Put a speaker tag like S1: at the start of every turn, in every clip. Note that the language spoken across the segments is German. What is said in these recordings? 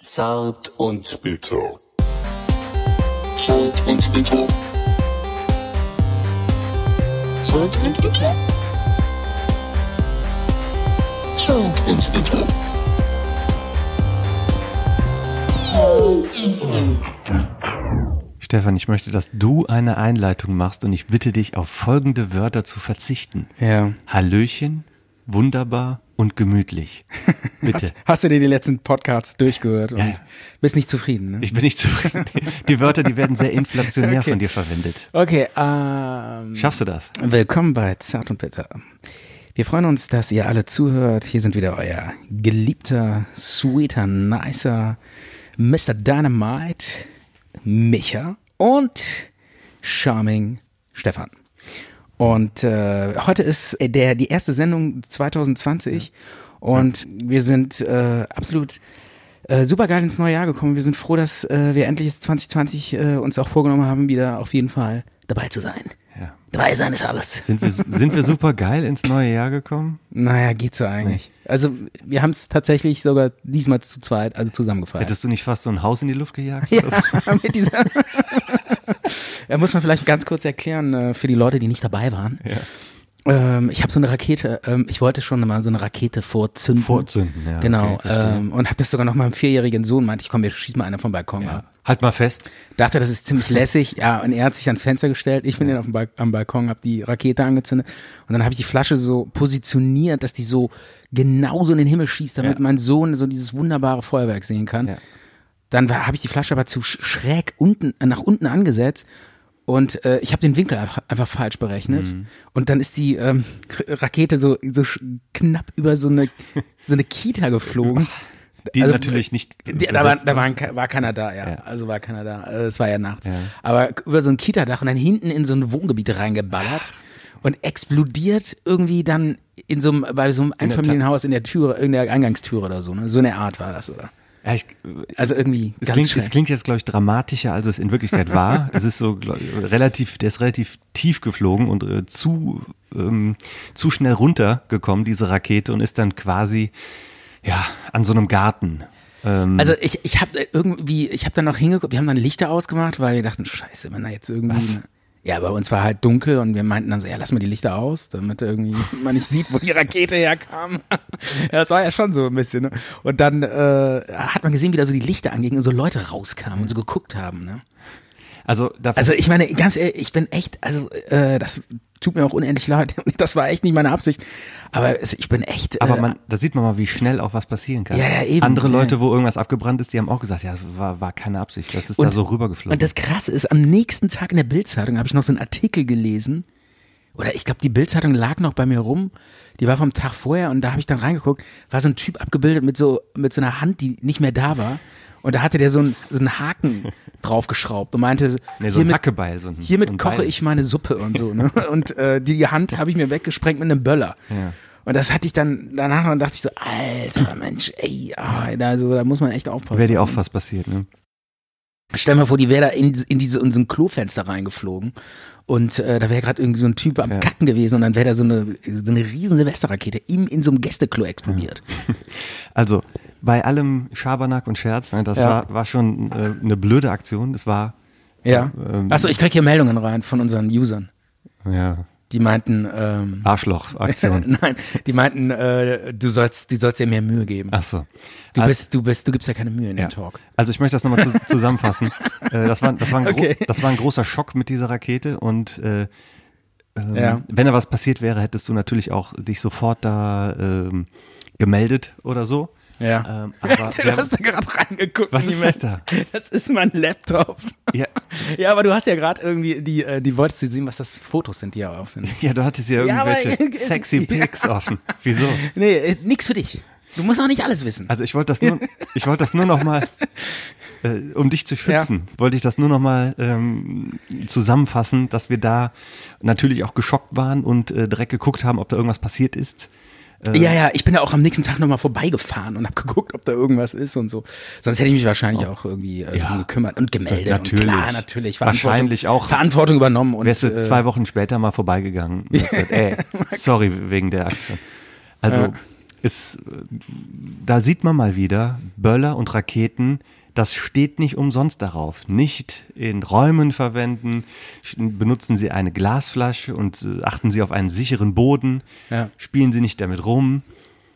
S1: Zart und bitter.
S2: Zart und bitter. Zart und bitter. Zart und bitter.
S3: Stefan, ich möchte, dass du eine Einleitung machst und ich bitte dich, auf folgende Wörter zu verzichten.
S4: Ja.
S3: Hallöchen, wunderbar und gemütlich. Bitte.
S4: Hast, hast du dir die letzten Podcasts durchgehört und
S3: ja.
S4: bist nicht zufrieden, ne?
S3: Ich bin nicht zufrieden. Die Wörter, die werden sehr inflationär
S4: Okay.
S3: von dir verwendet.
S4: Okay, ähm,
S3: Schaffst du das?
S4: willkommen bei Zart und Bitter. Wir freuen uns, dass ihr alle zuhört. Hier sind wieder euer geliebter, sweeter, nicer Mr. Dynamite, Micha und Charming Stefan. Und äh, heute ist der, die erste Sendung 2020 und wir sind äh, absolut äh, super geil ins neue Jahr gekommen. Wir sind froh, dass äh, wir endlich 2020 äh, uns auch vorgenommen haben, wieder auf jeden Fall dabei zu sein.
S3: Ja.
S4: Dabei sein ist alles.
S3: Sind wir, sind wir super geil ins neue Jahr gekommen?
S4: Naja, geht so eigentlich. Also wir haben es tatsächlich sogar diesmal zu zweit, also zusammengefeiert.
S3: Hättest du nicht fast so ein Haus in die Luft gejagt?
S4: ja, mit dieser. da muss man vielleicht ganz kurz erklären äh, für die Leute, die nicht dabei waren. Ähm, ich habe so eine Rakete. Ähm, ich wollte schon mal so eine Rakete vorzünden.
S3: Vorzünden, ja,
S4: Genau.
S3: okay, verstehe.
S4: ähm, und habe das sogar noch meinem vierjährigen Sohn meinte, ich komm, wir schießen mal einer vom Balkon ab.
S3: Halt mal fest.
S4: Dachte, das ist ziemlich lässig. Ja, und er hat sich ans Fenster gestellt. Ich bin dann auf dem Bal am Balkon, habe die Rakete angezündet. Und dann habe ich die Flasche so positioniert, dass die so genauso in den Himmel schießt, damit
S3: Ja.
S4: mein Sohn so dieses wunderbare Feuerwerk sehen kann.
S3: Ja.
S4: Dann habe ich die Flasche aber zu sch- schräg unten, äh, nach unten angesetzt. Und äh, ich habe den Winkel einfach- einfach falsch berechnet.
S3: Mhm.
S4: Und dann ist die ähm, R- Rakete so, so sch- knapp über so eine, so eine Kita geflogen.
S3: Die
S4: Also,
S3: natürlich nicht.
S4: Ja, da war,
S3: besetzt
S4: da waren, ke- war keiner da, ja.
S3: Ja.
S4: Also war keiner da. Äh, Es war ja nachts.
S3: Ja.
S4: Aber über so ein Kita-Dach und dann hinten in so ein Wohngebiet reingeballert
S3: Ah.
S4: und explodiert irgendwie dann in so einem, bei so einem
S3: der
S4: Einfamilienhaus in der Tür, in der Eingangstür oder so. Ne? So eine Art war das, oder?
S3: Ja, ich,
S4: Also irgendwie
S3: es,
S4: ganz
S3: klingt,
S4: schräg.
S3: es klingt jetzt, glaube ich, dramatischer, als es in Wirklichkeit war. es ist so glaub, ich, relativ, der ist relativ tief geflogen und äh, zu, ähm, zu schnell runtergekommen, diese Rakete, und ist dann quasi ja, an so einem Garten. Ähm,
S4: Also ich, ich habe irgendwie, ich habe dann noch hingeguckt, wir haben dann Lichter ausgemacht, weil wir dachten, scheiße, wenn da jetzt irgendwie...
S3: Was?
S4: ne- Ja, bei uns war halt dunkel und wir meinten dann so, ja, lass mal die Lichter aus, damit irgendwie man nicht sieht, wo die Rakete herkam. ja, das war ja schon so ein bisschen. Ne? Und dann äh, hat man gesehen, wie da so die Lichter angingen und so Leute rauskamen und so geguckt haben. Ne?
S3: also, da,
S4: Also ich meine, ganz ehrlich, ich bin echt, also äh, das tut mir auch unendlich leid. Das war echt nicht meine Absicht. Aber es, ich bin echt...
S3: aber
S4: äh,
S3: man, da sieht man mal, wie schnell auch was passieren kann.
S4: Ja, ja, eben,
S3: Andere
S4: ja.
S3: Leute, wo irgendwas abgebrannt ist, die haben auch gesagt, ja, war, war keine Absicht, das ist da so rübergeflogen.
S4: Und das Krasse ist, am nächsten Tag in der Bildzeitung habe ich noch so einen Artikel gelesen. Oder ich glaube, die Bildzeitung lag noch bei mir rum. Die war vom Tag vorher und da habe ich dann reingeguckt, war so ein Typ abgebildet mit so, mit so einer Hand, die nicht mehr da war. Und da hatte der so einen, so einen Haken draufgeschraubt und meinte,
S3: nee, so ein
S4: hiermit,
S3: Hackebeil. So ein,
S4: hiermit
S3: so ein
S4: koche
S3: Beil.
S4: ich meine Suppe und so. Ne? Und äh, die Hand habe ich mir weggesprengt mit einem Böller.
S3: Ja.
S4: Und das hatte ich dann danach und dachte ich so, alter Mensch, ey, ah, da, so, da muss man echt aufpassen.
S3: Wäre dir auch was passiert, ne?
S4: Stell mal vor, die wäre da in, in, diese, in so ein Klofenster reingeflogen und äh, da wäre gerade irgendwie so ein Typ am
S3: Ja.
S4: Kacken gewesen und dann wäre da so eine, so eine riesen Silvesterrakete ihm in so einem Gästeklo explodiert.
S3: Also, bei allem Schabernack und Scherz, ne, das
S4: Ja.
S3: war, war schon äh, eine blöde Aktion. Es war,
S4: Ja.
S3: Ähm.
S4: Achso, ich krieg hier Meldungen rein von unseren Usern.
S3: ja,
S4: Die meinten, ähm,
S3: Arschloch-Aktion.
S4: nein, die meinten, äh, du sollst, die sollst dir mehr Mühe geben.
S3: Ach so.
S4: Du
S3: Also-
S4: bist, du bist, du gibst ja keine Mühe in
S3: ja.
S4: den Talk.
S3: Also ich möchte das nochmal zus zusammenfassen. äh, das, war, das, war ein gro-
S4: Okay.
S3: das war ein großer Schock mit dieser Rakete und äh, ähm,
S4: Ja.
S3: wenn da was passiert wäre, hättest du natürlich auch dich sofort da ähm, gemeldet oder so.
S4: Ja.
S3: Ähm, aber
S4: du hast da gerade reingeguckt.
S3: Was
S4: in die
S3: ist das
S4: Mail. Das ist mein Laptop.
S3: ja,
S4: Ja, aber du hast ja gerade irgendwie, die, äh, die wolltest du sehen, was das Fotos sind, die ja auf sind.
S3: ja, du hattest ja
S4: Ja, aber-
S3: irgendwelche sexy Pics offen. Wieso?
S4: Nee, äh, nix für dich. Du musst auch nicht alles wissen.
S3: Also ich wollte das nur, ich wollte das nur noch mal, äh, um dich zu schützen, wollte ich das nur noch mal ähm, zusammenfassen, dass wir da natürlich auch geschockt waren und äh, direkt geguckt haben, ob da irgendwas passiert ist. äh
S4: ja, ja, ich bin da auch am nächsten Tag nochmal vorbeigefahren und habe geguckt, ob da irgendwas ist und so. Sonst hätte ich mich wahrscheinlich auch irgendwie äh,
S3: Oh. Ja.
S4: drum gekümmert und gemeldet.
S3: Natürlich.
S4: Und klar, natürlich.
S3: Wahrscheinlich auch.
S4: Verantwortung übernommen. Und,
S3: Wärst du
S4: äh,
S3: zwei Wochen später mal vorbeigegangen. Und hast gesagt, ey, sorry wegen der Aktion. Also Es, da sieht man mal wieder, Böller und Raketen, das steht nicht umsonst darauf. Nicht in Räumen verwenden, sch- benutzen Sie eine Glasflasche und äh, achten Sie auf einen sicheren Boden,
S4: Ja. Mhm.
S3: spielen Sie nicht damit rum.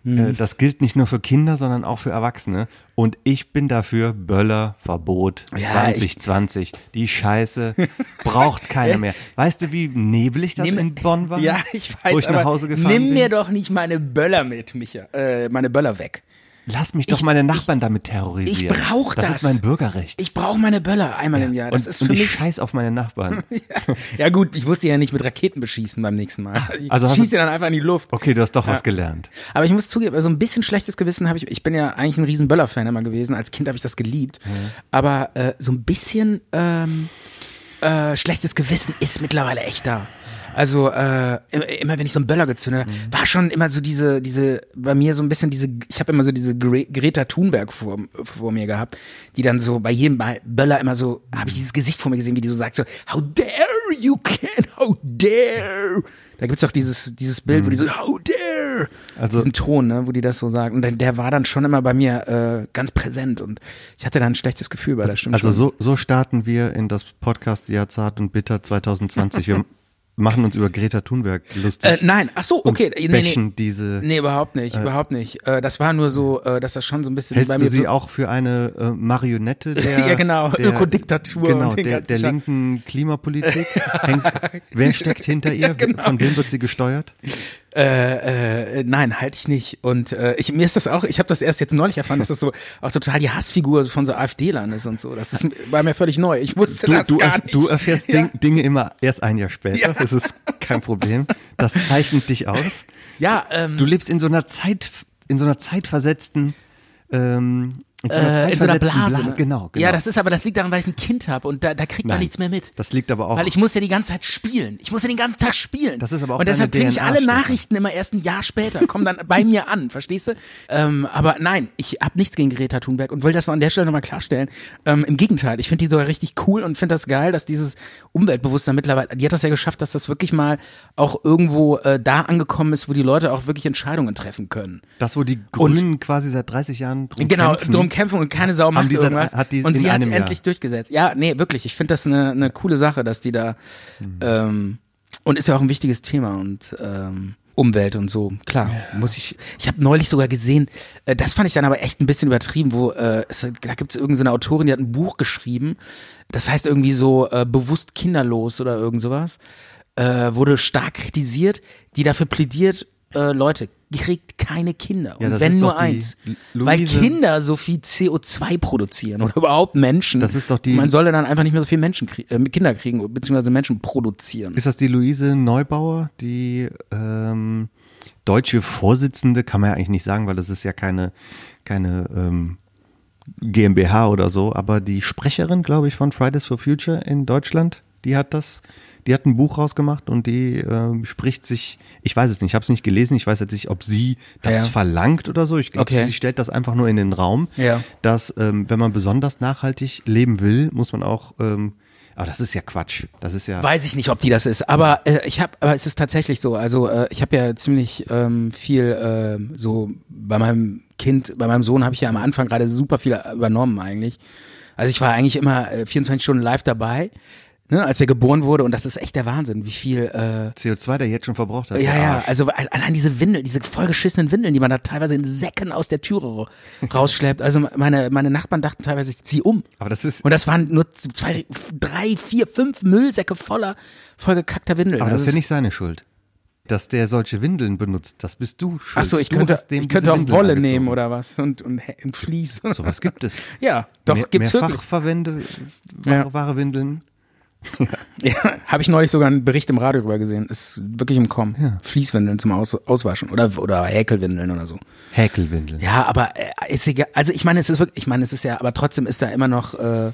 S3: Äh, Das gilt nicht nur für Kinder, sondern auch für Erwachsene. Und ich bin dafür Böllerverbot
S4: Ja, ich-
S3: 2020. Die Scheiße braucht keiner mehr. Weißt du, wie neblig das in Bonn war?
S4: Ja, ich weiß,
S3: Wo ich
S4: aber
S3: nach Hause gefahren
S4: nimm
S3: bin?
S4: mir doch nicht meine Böller mit, Micha. Äh, meine Böller weg.
S3: Lass mich doch
S4: Ich-
S3: meine Nachbarn damit terrorisieren.
S4: ich brauch
S3: das.
S4: das.
S3: ist mein Bürgerrecht.
S4: Ich brauche meine Böller einmal im Jahr. Das
S3: und,
S4: ist
S3: und
S4: für
S3: ich
S4: mich.
S3: scheiß auf meine Nachbarn.
S4: Ja gut, ich wusste ja nicht mit Raketen beschießen beim nächsten Mal. Ich
S3: also hast
S4: schieße
S3: du-
S4: dann einfach in die Luft.
S3: Okay, du hast doch was gelernt.
S4: Aber ich muss zugeben, also ein bisschen schlechtes Gewissen habe ich. Ich bin ja eigentlich ein riesen Böller-Fan immer gewesen. Als Kind habe ich das geliebt.
S3: Mhm.
S4: Aber äh, so ein bisschen ähm, äh, schlechtes Gewissen ist mittlerweile echt da. Also äh, immer, immer wenn ich so einen Böller gezündet habe,
S3: Mhm.
S4: war schon immer so diese, diese, bei mir so ein bisschen diese, ich habe immer so diese Gre Greta Thunberg vor, vor mir gehabt, die dann so bei jedem Mal Böller immer so, habe ich dieses Gesicht vor mir gesehen, wie die so sagt, so, how dare you can, how dare. Da gibt's doch dieses, dieses Bild, wo die so, how dare
S3: Mhm. Also-
S4: diesen Ton, ne, wo die das so sagen. Und der, der war dann schon immer bei mir äh, ganz präsent und ich hatte da ein schlechtes Gefühl bei der Stimme.
S3: Also
S4: schon.
S3: so, so starten wir in das Podcast Jahr Zart und Bitter 2020. Wir machen uns über Greta Thunberg lustig.
S4: Äh, nein, ach so, okay.
S3: Und bashen diese.
S4: Nee, überhaupt nicht, überhaupt nicht. Äh, das war nur so, äh, dass das schon so ein bisschen
S3: Hältst du sie
S4: so,
S3: auch für eine äh, Marionette der,
S4: Ja, genau, Ökodiktatur
S3: genau,
S4: und den
S3: der,
S4: ganzen
S3: der
S4: Scheiß.
S3: linken Klimapolitik? Hängst, wer steckt hinter ihr?
S4: genau.
S3: Von wem wird sie gesteuert?
S4: äh, äh, nein, halte ich nicht. Und äh, ich, mir ist das auch, ich habe das erst jetzt neulich erfahren, dass das so auch total die Hassfigur von so AfD-Lern ist und so. Das ist, war mir völlig neu. Ich wusste
S3: Du,
S4: das
S3: du,
S4: gar
S3: erf-
S4: nicht.
S3: du erfährst
S4: ja.
S3: Ding, Dinge immer erst ein Jahr später.
S4: Ja.
S3: Das ist kein Problem. Das zeichnet dich aus.
S4: Ja, ähm,
S3: Du lebst in so einer Zeit, in so einer zeitversetzten, ähm, in so einer,
S4: äh, in so einer
S3: zeitversetzten
S4: Blase. ne?
S3: Genau, genau.
S4: Ja, das ist aber, das liegt daran, weil ich ein Kind habe und da, da kriegt man
S3: Nein,
S4: nichts mehr mit.
S3: Das liegt aber auch.
S4: Weil ich muss ja die ganze Zeit spielen. Ich muss ja den ganzen Tag spielen.
S3: Das ist aber auch
S4: Und deshalb
S3: deine
S4: kriege ich
S3: DNA,
S4: alle
S3: Stefan.
S4: Nachrichten immer erst ein Jahr später, kommen dann bei mir an, verstehst du? Ähm, aber nein, ich habe nichts gegen Greta Thunberg und will das noch an der Stelle nochmal klarstellen. Ähm, Im Gegenteil, ich finde die sogar richtig cool und finde das geil, dass dieses Umweltbewusstsein mittlerweile, die hat das ja geschafft, dass das wirklich mal auch irgendwo äh, da angekommen ist, wo die Leute auch wirklich Entscheidungen treffen können.
S3: das, wo die Grünen quasi seit 30 Jahren drum
S4: Genau,
S3: um kämpfen.
S4: drum kämpfen und keine Sau macht
S3: die seit-
S4: irgendwas.
S3: hat die
S4: und
S3: in
S4: sie hat es
S3: einem Jahr.
S4: endlich durchgesetzt. Ja, nee, wirklich. Ich finde das eine eine coole Sache, dass die da
S3: Mhm.
S4: ähm, und ist ja auch ein wichtiges Thema und ähm, Umwelt und so. Klar, muss ich. Ich habe neulich sogar gesehen. Äh, das fand ich dann aber echt ein bisschen übertrieben, wo äh, es, da gibt es irgendeine Autorin, die hat ein Buch geschrieben. Das heißt irgendwie so äh, bewusst kinderlos oder irgend sowas äh, wurde stark kritisiert, die dafür plädiert, äh, Leute, kriegt keine Kinder. Und
S3: Ja, das
S4: wenn
S3: ist
S4: nur
S3: doch die
S4: eins.
S3: L-
S4: Weil
S3: Luise-
S4: Kinder so viel CO2 produzieren oder überhaupt Menschen.
S3: Das ist doch die-
S4: Man solle dann einfach nicht mehr so viel Menschen krie äh, Kinder kriegen, beziehungsweise Menschen produzieren.
S3: Ist das die Luise Neubauer, die ähm, deutsche Vorsitzende, kann man ja eigentlich nicht sagen, weil das ist ja keine, keine ähm, GmbH oder so, aber die Sprecherin, glaube ich, von Fridays for Future in Deutschland, die hat das, die hat ein Buch rausgemacht und die ähm, spricht sich, ich weiß es nicht, ich habe es nicht gelesen, ich weiß jetzt nicht, ob sie das
S4: Ja.
S3: verlangt oder so. Ich glaube,
S4: Okay.
S3: sie stellt das einfach nur in den Raum,
S4: Ja.
S3: dass ähm, wenn man besonders nachhaltig leben will, muss man auch, ähm, aber das ist ja Quatsch. Das ist ja.
S4: Weiß ich nicht, ob die das ist, aber äh, ich habe, aber es ist tatsächlich so. Also äh, ich habe ja ziemlich ähm, viel ähm, so bei meinem Kind, bei meinem Sohn habe ich ja am Anfang gerade super viel äh, übernommen eigentlich. Also ich war eigentlich immer äh, 24 Stunden live dabei, ne, als er geboren wurde und das ist echt der Wahnsinn, wie viel. Äh,
S3: CO2, der jetzt schon verbraucht hat.
S4: ja,
S3: der
S4: ja,
S3: Arsch.
S4: also al- allein diese Windeln, diese vollgeschissenen Windeln, die man da teilweise in Säcken aus der Türe rausschleppt. Also meine, meine Nachbarn dachten teilweise, ich zieh um.
S3: Aber das ist,
S4: Und das waren nur z- zwei, f- drei, vier, fünf Müllsäcke voller vollgekackter Windeln.
S3: aber das
S4: Also
S3: ist ja
S4: es-
S3: nicht seine Schuld. Dass der solche Windeln benutzt, das bist du schuld.
S4: Ach so, ich
S3: du
S4: könnte,
S3: hast dem
S4: ich könnte
S3: diese
S4: auch
S3: Windeln
S4: Wolle
S3: angezogen.
S4: nehmen oder was und, und, He- und Vlies.
S3: Sowas gibt es.
S4: Ja, doch,
S3: Mehr,
S4: gibt's
S3: mehrfach
S4: wirklich.
S3: verwende wahre,
S4: Ja.
S3: wahre Windeln.
S4: Ja, habe ich neulich sogar einen Bericht im Radio drüber gesehen. Ist wirklich im Kommen. Fließwindeln zum Aus Auswaschen oder, oder Häkelwindeln oder so.
S3: Häkelwindeln.
S4: Ja, aber äh, ist egal. Also ich meine, es ist wirklich, ich meine, es ist ja, aber trotzdem ist da immer noch äh,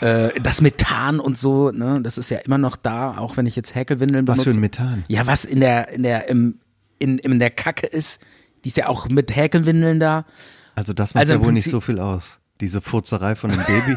S4: äh, das Methan und so, ne? Das ist ja immer noch da, auch wenn ich jetzt Häkelwindeln
S3: Was
S4: benutze.
S3: für ein Methan?
S4: Ja, was in der, in der, im, in, in der Kacke ist, die ist ja auch mit Häkelwindeln da.
S3: Also das macht
S4: Also
S3: ja
S4: im
S3: wohl nicht
S4: Prinzip-
S3: so viel aus. Diese Furzerei von dem Baby.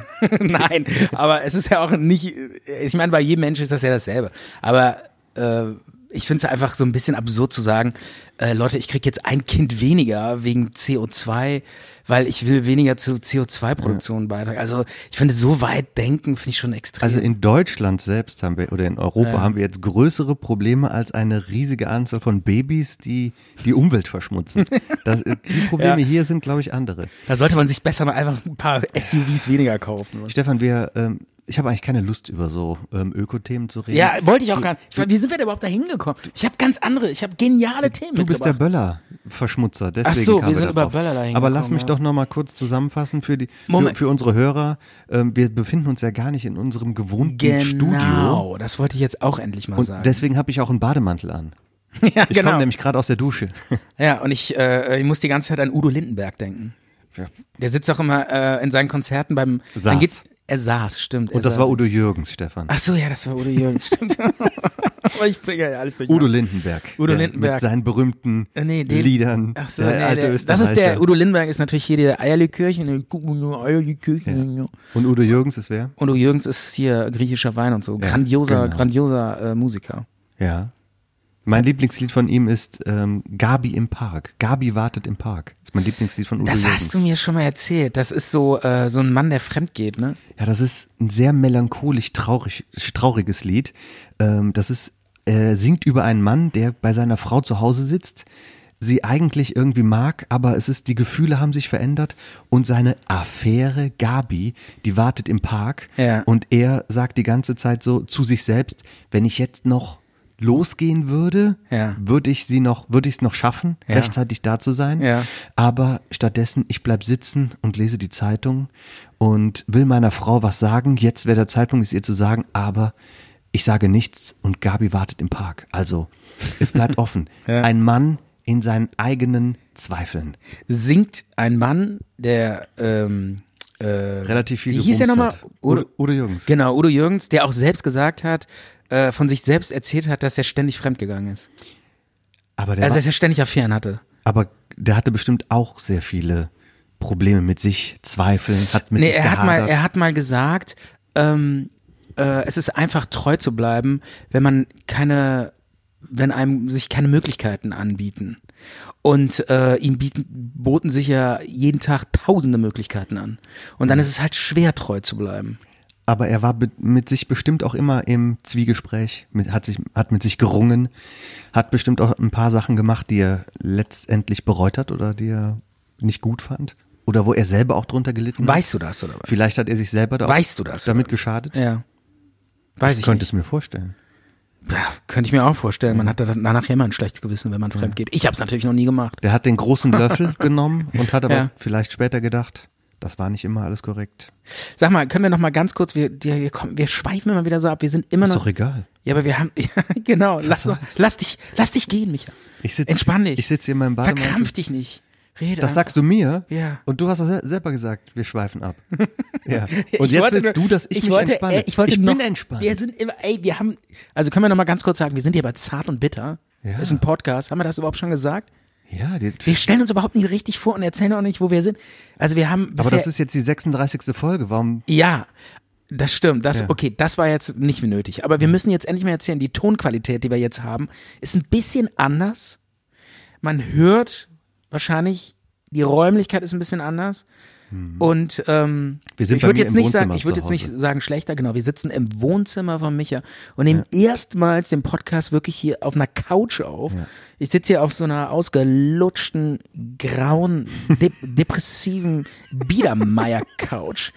S4: Nein, aber es ist ja auch nicht, ich meine, bei jedem Menschen ist das ja dasselbe. Aber äh, ich finde es einfach so ein bisschen absurd zu sagen, äh, Leute, ich kriege jetzt ein Kind weniger wegen CO2, weil ich will weniger zur CO2-Produktion beitragen. Also ich finde, so weit denken finde ich schon extrem.
S3: Also in Deutschland selbst haben wir oder in Europa haben wir jetzt größere Probleme als eine riesige Anzahl von Babys, die die Umwelt verschmutzen. Das, äh, die Probleme
S4: Ja.
S3: hier sind, glaube ich, andere.
S4: da sollte man sich besser mal einfach ein paar SUVs weniger kaufen.
S3: Stefan, wir, ähm, ich habe eigentlich keine Lust über so ähm, Ökothemen zu reden.
S4: Ja, wollte ich auch gar nicht. Ich, wie sind wir da überhaupt da hingekommen? Ich habe ganz andere, ich habe geniale Themen
S3: Du bist der
S4: mitgebracht.
S3: Böller-Verschmutzer, deswegen
S4: Ach so,
S3: kamen
S4: wir sind
S3: da
S4: über
S3: drauf.
S4: Böller da
S3: Aber lass
S4: hingekommen,
S3: mich
S4: ja.
S3: doch nochmal kurz zusammenfassen für, die, für,
S4: Moment.
S3: für unsere Hörer. Ähm, wir befinden uns ja gar nicht in unserem gewohnten Studio.
S4: Genau, das wollte ich jetzt auch endlich mal
S3: Und
S4: sagen. Genau.
S3: deswegen habe ich auch einen Bademantel an.
S4: ja,
S3: Ich komme nämlich gerade aus der Dusche.
S4: Ja, und ich, äh, ich muss die ganze Zeit an Udo Lindenberg denken.
S3: Ja.
S4: Der sitzt auch immer äh, in seinen Konzerten beim.
S3: Saß.
S4: Dann geht's, er saß, stimmt. er
S3: Und das
S4: saß.
S3: war Udo Jürgens, Stefan.
S4: Ach so, ja, das war Udo Jürgens, stimmt. Aber ich bringe ja alles durch.
S3: Udo Lindenberg.
S4: Udo
S3: der
S4: Lindenberg.
S3: Mit seinen berühmten
S4: Äh, nee, den-
S3: Liedern.
S4: Ach so,
S3: der
S4: nee,
S3: alte
S4: der, das
S3: Österreicher.
S4: ist der Udo Lindenberg ist natürlich hier der Eierlikörchen. Guck mal, nur Eierlikörchen.
S3: Ja. Und Udo Jürgens ist wer?
S4: Udo Jürgens ist hier griechischer Wein und so.
S3: Ja,
S4: grandioser,
S3: genau.
S4: grandioser äh, Musiker.
S3: Ja. Mein Lieblingslied von ihm ist ähm, Gabi im Park. Gabi wartet im Park. Ist mein Lieblingslied von Udo
S4: Das
S3: Jürgens.
S4: hast du mir schon mal erzählt. Das ist so äh, so ein Mann, der fremd geht, ne?
S3: Ja, das ist ein sehr melancholisch traurig, trauriges Lied. Ähm, das ist, äh, singt über einen Mann, der bei seiner Frau zu Hause sitzt, sie eigentlich irgendwie mag, aber es ist, die Gefühle haben sich verändert und seine Affäre Gabi, die wartet im Park
S4: Ja.
S3: und er sagt die ganze Zeit so zu sich selbst, wenn ich jetzt noch losgehen würde,
S4: Ja.
S3: würde ich sie noch, würde ich es noch schaffen,
S4: Ja.
S3: rechtzeitig da zu sein.
S4: Ja.
S3: Aber stattdessen, ich bleib sitzen und lese die Zeitung und will meiner Frau was sagen. Jetzt wäre der Zeitpunkt, es ihr zu sagen, aber ich sage nichts und Gabi wartet im Park. Also, es bleibt offen.
S4: Ja.
S3: Ein Mann in seinen eigenen Zweifeln.
S4: Singt ein Mann, der ähm, äh, relativ
S3: viel
S4: Wie hieß er
S3: gebumst
S4: nochmal?
S3: hat. Udo- Udo Jürgens.
S4: Genau, Udo Jürgens, der auch selbst gesagt hat, äh, von sich selbst erzählt hat, dass er ständig fremdgegangen ist.
S3: Aber der,
S4: Also
S3: war,
S4: dass er ständig Affären hatte.
S3: aber der hatte bestimmt auch sehr viele Probleme mit sich, Zweifeln, hat mit
S4: Nee,
S3: sich
S4: er hat, mal,
S3: gehadert.
S4: er hat mal gesagt, ähm, äh, es ist einfach treu zu bleiben, wenn man keine, wenn einem sich keine Möglichkeiten anbieten. Und äh, ihm bieten, boten sich ja jeden Tag tausende Möglichkeiten an. Und
S3: Mhm.
S4: dann ist es halt schwer, treu zu bleiben.
S3: Aber er war be- mit sich bestimmt auch immer im Zwiegespräch, mit, hat, sich, hat mit sich gerungen, hat bestimmt auch ein paar Sachen gemacht, die er letztendlich bereut hat oder die er nicht gut fand. Oder wo er selber auch drunter gelitten hat.
S4: Weißt du das oder was?
S3: Vielleicht hat er sich selber da
S4: Weißt du
S3: auch
S4: das,
S3: damit geschadet.
S4: Ja. Weiß ich
S3: Könnte
S4: nicht.
S3: es mir vorstellen.
S4: Ja, könnte ich mir auch vorstellen.
S3: Mhm.
S4: Man hat da danach immer ein schlechtes Gewissen, wenn man fremd geht. Ich habe es natürlich noch nie gemacht.
S3: Der hat den großen Löffel genommen und hat aber
S4: Ja.
S3: vielleicht später gedacht, das war nicht immer alles korrekt.
S4: Sag mal, können wir noch mal ganz kurz, wir, die, wir, kommen, wir schweifen immer wieder so ab, wir sind immer
S3: Ist
S4: noch...
S3: doch egal.
S4: Ja, aber wir haben, ja, genau, lass, doch- lass dich, lass dich gehen, Micha.
S3: Ich sitz-
S4: Entspann dich.
S3: ich sitz hier in meinem Bademantel.
S4: Verkrampf dich nicht. Rede.
S3: Das
S4: einfach.
S3: sagst du mir
S4: Ja.
S3: und du hast das selber gesagt, wir schweifen ab. Ja.
S4: Ich
S3: Und jetzt
S4: wollte
S3: willst
S4: nur-
S3: du, dass ich, mich
S4: wollte,
S3: entspanne.
S4: Äh, ich wollte
S3: bin
S4: noch,
S3: entspannt.
S4: Wir sind immer, ey, wir haben, also können wir noch mal ganz kurz sagen, wir sind hier bei Zart und Bitter.
S3: Ja.
S4: Ist ein Podcast. Haben wir das überhaupt schon gesagt?
S3: Ja, die,
S4: Wir stellen uns überhaupt nicht richtig vor und erzählen auch nicht, wo wir sind. Also wir haben bisher,
S3: aber das ist jetzt die 36. Folge. Warum?
S4: ja, das stimmt. Das,
S3: Ja.
S4: okay, das war jetzt nicht mehr nötig. Aber wir müssen jetzt endlich mal erzählen, die Tonqualität, die wir jetzt haben, ist ein bisschen anders. Man hört wahrscheinlich, die Räumlichkeit ist ein bisschen anders. Und ähm,
S3: Mhm. Wir sind
S4: ich
S3: bei
S4: würde
S3: mir
S4: jetzt
S3: im
S4: nicht sagen,
S3: Wohnzimmer
S4: ich würde
S3: zu
S4: jetzt nicht
S3: Hause.
S4: sagen schlechter, genau. Wir sitzen im Wohnzimmer von Micha und nehmen erstmals den Podcast wirklich hier auf einer Couch auf. Ich sitze hier auf so einer ausgelutschten, grauen, de depressiven Biedermeier-Couch.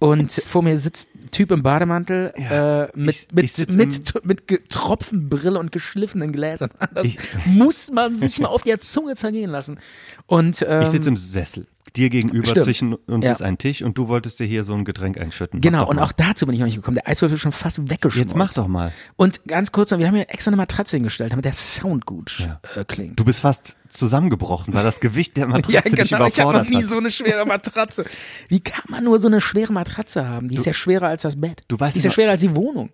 S4: Und vor mir sitzt ein Typ im Bademantel äh, mit,
S3: ich-
S4: mit,
S3: ich sitz im-
S4: mit, t- mit getropften Brille und geschliffenen Gläsern. Das muss man sich mal auf der Zunge zergehen lassen. Und ähm,
S3: Ich sitze im Sessel. Dir gegenüber
S4: Stimmt.
S3: zwischen uns
S4: Ja.
S3: ist ein Tisch und du wolltest dir hier so ein Getränk einschütten. Mach
S4: Genau,
S3: doch
S4: und
S3: mal.
S4: auch dazu bin ich noch nicht gekommen. Der Eiswürfel ist schon fast weggeschmolzen.
S3: Jetzt mach doch mal.
S4: Und ganz kurz noch, wir haben hier extra eine Matratze hingestellt, damit der Sound gut äh, klingt. genau,
S3: Du bist fast zusammengebrochen, weil das Gewicht der Matratze dich
S4: ich habe noch
S3: überfordert
S4: nie
S3: hat.
S4: so eine schwere Matratze. Wie kann man nur so eine schwere Matratze haben? Die ist ja schwerer als das Bett.
S3: du weißt
S4: die ist ja
S3: immer-
S4: schwerer als die Wohnung.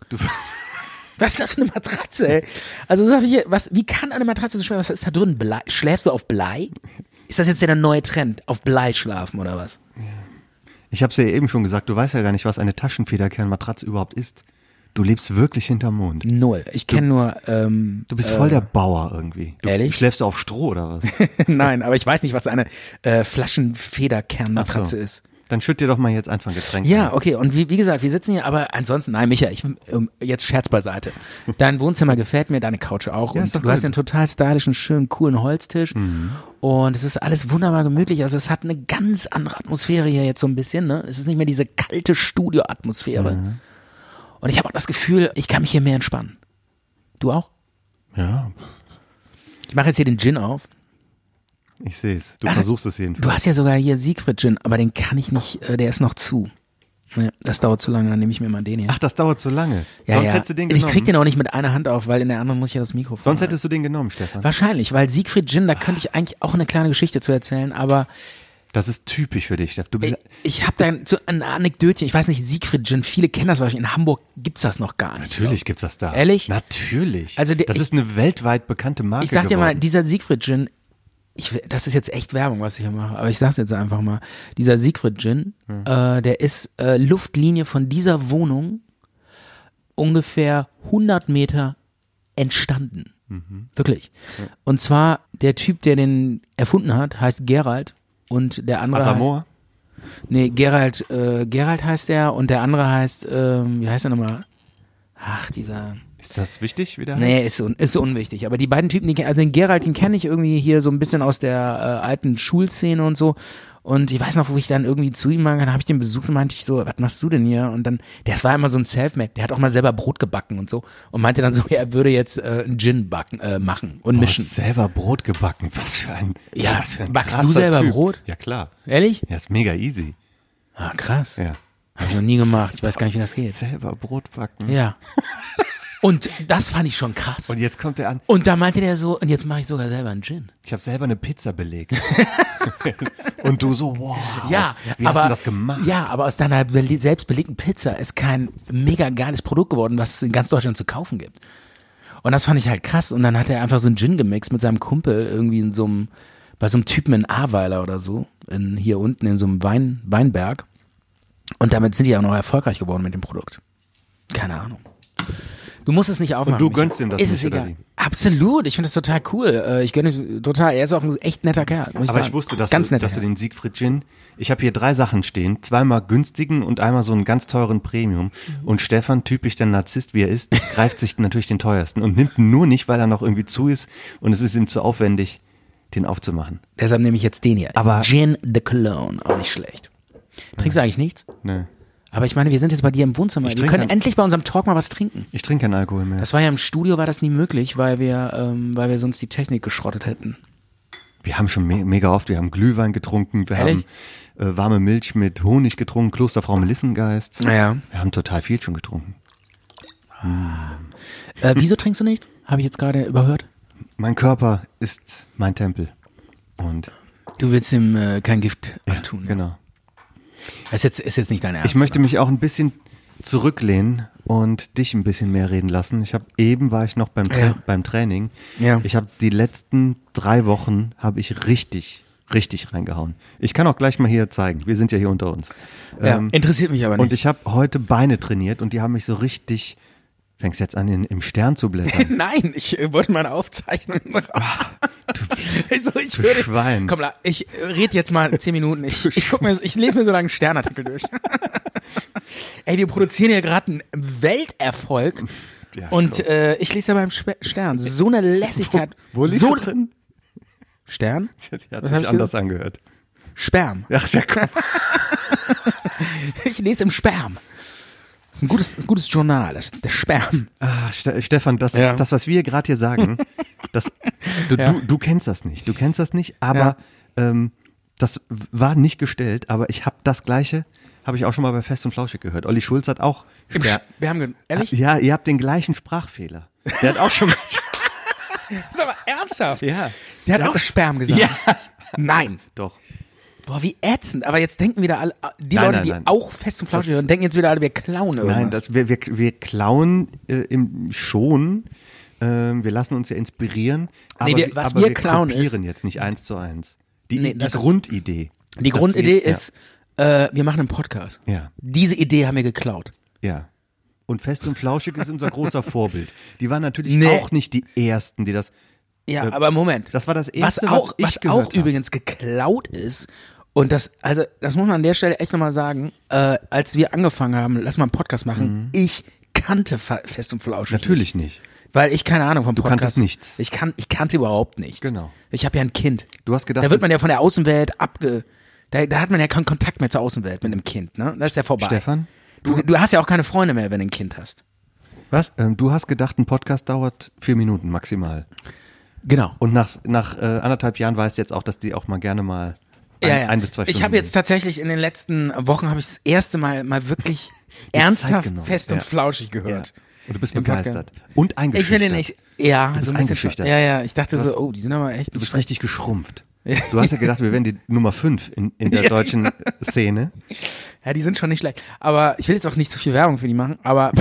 S4: was ist das für eine Matratze, ey? Also sag ich hier, was, wie kann eine Matratze so schwer, was ist da drin? Blei? Schläfst du auf Blei? Ist das jetzt der neue Trend? Auf Blei schlafen oder was?
S3: Ich habe es ja eben schon gesagt, du weißt ja gar nicht, was eine Taschenfederkernmatratze überhaupt ist. Du lebst wirklich hinterm Mond.
S4: Null. Ich kenne nur. Ähm,
S3: Du bist voll der Bauer irgendwie. Du
S4: ehrlich?
S3: schläfst auf Stroh oder was?
S4: nein, aber ich weiß nicht, was eine äh, Flaschenfederkernmatratze
S3: Ach so.
S4: ist.
S3: Dann schütt dir doch mal jetzt einfach ein Getränk.
S4: Ja,
S3: ein.
S4: okay. Und wie, wie gesagt, wir sitzen hier, aber ansonsten, nein, Micha, ich, ähm, jetzt Scherz beiseite. Dein Wohnzimmer gefällt mir, deine Couch auch.
S3: Ja,
S4: und
S3: ist
S4: du
S3: doch
S4: hast
S3: gut. Mhm.
S4: einen total stylischen, schönen, coolen Holztisch. Und es ist alles wunderbar gemütlich. Also es hat eine ganz andere Atmosphäre hier jetzt so ein bisschen. Ne? Es ist nicht mehr diese kalte Studio-Atmosphäre.
S3: Mhm.
S4: Und ich habe auch das Gefühl, ich kann mich hier mehr entspannen. Du auch?
S3: Ja,
S4: Ich mache jetzt hier den Gin auf.
S3: ich sehe es. Du versuchst es
S4: Du
S3: jedenfalls.
S4: hast ja sogar hier Siegfried Gin, aber den kann ich nicht, äh, der ist noch zu. Ja, das dauert zu lange, dann nehme ich mir mal den hier.
S3: Ach, das dauert so lange.
S4: ja,
S3: Sonst
S4: ja.
S3: hättest du den
S4: Und
S3: genommen.
S4: Ich krieg den auch nicht mit einer Hand auf, weil in der anderen muss ich ja das Mikrofon.
S3: Sonst
S4: halten.
S3: hättest du den genommen, Stefan.
S4: Wahrscheinlich, weil Siegfried Gin, da könnte ich eigentlich auch eine kleine Geschichte zu erzählen, aber
S3: Das ist typisch für dich, Stefan. Du bist,
S4: ich, ich habe da ein, so ein Anekdötchen, ich weiß nicht, Siegfried Gin, viele kennen das wahrscheinlich, in Hamburg gibt's das noch gar nicht.
S3: natürlich gibt's das da.
S4: Ehrlich?
S3: Natürlich.
S4: Also der-
S3: das
S4: ich-
S3: ist eine weltweit bekannte Marke
S4: Ich sag dir mal,
S3: geworden.
S4: dieser Siegfried Gin, ich, will- das ist jetzt echt Werbung, was ich hier mache, aber ich sag's jetzt einfach mal. Dieser Siegfried Gin, äh, der ist äh, Luftlinie von dieser Wohnung ungefähr 100 Meter entstanden. Wirklich. Und zwar der Typ, der den erfunden hat, heißt Gerald und der andere
S3: Asamoah?
S4: heißt, nee Gerald äh, Gerald heißt er und der andere heißt ähm, wie heißt er nochmal? Ach dieser
S3: Ist das wichtig wieder?
S4: Nee, ist, un ist unwichtig. Aber die beiden Typen, die, ken- also den Gerald, den kenne ich irgendwie hier so ein bisschen aus der äh, alten Schulszene und so. Und ich weiß noch, wo ich dann irgendwie zu ihm war, dann habe ich den besucht und meinte ich so, was machst du denn hier? Und dann, das war immer so ein Selfmade, der hat auch mal selber Brot gebacken und so. Und meinte dann so, ja, er würde jetzt äh, einen Gin backen, äh, machen und
S3: Boah,
S4: mischen.
S3: selber Brot gebacken. Was für ein.
S4: Ja,
S3: was für ein
S4: backst du
S3: krasser
S4: selber
S3: typ.
S4: Brot?
S3: Ja, klar.
S4: Ehrlich?
S3: Ja, ist mega easy.
S4: Ah, krass.
S3: Ja.
S4: Habe ich noch nie gemacht. Ich weiß gar nicht, wie das geht.
S3: Selber Brot backen.
S4: Ja. Und das fand ich schon krass.
S3: Und jetzt kommt er an.
S4: Und da meinte der so, und jetzt mache ich sogar selber einen Gin.
S3: Ich habe selber eine Pizza belegt. Und du so, wow.
S4: Ja,
S3: Wie
S4: aber,
S3: hast du das gemacht?
S4: Ja, aber aus deiner bele- selbst belegten Pizza ist kein mega geiles Produkt geworden, was es in ganz Deutschland zu kaufen gibt. Und das fand ich halt krass. Und dann hat er einfach so einen Gin gemixt mit seinem Kumpel irgendwie in so einem, bei so einem Typen in Ahrweiler oder so, in, hier unten in so einem Wein, Weinberg. Und damit sind die auch noch erfolgreich geworden mit dem Produkt. Keine Ahnung. Du musst es nicht aufmachen.
S3: du
S4: Michael.
S3: gönnst ihm das
S4: Ist
S3: nicht,
S4: es
S3: oder
S4: egal.
S3: wie?
S4: Absolut. Ich finde das total cool. Äh, Ich gönne ihm total. Er ist auch ein echt netter Kerl. muss
S3: Aber ich
S4: sagen.
S3: wusste, dass,
S4: ganz
S3: du,
S4: netter
S3: dass du
S4: Kerl.
S3: den Siegfried Gin. Ich habe hier drei Sachen stehen. Zweimal günstigen und einmal so einen ganz teuren Premium.
S4: Mhm.
S3: Und Stefan, typisch der Narzisst, wie er ist, greift sich natürlich den teuersten und nimmt ihn nur nicht, weil er noch irgendwie zu ist und es ist ihm zu aufwendig, den aufzumachen.
S4: Deshalb nehme ich jetzt den hier.
S3: Aber-
S4: Gin de Cologne, auch nicht schlecht. Trinkst du eigentlich nichts?
S3: Nee.
S4: Aber ich meine, wir sind jetzt bei dir im Wohnzimmer.
S3: Ich
S4: Wir
S3: trinke
S4: können
S3: kein-
S4: endlich bei unserem Talk mal was trinken.
S3: Ich trinke keinen Alkohol mehr.
S4: Das war ja im Studio, war das nie möglich, weil wir, ähm, weil wir sonst die Technik geschrottet hätten.
S3: Wir haben schon me mega oft, wir haben Glühwein getrunken, wir
S4: Ehrlich?
S3: haben äh, warme Milch mit Honig getrunken, Klosterfrau Melissengeist.
S4: Ja.
S3: Wir haben total viel schon getrunken.
S4: Äh, wieso trinkst du nichts? Habe ich jetzt gerade überhört.
S3: Mein Körper ist mein Tempel. Und
S4: Du willst ihm äh, kein Gift antun. ne?
S3: genau.
S4: Ist jetzt, ist jetzt nicht dein Ernst.
S3: Ich möchte mich auch ein bisschen zurücklehnen und dich ein bisschen mehr reden lassen. Ich habe eben war ich noch beim, Tra
S4: Ja.
S3: beim Training.
S4: Ja.
S3: Ich habe die letzten drei Wochen habe ich richtig, richtig reingehauen. Ich kann auch gleich mal hier zeigen. Wir sind ja hier unter uns. Ähm,
S4: Ja, interessiert mich aber nicht.
S3: Und ich habe heute Beine trainiert und die haben mich so richtig. Fängst jetzt an, in, im Stern zu blättern.
S4: Nein, ich äh, wollte meine Aufzeichnung. Ah, also ich
S3: du
S4: würde,
S3: Schwein.
S4: Komm, la- ich rede jetzt mal zehn Minuten. Ich, ich, guck mir, ich lese mir so lange einen Sternartikel durch. Ey, wir produzieren hier gerade einen Welterfolg.
S3: Ja,
S4: und äh, ich lese aber im Spe- Stern. So eine Lässigkeit.
S3: Wo liegst
S4: so
S3: du drin?
S4: Stern?
S3: Die hat
S4: Was hab ich
S3: sich anders angehört.
S4: Sperm.
S3: Ach ja, komm.
S4: Ich lese im Sperm. Das ist ein gutes, ein gutes Journal, das, der Sperm.
S3: Ah, Ste- Stefan, das,
S4: Ja.
S3: das was wir gerade hier sagen, das, du, du, du kennst das nicht. Du kennst das nicht, aber ähm, das war nicht gestellt, aber ich habe das Gleiche, habe ich auch schon mal bei Fest und Flauschig gehört. Olli Schulz hat auch
S4: Im
S3: Sper-
S4: Sperm. ge- Ehrlich?
S3: Ja, ihr habt den gleichen Sprachfehler. Der hat auch schon mal.
S4: Das ist aber ernsthaft.
S3: ja.
S4: Der hat auch Sperm gesagt.
S3: Ja.
S4: Nein.
S3: Doch.
S4: Boah, wie ätzend. Aber jetzt denken wieder alle, ah, die
S3: Nein,
S4: Leute,
S3: nein,
S4: die
S3: nein.
S4: auch fest und flauschig
S3: Das-
S4: hören, denken jetzt wieder alle, wir klauen irgendwas.
S3: Nein, das, wir, wir, wir klauen äh, im, schon. Ähm, wir lassen uns ja inspirieren. Aber,
S4: Nee, wir-
S3: wir-
S4: was
S3: aber
S4: wir
S3: wir,
S4: klauen ist-
S3: kopieren jetzt nicht eins zu eins. Die,
S4: Nee,
S3: die
S4: das-
S3: Grundidee.
S4: die
S3: dass
S4: Grundidee
S3: wir,
S4: ist, äh, wir machen einen Podcast.
S3: Ja.
S4: Diese Idee haben wir geklaut.
S3: Ja. ja. Und Fest und Flauschig ist unser großer Vorbild. Die waren natürlich
S4: Nee.
S3: auch nicht die ersten, die das.
S4: Ja,
S3: Äh,
S4: aber Moment.
S3: das war das
S4: was
S3: Erste, was
S4: auch,
S3: ich
S4: was
S3: gehört
S4: auch
S3: habe.
S4: übrigens geklaut ist. Und das, also, das muss man an der Stelle echt nochmal sagen. Äh, als wir angefangen haben, lass mal einen Podcast machen, ich kannte Fa- Fest und Flauschig.
S3: Mhm. Natürlich
S4: Nicht,
S3: nicht.
S4: weil ich keine Ahnung vom Podcast.
S3: kanntest nichts.
S4: Ich, kan ich kannte überhaupt nichts.
S3: Genau.
S4: Ich habe ja ein Kind.
S3: Du hast gedacht,
S4: Da wird man ja von der Außenwelt abge. Da, da hat man ja keinen Kontakt mehr zur Außenwelt mit einem Kind, ne? Das ist ja vorbei.
S3: Stefan?
S4: Du, du hast ja auch keine Freunde mehr, wenn du ein Kind hast. Was?
S3: ähm, du hast gedacht, ein Podcast dauert vier Minuten maximal.
S4: Genau.
S3: Und nach, nach äh, anderthalb Jahren weißt du jetzt auch, dass die auch mal gerne mal ein, ein bis zwei Stunden
S4: Ich habe jetzt
S3: gehen.
S4: tatsächlich in den letzten Wochen habe ich das erste Mal mal wirklich
S3: Zeit
S4: ernsthaft
S3: genommen,
S4: fest und
S3: ja.
S4: flauschig gehört.
S3: Ja. Und du bist
S4: Im Podcast.
S3: begeistert. Und
S4: Ich
S3: eingeschüchtert.
S4: finde nicht. Ja,
S3: bist
S4: so ein bisschen.
S3: eingeschüchtert.
S4: Ja, ja. Ich dachte
S3: Du hast-
S4: so, oh, die sind aber echt.
S3: Du bist richtig geschrumpft. Du hast ja gedacht, wir wären die Nummer fünf in, in der deutschen Szene.
S4: Ja, die sind schon nicht schlecht. Aber ich will jetzt auch nicht zu viel Werbung für die machen. Aber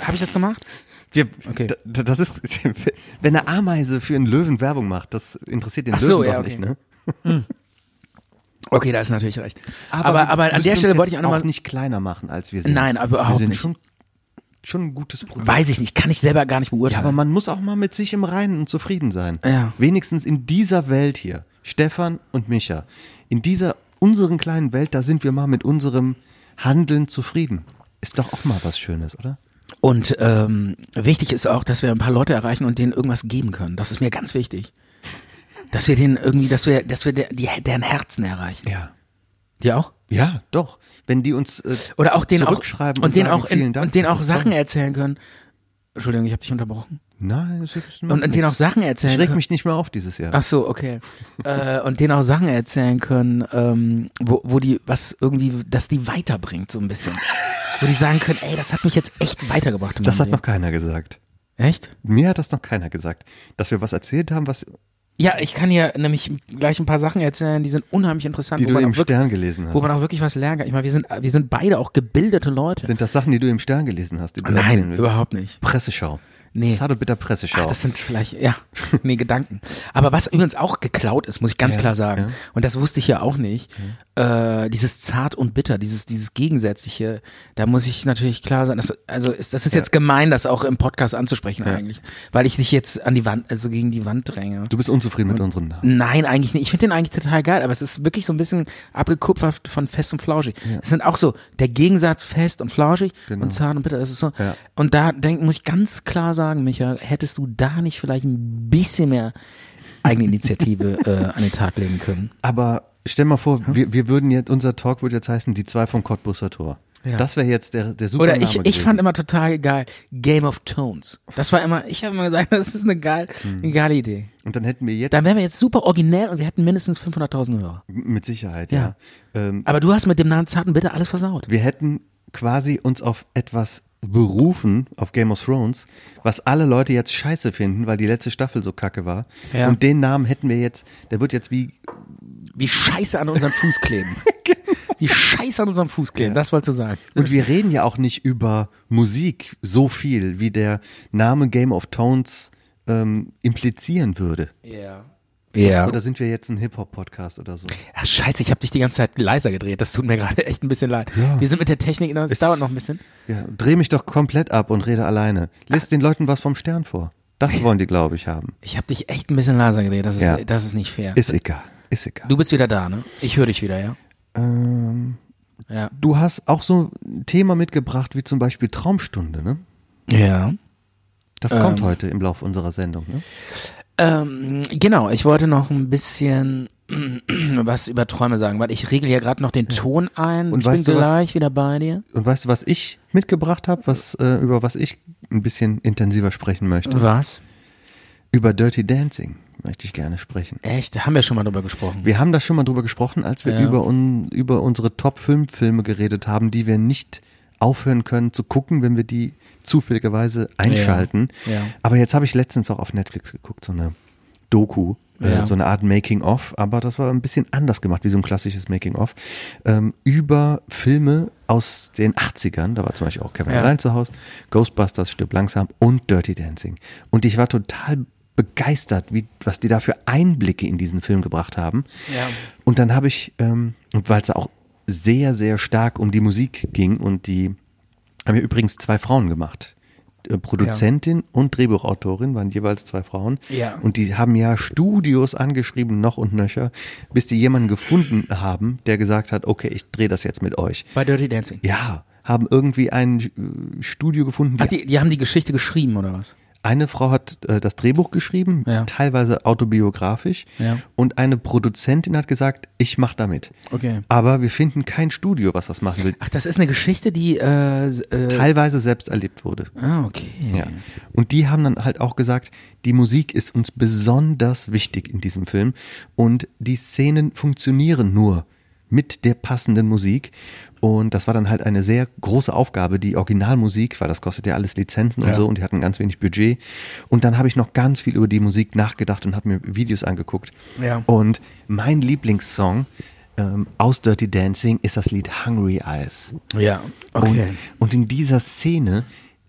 S4: habe ich das gemacht?
S3: Wir,
S4: Okay.
S3: d- d- Das ist, wenn eine Ameise für einen Löwen Werbung macht, das interessiert den
S4: Ach so,
S3: Löwen
S4: ja,
S3: doch
S4: okay.
S3: nicht, ne?
S4: Okay, da ist natürlich recht. Aber aber,
S3: wir
S4: an
S3: müssen
S4: der
S3: uns
S4: Stelle
S3: jetzt
S4: wollte ich auch nochmal.
S3: nicht kleiner machen, als wir sind.
S4: Nein, aber überhaupt
S3: wir sind
S4: nicht.
S3: Schon, schon ein gutes Produkt.
S4: Weiß ich nicht. Kann ich selber gar nicht
S3: ja, aber
S4: beurteilen.
S3: man muss auch mal mit sich im Reinen und zufrieden sein.
S4: Ja.
S3: Wenigstens in dieser Welt hier, Stefan und Micha, in dieser unseren kleinen Welt, da sind wir mal mit unserem Handeln zufrieden. Ist doch auch mal was Schönes, oder?
S4: und ähm, wichtig ist auch, dass wir ein paar Leute erreichen und denen irgendwas geben können. Das ist mir ganz wichtig. Dass wir denen irgendwie, dass wir, dass wir der, die, deren Herzen erreichen.
S3: Ja.
S4: Die auch?
S3: Ja, doch. Wenn die uns äh,
S4: Oder auch denen auch
S3: zurückschreiben
S4: und denen
S3: sagen,
S4: auch in,
S3: vielen Dank,
S4: und denen
S3: das
S4: auch
S3: ist
S4: Sachen
S3: toll.
S4: erzählen können. Entschuldigung, ich habe dich unterbrochen.
S3: Nein, das ist
S4: Und, und denen auch Sachen erzählen
S3: Ich reg
S4: können.
S3: mich nicht mehr auf dieses Jahr.
S4: Ach so, okay. äh, und denen auch Sachen erzählen können, ähm, wo, wo die was irgendwie, dass die weiterbringt so ein bisschen. wo die sagen können, ey, das hat mich jetzt echt weitergebracht. in
S3: das hat
S4: meinem
S3: noch keiner gesagt.
S4: Leben. echt?
S3: Mir hat das noch keiner gesagt, dass wir was erzählt haben, was
S4: Ja, ich kann hier nämlich gleich ein paar Sachen erzählen, die sind unheimlich interessant,
S3: die
S4: wo,
S3: du
S4: man
S3: im
S4: auch wirklich,
S3: Stern gelesen
S4: wo man
S3: hast.
S4: auch wirklich was lernt. Ich meine, wir sind, wir sind beide auch gebildete Leute.
S3: Sind das Sachen, die du im Stern gelesen hast? Die du erzählen
S4: Nein,
S3: willst?
S4: überhaupt nicht.
S3: Presseschau.
S4: Nee.
S3: Zarte bitter Presseschau.
S4: Ach, das sind vielleicht, ja, nee, Gedanken. Aber was übrigens auch geklaut ist, muss ich ganz
S3: Ja,
S4: klar sagen,
S3: ja.
S4: und das wusste ich ja auch nicht, äh, dieses zart und bitter, dieses, dieses Gegensätzliche, da muss ich natürlich klar sein, das, also ist, das ist jetzt gemein, das auch im Podcast anzusprechen eigentlich, weil ich dich jetzt an die Wand, also gegen die Wand dränge.
S3: du bist unzufrieden mit unserem Namen.
S4: Nein, eigentlich nicht. Ich finde den eigentlich total geil, aber es ist wirklich so ein bisschen abgekupfert von fest und flauschig. Es sind auch so der Gegensatz fest und flauschig
S3: Genau.
S4: und zart und bitter. Das ist so.
S3: Ja.
S4: Und da denk, muss ich ganz klar sagen, Micha, hättest du da nicht vielleicht ein bisschen mehr Eigeninitiative äh, an den Tag legen können?
S3: Aber stell mal vor,
S4: Hm?
S3: wir, wir würden jetzt, unser Talk würde jetzt heißen, die zwei vom Cottbusser Tor.
S4: Ja.
S3: Das wäre jetzt der, der super
S4: Oder
S3: Name
S4: ich, ich
S3: gewesen.
S4: fand immer total geil Game of Tones. Das war immer, ich habe immer gesagt, das ist eine, geil,
S3: Hm.
S4: eine geile Idee.
S3: Und dann hätten wir jetzt
S4: Dann wären wir jetzt super originell und wir hätten mindestens 500.000 Hörer.
S3: mit Sicherheit,
S4: Ja.
S3: ja. Ähm,
S4: Aber du hast mit dem Namen Zart und Bitter alles versaut.
S3: wir hätten quasi uns auf etwas berufen, auf Game of Thrones, was alle Leute jetzt scheiße finden, weil die letzte Staffel so kacke war.
S4: Ja.
S3: Und den Namen hätten wir jetzt, der wird jetzt wie,
S4: wie Scheiße an unseren Fuß kleben. Wie Scheiße an unserem Fuß kleben, das wolltest du sagen.
S3: und wir reden ja auch nicht über Musik so viel, wie der Name Game of Thrones ähm, implizieren würde.
S4: Ja. Ja.
S3: Oder sind wir jetzt ein Hip-Hop-Podcast oder so?
S4: Ach, scheiße, ich habe dich die ganze Zeit leiser gedreht. Das tut mir gerade echt ein bisschen leid. Wir sind mit der Technik, es
S3: Ist-
S4: dauert noch ein bisschen.
S3: Ja, dreh mich doch komplett ab und rede alleine. Lies den Leuten was vom Stern vor. Das wollen die, glaube ich, haben.
S4: Ich habe dich echt ein bisschen leiser gedreht. Das ist,
S3: Ja.
S4: das ist nicht fair.
S3: Ist egal. Ist egal.
S4: du bist wieder da, ne? Ich höre dich wieder, ja?
S3: ähm,
S4: Ja.
S3: du hast auch so ein Thema mitgebracht, wie zum Beispiel Traumstunde, ne?
S4: Ja.
S3: Das kommt heute im Laufe unserer Sendung, ne?
S4: Ähm, genau, ich wollte noch ein bisschen was über Träume sagen, weil ich regle ja gerade noch den Ton ein.
S3: Und
S4: ich
S3: weißt
S4: bin
S3: du was?
S4: gleich wieder bei dir.
S3: Und weißt du, was ich mitgebracht habe, was, äh, über was ich ein bisschen intensiver sprechen möchte?
S4: Was?
S3: Über Dirty Dancing möchte ich gerne sprechen.
S4: Echt? Haben wir schon mal drüber gesprochen.
S3: Wir haben da schon mal drüber gesprochen, als wir
S4: Ja.
S3: über, un, über unsere Top-5-Filme geredet haben, die wir nicht aufhören können zu gucken, wenn wir die zufälligerweise einschalten.
S4: Ja, ja.
S3: Aber jetzt habe ich letztens auch auf Netflix geguckt, so eine Doku,
S4: Ja.
S3: äh, so eine Art Making-of, aber das war ein bisschen anders gemacht, wie so ein klassisches Making-of, ähm, über Filme aus den 80ern, da war zum Beispiel auch Kevin
S4: Ja.
S3: allein zu Hause, Ghostbusters stirbt langsam und Dirty Dancing. Und ich war total begeistert, wie, was die da für Einblicke in diesen Film gebracht haben.
S4: Ja.
S3: Und dann habe ich, ähm, und weil es auch sehr, sehr stark um die Musik ging und die Haben wir übrigens zwei Frauen gemacht. Äh, Produzentin und Drehbuchautorin waren jeweils zwei Frauen.
S4: Ja.
S3: Und die haben ja Studios angeschrieben, noch und nöcher, bis die jemanden gefunden haben, der gesagt hat, okay, ich drehe das jetzt mit euch.
S4: Bei Dirty Dancing.
S3: Ja, haben irgendwie ein äh, Studio gefunden.
S4: Ach, die, die haben die Geschichte geschrieben oder was?
S3: Eine Frau hat äh, das Drehbuch geschrieben,
S4: Ja.
S3: teilweise autobiografisch,
S4: Ja.
S3: und eine Produzentin hat gesagt, ich mache damit.
S4: Okay.
S3: Aber wir finden kein Studio, was das machen will.
S4: Ach, das ist eine Geschichte, die. Äh, s- äh,
S3: Teilweise selbst erlebt wurde.
S4: ah, okay.
S3: Ja. Und die haben dann halt auch gesagt, die Musik ist uns besonders wichtig in diesem Film und die Szenen funktionieren nur mit der passenden Musik. Und das war dann halt eine sehr große Aufgabe, die Originalmusik, weil das kostet ja alles Lizenzen und
S4: Ja.
S3: so und die hatten ganz wenig Budget. Und dann habe ich noch ganz viel über die Musik nachgedacht und habe mir Videos angeguckt.
S4: Ja.
S3: Und mein Lieblingssong ähm, aus Dirty Dancing ist das Lied Hungry Eyes.
S4: Ja, okay.
S3: Und, und in dieser Szene,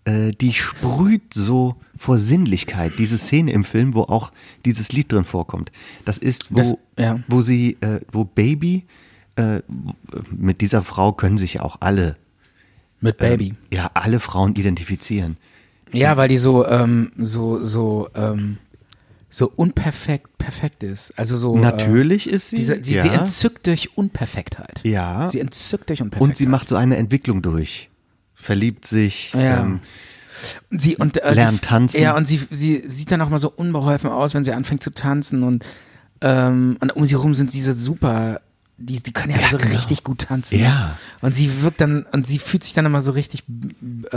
S3: äh, die sprüht so vor Sinnlichkeit, diese Szene im Film, wo auch dieses Lied drin vorkommt. Das ist, wo,
S4: Das- ja.
S3: wo sie, äh, wo Baby, äh, w- mit dieser Frau können sich ja auch alle, äh,
S4: Mit Baby.
S3: ja, alle Frauen identifizieren.
S4: Ja, weil die so, ähm, so, so, ähm, so unperfekt perfekt ist. Also so.
S3: Natürlich ist sie,
S4: Äh, diese, die,
S3: ja,
S4: Sie entzückt durch Unperfektheit.
S3: Ja.
S4: Sie entzückt durch Unperfektheit.
S3: und sie macht so eine Entwicklung durch. Verliebt sich,
S4: Ja.
S3: ähm,
S4: Sie und äh,
S3: Lernt
S4: sie-
S3: tanzen.
S4: Ja, und sie, sie sieht dann auch mal so unbeholfen aus, wenn sie anfängt zu tanzen und, ähm, und um sie rum sind diese super, die, die können ja, also
S3: genau.
S4: richtig gut tanzen.
S3: Ja.
S4: Und sie wirkt dann, und sie fühlt sich dann immer so richtig äh,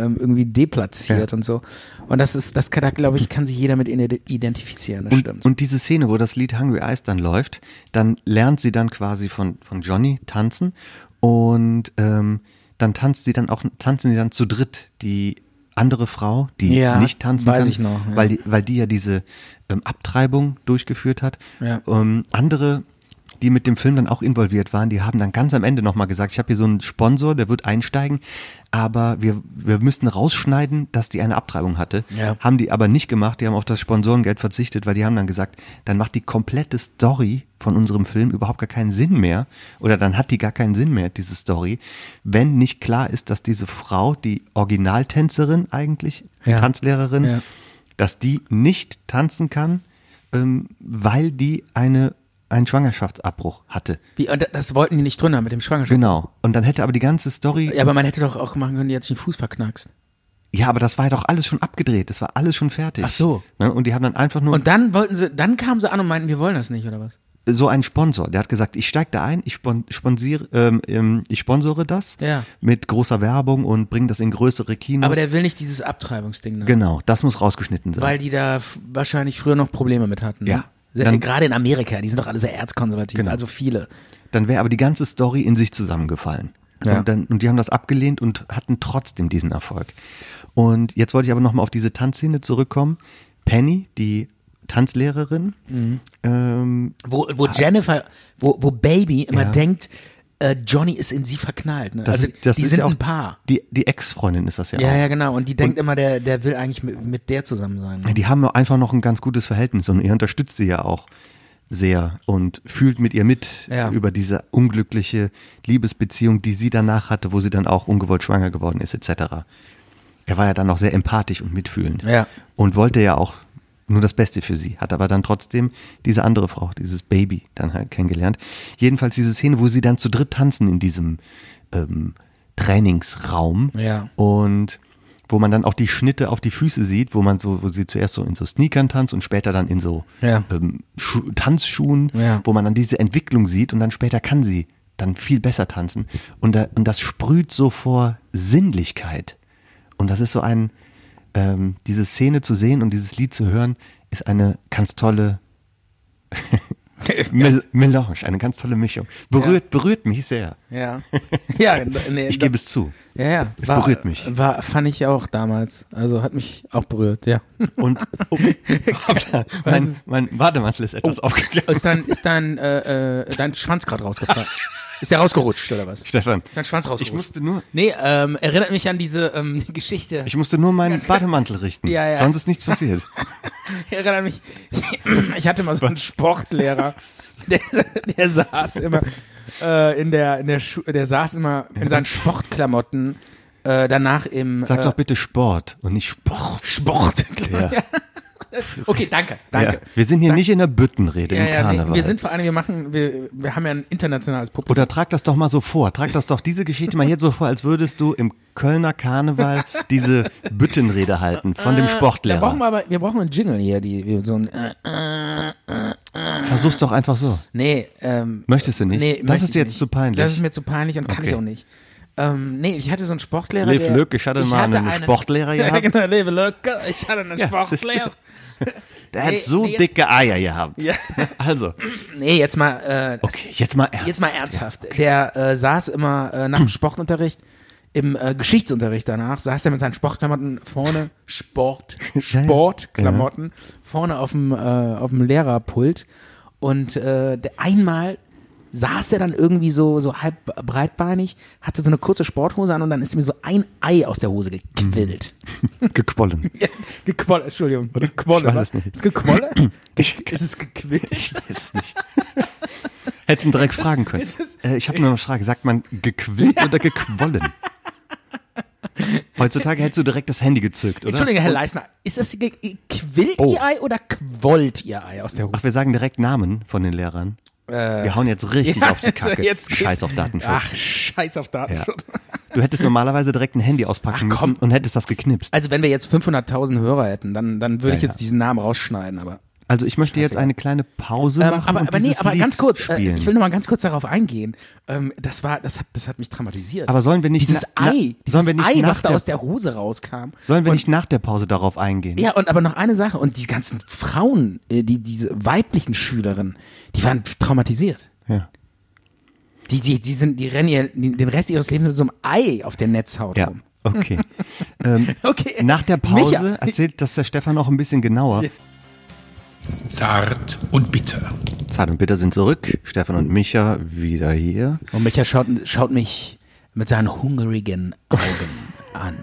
S4: ähm, irgendwie deplatziert
S3: Ja.
S4: und so. Und das ist, das kann, da glaube ich, kann sich jeder mit ide- identifizieren, das stimmt.
S3: Und, und diese Szene, wo das Lied Hungry Eyes dann läuft, dann lernt sie dann quasi von, von Johnny tanzen und ähm, dann tanzt sie dann auch, tanzen sie dann zu dritt. Die andere Frau, die
S4: Ja,
S3: nicht tanzen
S4: weiß
S3: kann,
S4: ich noch, ja.
S3: weil, die, weil die ja diese ähm, Abtreibung durchgeführt hat.
S4: Ja.
S3: Ähm, andere die mit dem Film dann auch involviert waren, die haben dann ganz am Ende nochmal gesagt, ich habe hier so einen Sponsor, der wird einsteigen, aber wir, wir müssen rausschneiden, dass die eine Abtreibung hatte.
S4: Ja.
S3: Haben die aber nicht gemacht, die haben auf das Sponsorengeld verzichtet, weil die haben dann gesagt, dann macht die komplette Story von unserem Film überhaupt gar keinen Sinn mehr oder dann hat die gar keinen Sinn mehr, diese Story, wenn nicht klar ist, dass diese Frau, die Originaltänzerin eigentlich,
S4: Ja.
S3: Tanzlehrerin,
S4: Ja.
S3: dass die nicht tanzen kann, ähm, weil die eine, einen Schwangerschaftsabbruch hatte.
S4: Wie, und da- das wollten die nicht drin haben mit dem Schwangerschaft.
S3: Genau. Und dann hätte aber die ganze Story.
S4: Ja, aber man hätte doch auch machen können, die hat sich den Fuß verknackst.
S3: Ja, aber das war ja doch alles schon abgedreht. Das war alles schon fertig.
S4: Ach so.
S3: Ne? Und die haben dann einfach nur
S4: Und dann wollten sie, dann kamen sie an und meinten, wir wollen das nicht, oder was?
S3: so einen Sponsor. Der hat gesagt, ich steige da ein, ich, spon sponsiere, ähm, ähm, ich sponsore das
S4: Ja.
S3: mit großer Werbung und bringe das in größere Kinos.
S4: Aber der will nicht dieses Abtreibungsding. Ne?
S3: genau, das muss rausgeschnitten sein.
S4: Weil die da f- wahrscheinlich früher noch Probleme mit hatten. ne?
S3: Ja.
S4: Sehr-
S3: Dann-
S4: Gerade in Amerika, die sind doch alle sehr erzkonservativ,
S3: Genau.
S4: also viele.
S3: dann wäre aber die ganze Story in sich zusammengefallen.
S4: Ja.
S3: Und, dann, und die haben das abgelehnt und hatten trotzdem diesen Erfolg. Und jetzt wollte ich aber nochmal auf diese Tanzszene zurückkommen. Penny, die Tanzlehrerin,
S4: Mhm.
S3: ähm,
S4: Wo, wo Jennifer, wo, wo Baby immer
S3: Ja.
S4: denkt, äh, Johnny ist in sie verknallt. Ne?
S3: das,
S4: also
S3: das
S4: die
S3: ist
S4: sind
S3: ja auch
S4: ein Paar.
S3: Die, die Ex-Freundin ist das ja,
S4: Ja,
S3: auch.
S4: ja, genau. Und die denkt immer, der, der will eigentlich mit, mit der zusammen sein. Ne?
S3: Die haben einfach noch ein ganz gutes Verhältnis und er unterstützt sie ja auch sehr und fühlt mit ihr mit
S4: Ja.
S3: über diese unglückliche Liebesbeziehung, die sie danach hatte, wo sie dann auch ungewollt schwanger geworden ist, etc. Er war ja dann auch sehr empathisch und mitfühlend
S4: Ja.
S3: und wollte ja auch nur das Beste für sie, hat aber dann trotzdem diese andere Frau, dieses Baby, dann halt kennengelernt. Jedenfalls diese Szene, wo sie dann zu dritt tanzen in diesem ähm, Trainingsraum
S4: Ja.
S3: und wo man dann auch die Schnitte auf die Füße sieht, wo man so, wo sie zuerst so in so Sneakern tanzt und später dann in so
S4: Ja.
S3: ähm, Schu Tanzschuhen,
S4: Ja.
S3: wo man dann diese Entwicklung sieht und dann später kann sie dann viel besser tanzen. Und, da, und das sprüht so vor Sinnlichkeit. Und das ist so ein, ähm, diese Szene zu sehen und dieses Lied zu hören, ist eine ganz tolle Mel Melange, eine ganz tolle Mischung. Berührt, berührt mich sehr.
S4: Ja. ja, nee,
S3: Ich
S4: da-
S3: gebe es zu.
S4: ja, ja.
S3: es berührt mich.
S4: War, fand ich auch damals. Also hat mich auch berührt, ja.
S3: Und oh, mein, mein Bademantel ist
S4: Oh.
S3: etwas aufgegangen.
S4: Ist dein, ist dein, äh, äh, dein Schwanz gerade rausgefallen? Ist der rausgerutscht, oder was?
S3: Stefan,
S4: Ist dein Schwanz rausgerutscht?
S3: ich musste nur,
S4: Nee, ähm, erinnert mich an diese ähm, Geschichte.
S3: ich musste nur meinen Bademantel richten.
S4: Ja, ja.
S3: Sonst ist nichts passiert.
S4: erinnert mich. Ich hatte mal so einen Sportlehrer, der, der saß immer äh, in der in der Schu der saß immer in seinen Sportklamotten Äh, danach im.
S3: Sag
S4: äh,
S3: doch bitte Sport und nicht Sport.
S4: Sport.
S3: Ja.
S4: okay, danke, danke.
S3: Ja. Wir sind hier nicht in der Büttenrede
S4: Ja,
S3: im
S4: ja,
S3: Karneval.
S4: wir, wir sind vor allem, wir machen, wir, wir haben ja ein internationales Publikum.
S3: Oder trag das doch mal so vor. Trag das doch diese Geschichte mal jetzt so vor, als würdest du im Kölner Karneval diese Büttenrede halten von
S4: Äh, Da brauchen
S3: dem
S4: wir
S3: Sportlehrer.
S4: aber, wir brauchen einen Jingle hier, die, wir so ein, äh,
S3: Versuch's doch einfach so.
S4: nee, ähm,
S3: Möchtest du nicht?
S4: nee,
S3: das
S4: möchte
S3: ist
S4: ich
S3: dir jetzt
S4: nicht.
S3: zu peinlich.
S4: Das ist mir zu peinlich und kann
S3: Okay.
S4: ich auch nicht. Ähm, nee, ich hatte so einen Sportlehrer.
S3: Lev
S4: der-
S3: Lück, ich hatte mal einen Sportlehrer
S4: Ja,
S3: gehabt.
S4: genau, Lev Lück, ich hatte einen
S3: Ja, das ist-
S4: Sportlehrer.
S3: Der hat
S4: Nee,
S3: so
S4: nee.
S3: dicke Eier gehabt.
S4: Ja.
S3: Also,
S4: Nee, jetzt mal, äh,
S3: okay, jetzt mal ernst.
S4: jetzt mal ernsthaft. Der äh, saß immer äh, nach dem Sportunterricht, im äh, Geschichtsunterricht danach, saß er mit seinen Sportklamotten vorne, Sport, Sportklamotten, vorne auf dem, äh, auf dem Lehrerpult. Und äh, der, einmal saß er dann irgendwie so, so halb breitbeinig, hatte so eine kurze Sporthose an und dann ist ihm so ein Ei aus der Hose gequillt.
S3: Gequollen.
S4: Ja, gequollen, Entschuldigung. Gequollen.
S3: Ich weiß
S4: wa?
S3: es nicht.
S4: Ist gequollen?
S3: Ich,
S4: ist es gequillt?
S3: ich weiß es nicht. Hättest du ihn direkt fragen können.
S4: ist es-
S3: Äh, ich habe nur eine Frage. Sagt man gequillt oder gequollen? Heutzutage hättest du direkt das Handy gezückt, oder?
S4: Entschuldige, Herr Leisner, ist das ge- ge- quillt
S3: Oh.
S4: Ihr Ei oder quollt Ihr Ei aus der Hose?
S3: Ach, wir sagen direkt Namen von den Lehrern. wir hauen jetzt richtig auf die
S4: Äh, also
S3: Kacke.
S4: jetzt geht's-
S3: Scheiß auf Datenschutz.
S4: Ach, scheiß auf
S3: ja.
S4: Datenschutz.
S3: Du hättest normalerweise direkt ein Handy auspacken
S4: Ach, komm.
S3: müssen und hättest das geknipst.
S4: Also wenn wir jetzt 500.000 Hörer hätten, dann, dann würde ich
S3: Ja,
S4: jetzt
S3: ja.
S4: diesen Namen rausschneiden, aber...
S3: Also ich möchte jetzt eine kleine Pause
S4: Ähm,
S3: machen
S4: aber
S3: und
S4: aber nee,
S3: dieses
S4: aber
S3: Lied
S4: ganz kurz, äh,
S3: spielen.
S4: ich will noch mal ganz kurz darauf eingehen. Ähm, das war, das hat, das hat mich traumatisiert.
S3: aber sollen wir nicht
S4: dieses
S3: na- na-
S4: Ei,
S3: sollen
S4: dieses
S3: wir nicht
S4: Ei,
S3: nach
S4: was da
S3: der,
S4: aus der Hose rauskam.
S3: sollen wir
S4: Und-
S3: nicht nach der Pause darauf eingehen?
S4: Ja, und aber noch eine Sache, und die ganzen Frauen, äh, die, diese weiblichen Schülerinnen, die waren traumatisiert.
S3: Ja.
S4: Die, die, die, sind, die rennen ihr die- den Rest ihres Lebens mit so einem Ei auf der Netzhaut
S3: Ja,
S4: rum.
S3: okay. ähm,
S4: Okay.
S3: nach der Pause
S4: Micha.
S3: erzählt das der Stefan auch ein bisschen genauer.
S5: Zart und bitter.
S3: Zart und Bitter sind zurück. Stefan und Micha wieder hier.
S4: Und Micha schaut, schaut mich mit seinen hungrigen Augen an.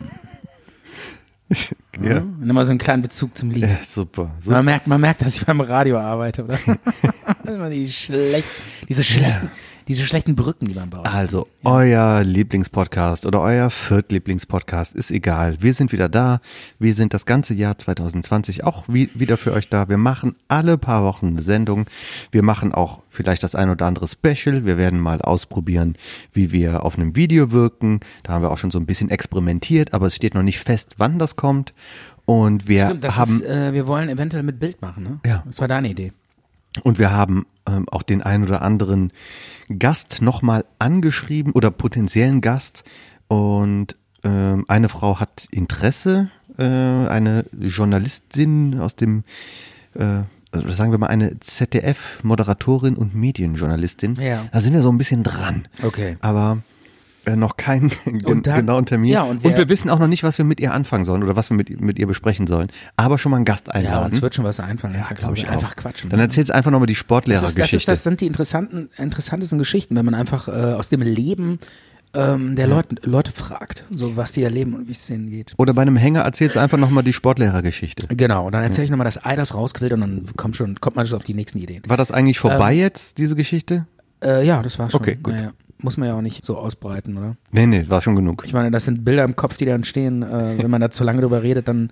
S3: Ja.
S4: Und immer so einen kleinen Bezug zum Lied.
S3: ja super. super.
S4: Man merkt, man merkt, dass ich beim Radio arbeite, oder? Immer die schlecht, diese schlechten, diese schlechten Brücken, die man baut.
S3: Also, euer Lieblingspodcast oder euer Viertlieblingspodcast ist egal. Wir sind wieder da. Wir sind das ganze Jahr 2020 auch wie, wieder für euch da. Wir machen alle paar Wochen eine Sendung. Wir machen auch vielleicht das ein oder andere Special. Wir werden mal ausprobieren, wie wir auf einem Video wirken. Da haben wir auch schon so ein bisschen experimentiert, aber es steht noch nicht fest, wann das kommt. Und wir
S4: Stimmt, das
S3: haben
S4: ist, äh, wir wollen eventuell mit Bild machen, ne?
S3: Ja.
S4: Das war deine Idee.
S3: Und wir haben ähm, auch den einen oder anderen Gast nochmal angeschrieben oder potenziellen Gast. Und ähm, eine Frau hat Interesse, äh, eine Journalistin aus dem, äh, oder sagen wir mal, eine ZDF-Moderatorin und Medienjournalistin.
S4: Ja.
S3: Da sind wir so ein bisschen dran.
S4: Okay.
S3: Aber äh, noch keinen gen
S4: Und dann-
S3: genauen Termin.
S4: Ja, und
S3: und,
S4: wer-
S3: wir wissen auch noch nicht, was wir mit ihr anfangen sollen oder was wir mit, mit ihr besprechen sollen. Aber schon mal einen Gast einladen.
S4: Ja, uns wird schon was einfallen. Ja,
S3: Glaube ich auch.
S4: Einfach quatschen.
S3: Dann erzählst einfach nochmal die
S4: das, ist, das, ist,
S3: Sportlehrergeschichte.
S4: das sind die interessanten, interessantesten Geschichten, wenn man einfach äh, aus dem Leben ähm, der Leute, Leute fragt, so was die erleben und wie es denen geht.
S3: Oder bei einem Hänger erzählst du einfach nochmal die Sportlehrergeschichte.
S4: Genau, und dann erzähle ich nochmal, dass Ei das rausquillt und dann kommt, schon, kommt man schon auf die nächsten Ideen.
S3: War das eigentlich
S4: Ähm.
S3: vorbei jetzt, diese Geschichte?
S4: Äh, ja, das war's schon.
S3: Okay, gut.
S4: Naja, muss man ja auch nicht so ausbreiten, oder?
S3: Nee, nee, war schon genug.
S4: Ich meine, das sind Bilder im Kopf, die da entstehen. Äh, wenn man da zu lange drüber redet, dann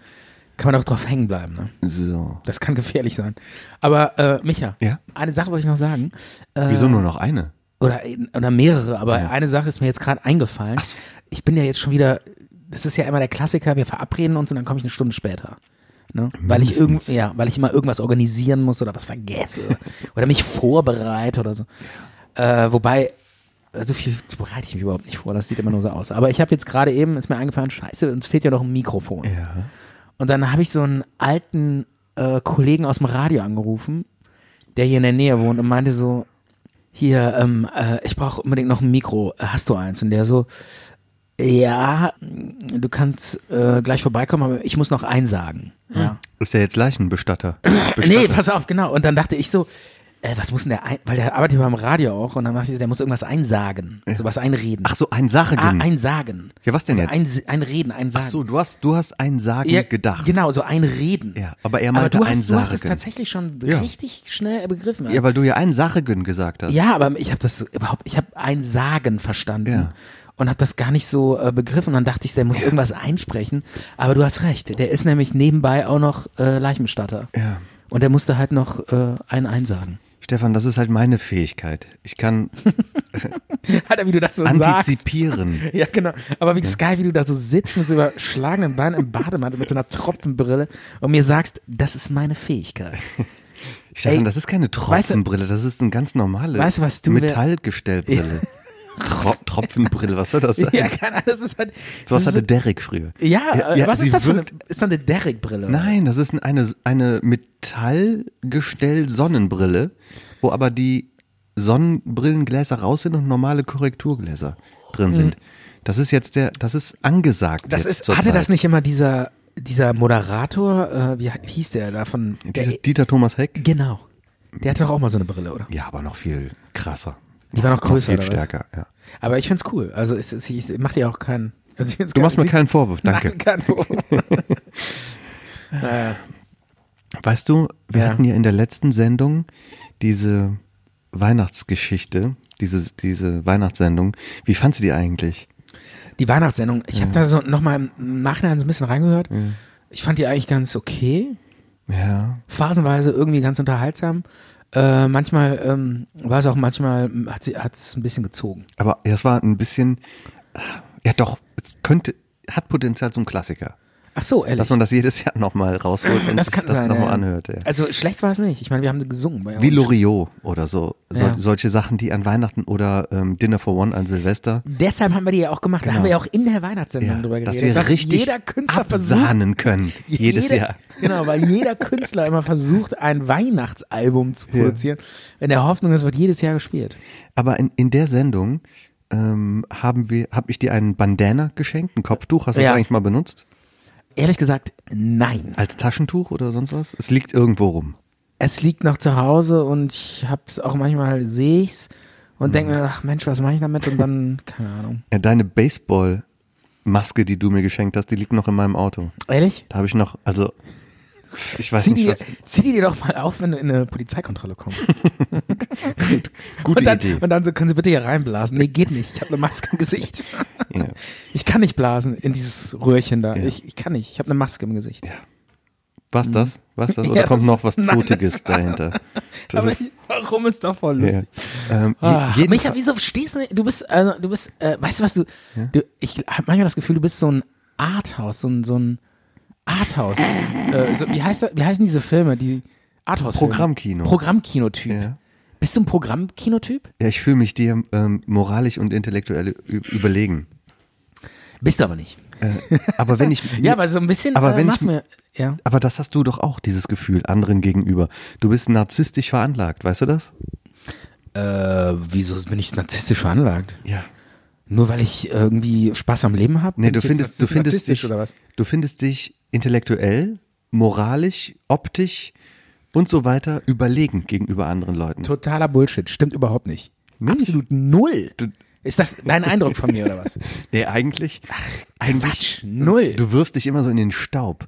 S4: kann man auch drauf hängen bleiben. Ne?
S3: So.
S4: Das kann gefährlich sein. Aber äh, Micha,
S3: Ja?
S4: eine Sache wollte ich noch sagen. Äh,
S3: Wieso nur noch eine?
S4: Oder, oder mehrere, aber eine Sache ist mir jetzt gerade eingefallen. Ich bin ja jetzt schon wieder, das ist ja immer der Klassiker, wir verabreden uns und dann komme ich eine Stunde später. Ne? Weil, ich irgend, ja, weil ich immer irgendwas organisieren muss oder was vergesse oder mich vorbereite oder so. Äh, wobei, so viel bereite ich mich überhaupt nicht vor, das sieht immer nur so aus. Aber ich habe jetzt gerade eben, ist mir eingefallen, scheiße, uns fehlt ja noch ein Mikrofon.
S3: Ja.
S4: Und dann habe ich so einen alten äh, Kollegen aus dem Radio angerufen, der hier in der Nähe wohnt und meinte so, hier, ähm, äh, ich brauche unbedingt noch ein Mikro, Äh, hast du eins? Und der so, ja, du kannst äh, gleich vorbeikommen, aber ich muss noch einsagen. Ja.
S3: Ist Hm. ja jetzt Leichenbestatter.
S4: Nee, pass auf, genau. Und dann dachte ich so, äh, was muss denn der ein, weil der arbeitet ja beim Radio auch und dann dachte ich, der muss irgendwas einsagen, so was einreden.
S3: Ach so, ein Sagen.
S4: ah, einsagen.
S3: Ja, was denn
S4: also Ein, einreden, einsagen.
S3: Ach so, du hast, du hast ein Sagen
S4: Ja,
S3: gedacht.
S4: Genau, so ein Reden.
S3: Ja, aber er meinte
S4: du hast,
S3: ein
S4: du hast es
S3: Sagen.
S4: tatsächlich schon
S3: Ja.
S4: richtig schnell begriffen.
S3: Ja, weil du ja ein Sagen gesagt hast.
S4: Ja, aber ich habe das so überhaupt, ich habe ein Sagen verstanden.
S3: Ja.
S4: und habe das gar nicht so äh, begriffen. Und dann dachte ich, der muss irgendwas einsprechen. Aber du hast recht, der ist nämlich nebenbei auch noch äh, Leichenbestatter.
S3: Ja.
S4: Und der musste halt noch äh, einen einsagen.
S3: Stefan, das ist halt meine Fähigkeit. Ich kann
S4: Alter, wie du das so
S3: antizipieren.
S4: Ja, genau. Aber wie geil, wie du da so sitzt mit so überschlagenen Beinen im Bademantel mit so einer Tropfenbrille und mir sagst, das ist meine Fähigkeit.
S3: Stefan,
S4: Ey,
S3: das ist keine
S4: weißt du-
S3: Tropfenbrille, das ist eine ganz normale
S4: Weißt du, was du wär-
S3: Metallgestellbrille. Tro Tropfenbrille, was soll das sein?
S4: Ja, keine Ahnung, das ist halt.
S3: so was
S4: das
S3: hatte
S4: ist,
S3: Derek früher.
S4: ja, äh, was
S3: sie
S4: ist das für eine?
S3: wirkt-
S4: Ist das eine Derrick-Brille?
S3: Nein, das ist eine, eine Metallgestell-Sonnenbrille, wo aber die Sonnenbrillengläser raus sind und normale Korrekturgläser drin sind. Das ist jetzt der, das ist angesagt.
S4: Mhm. Das
S3: jetzt
S4: ist,
S3: zur
S4: hatte
S3: Zeit.
S4: das nicht immer dieser, dieser Moderator, äh, wie hieß der da von.
S3: Dieter,
S4: Der, E-
S3: Dieter Thomas Heck?
S4: genau. Der hatte doch auch mal so eine Brille, oder?
S3: Ja, aber noch viel krasser.
S4: Die war noch größer,
S3: Viel
S4: oder was?
S3: stärker, ja.
S4: Aber ich find's cool. Also es, es, ich mach dir auch keinen. Also ich find's
S3: Du
S4: gar
S3: machst mir
S4: nicht-
S3: keinen Vorwurf, danke.
S4: Nein, Äh, kein Problem. naja.
S3: Weißt du, wir
S4: Ja.
S3: hatten ja in der letzten Sendung diese Weihnachtsgeschichte, diese, diese Weihnachtssendung. Wie fandst du die eigentlich?
S4: Die Weihnachtssendung, ich habe da so nochmal im Nachhinein so ein bisschen reingehört. Ich fand die eigentlich ganz okay.
S3: Ja.
S4: Phasenweise irgendwie ganz unterhaltsam. Äh, manchmal ähm, war es auch manchmal, m, hat es ein bisschen gezogen.
S3: Aber es war ein bisschen, ja doch, es könnte, hat Potenzial zum Klassiker.
S4: Ach so, ehrlich.
S3: Dass man das jedes Jahr nochmal rausholt und sich das nochmal
S4: ja.
S3: anhört. Ja.
S4: Also schlecht war es nicht. Ich meine, wir haben gesungen. Bei
S3: Wie
S4: uns.
S3: Loriot oder so. so
S4: Ja.
S3: Solche Sachen, die an Weihnachten oder ähm, Dinner for One an Silvester.
S4: Deshalb haben wir die ja auch gemacht. Da haben wir ja auch in der Weihnachtssendung
S3: Genau.
S4: drüber
S3: Ja, dass
S4: geredet.
S3: wir richtig
S4: jeder Künstler versucht,
S3: absahnen können. Jedes
S4: Jeder-
S3: Jahr.
S4: Genau, weil jeder Künstler immer versucht, ein Weihnachtsalbum zu produzieren, in der Hoffnung, es wird jedes Jahr gespielt.
S3: Aber in, in der Sendung ähm, haben wir, habe ich dir einen Bandana geschenkt, ein Kopftuch. Hast du
S4: Ja.
S3: das eigentlich mal benutzt?
S4: Ehrlich gesagt, nein.
S3: Als Taschentuch oder sonst was? Es liegt irgendwo rum.
S4: Es liegt noch zu Hause und ich hab's auch manchmal, sehe ich's und
S3: Mhm.
S4: denk mir, ach Mensch, was mache ich damit? Und dann, keine Ahnung.
S3: Ja, deine Baseball-Maske, die du mir geschenkt hast, die liegt noch in meinem Auto.
S4: Ehrlich?
S3: Da habe ich noch, also ich weiß
S4: Zieh
S3: nicht,
S4: die,
S3: was.
S4: zieh die dir doch mal auf, wenn du in eine Polizeikontrolle kommst.
S3: Gute
S4: und, dann,
S3: Idee.
S4: und dann so, können Sie bitte hier reinblasen? Nee, geht nicht. Ich habe eine Maske im Gesicht.
S3: Ja.
S4: Ich kann nicht blasen in dieses Röhrchen da.
S3: Ja.
S4: Ich, ich kann nicht. Ich habe eine Maske im Gesicht.
S3: Was das? Was das?
S4: Ja,
S3: Oder kommt
S4: das-
S3: noch was
S4: nein, das
S3: Zotiges
S4: war-
S3: dahinter? Das
S4: Aber
S3: ist,
S4: ich- warum ist doch voll
S3: ja.
S4: lustig?
S3: ähm, je,
S4: Ah,
S3: jeden
S4: Micha,
S3: Fall-
S4: wieso stehst du? Du bist, also, du bist, äh, weißt du was, du, du ich habe manchmal das Gefühl, du bist so ein Arthouse, so ein, so ein Arthouse. äh, so, wie, heißt, das- wie heißen diese Filme, die Arthouse?
S3: Programmkino.
S4: Programmkinotyp.
S3: Ja.
S4: Bist du ein Programmkinotyp?
S3: ja, ich fühle mich dir ähm, moralisch und intellektuell ü- überlegen. Äh,
S4: Bist du aber nicht.
S3: Aber wenn ich
S4: Ja, aber so ein bisschen äh,
S3: Aber wenn ich-
S4: machst du mir, ja.
S3: Aber das hast du doch auch, dieses Gefühl anderen gegenüber. Du bist narzisstisch veranlagt, weißt du das?
S4: Äh, wieso bin ich narzisstisch veranlagt?
S3: Ja.
S4: Nur weil ich irgendwie Spaß am Leben habe?
S3: Nee, du findest, du findest dich,
S4: oder was?
S3: du findest dich intellektuell, moralisch, optisch und so weiter überlegen gegenüber anderen Leuten.
S4: Totaler Bullshit. Stimmt überhaupt nicht. Absolut null. Ist das dein Eindruck von mir oder was?
S3: Nee, eigentlich,
S4: Quatsch. Null.
S3: du wirfst dich immer so in den Staub.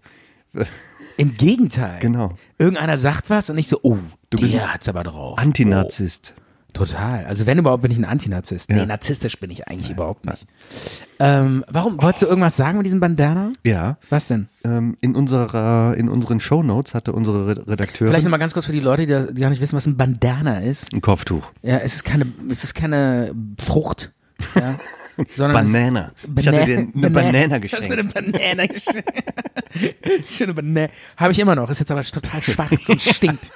S4: Im Gegenteil.
S3: Genau.
S4: Irgendeiner sagt was und ich so, oh, du
S3: bist
S4: der hat's aber drauf.
S3: Antinarzist.
S4: Oh, total. Also wenn überhaupt bin ich ein Antinarzist. Nee,
S3: Ja.
S4: narzisstisch bin ich eigentlich überhaupt nicht. Ähm, warum, wolltest du irgendwas sagen mit diesem Bandana?
S3: Ja.
S4: Was denn?
S3: Ähm, in unserer, in unseren Shownotes hatte unsere Re- Redakteurin
S4: Vielleicht nochmal ganz kurz für die Leute, die, da- die gar nicht wissen, was ein Bandana ist.
S3: ein Kopftuch.
S4: Ja, es ist keine, es ist keine Frucht, ja, sondern es-
S3: Banana. Ich hatte dir
S4: Bana-
S3: eine Banana
S4: Hast
S3: geschenkt.
S4: mir eine Banana geschenkt. Schöne Banana. Habe ich immer noch. Ist jetzt aber total schwarz und stinkt.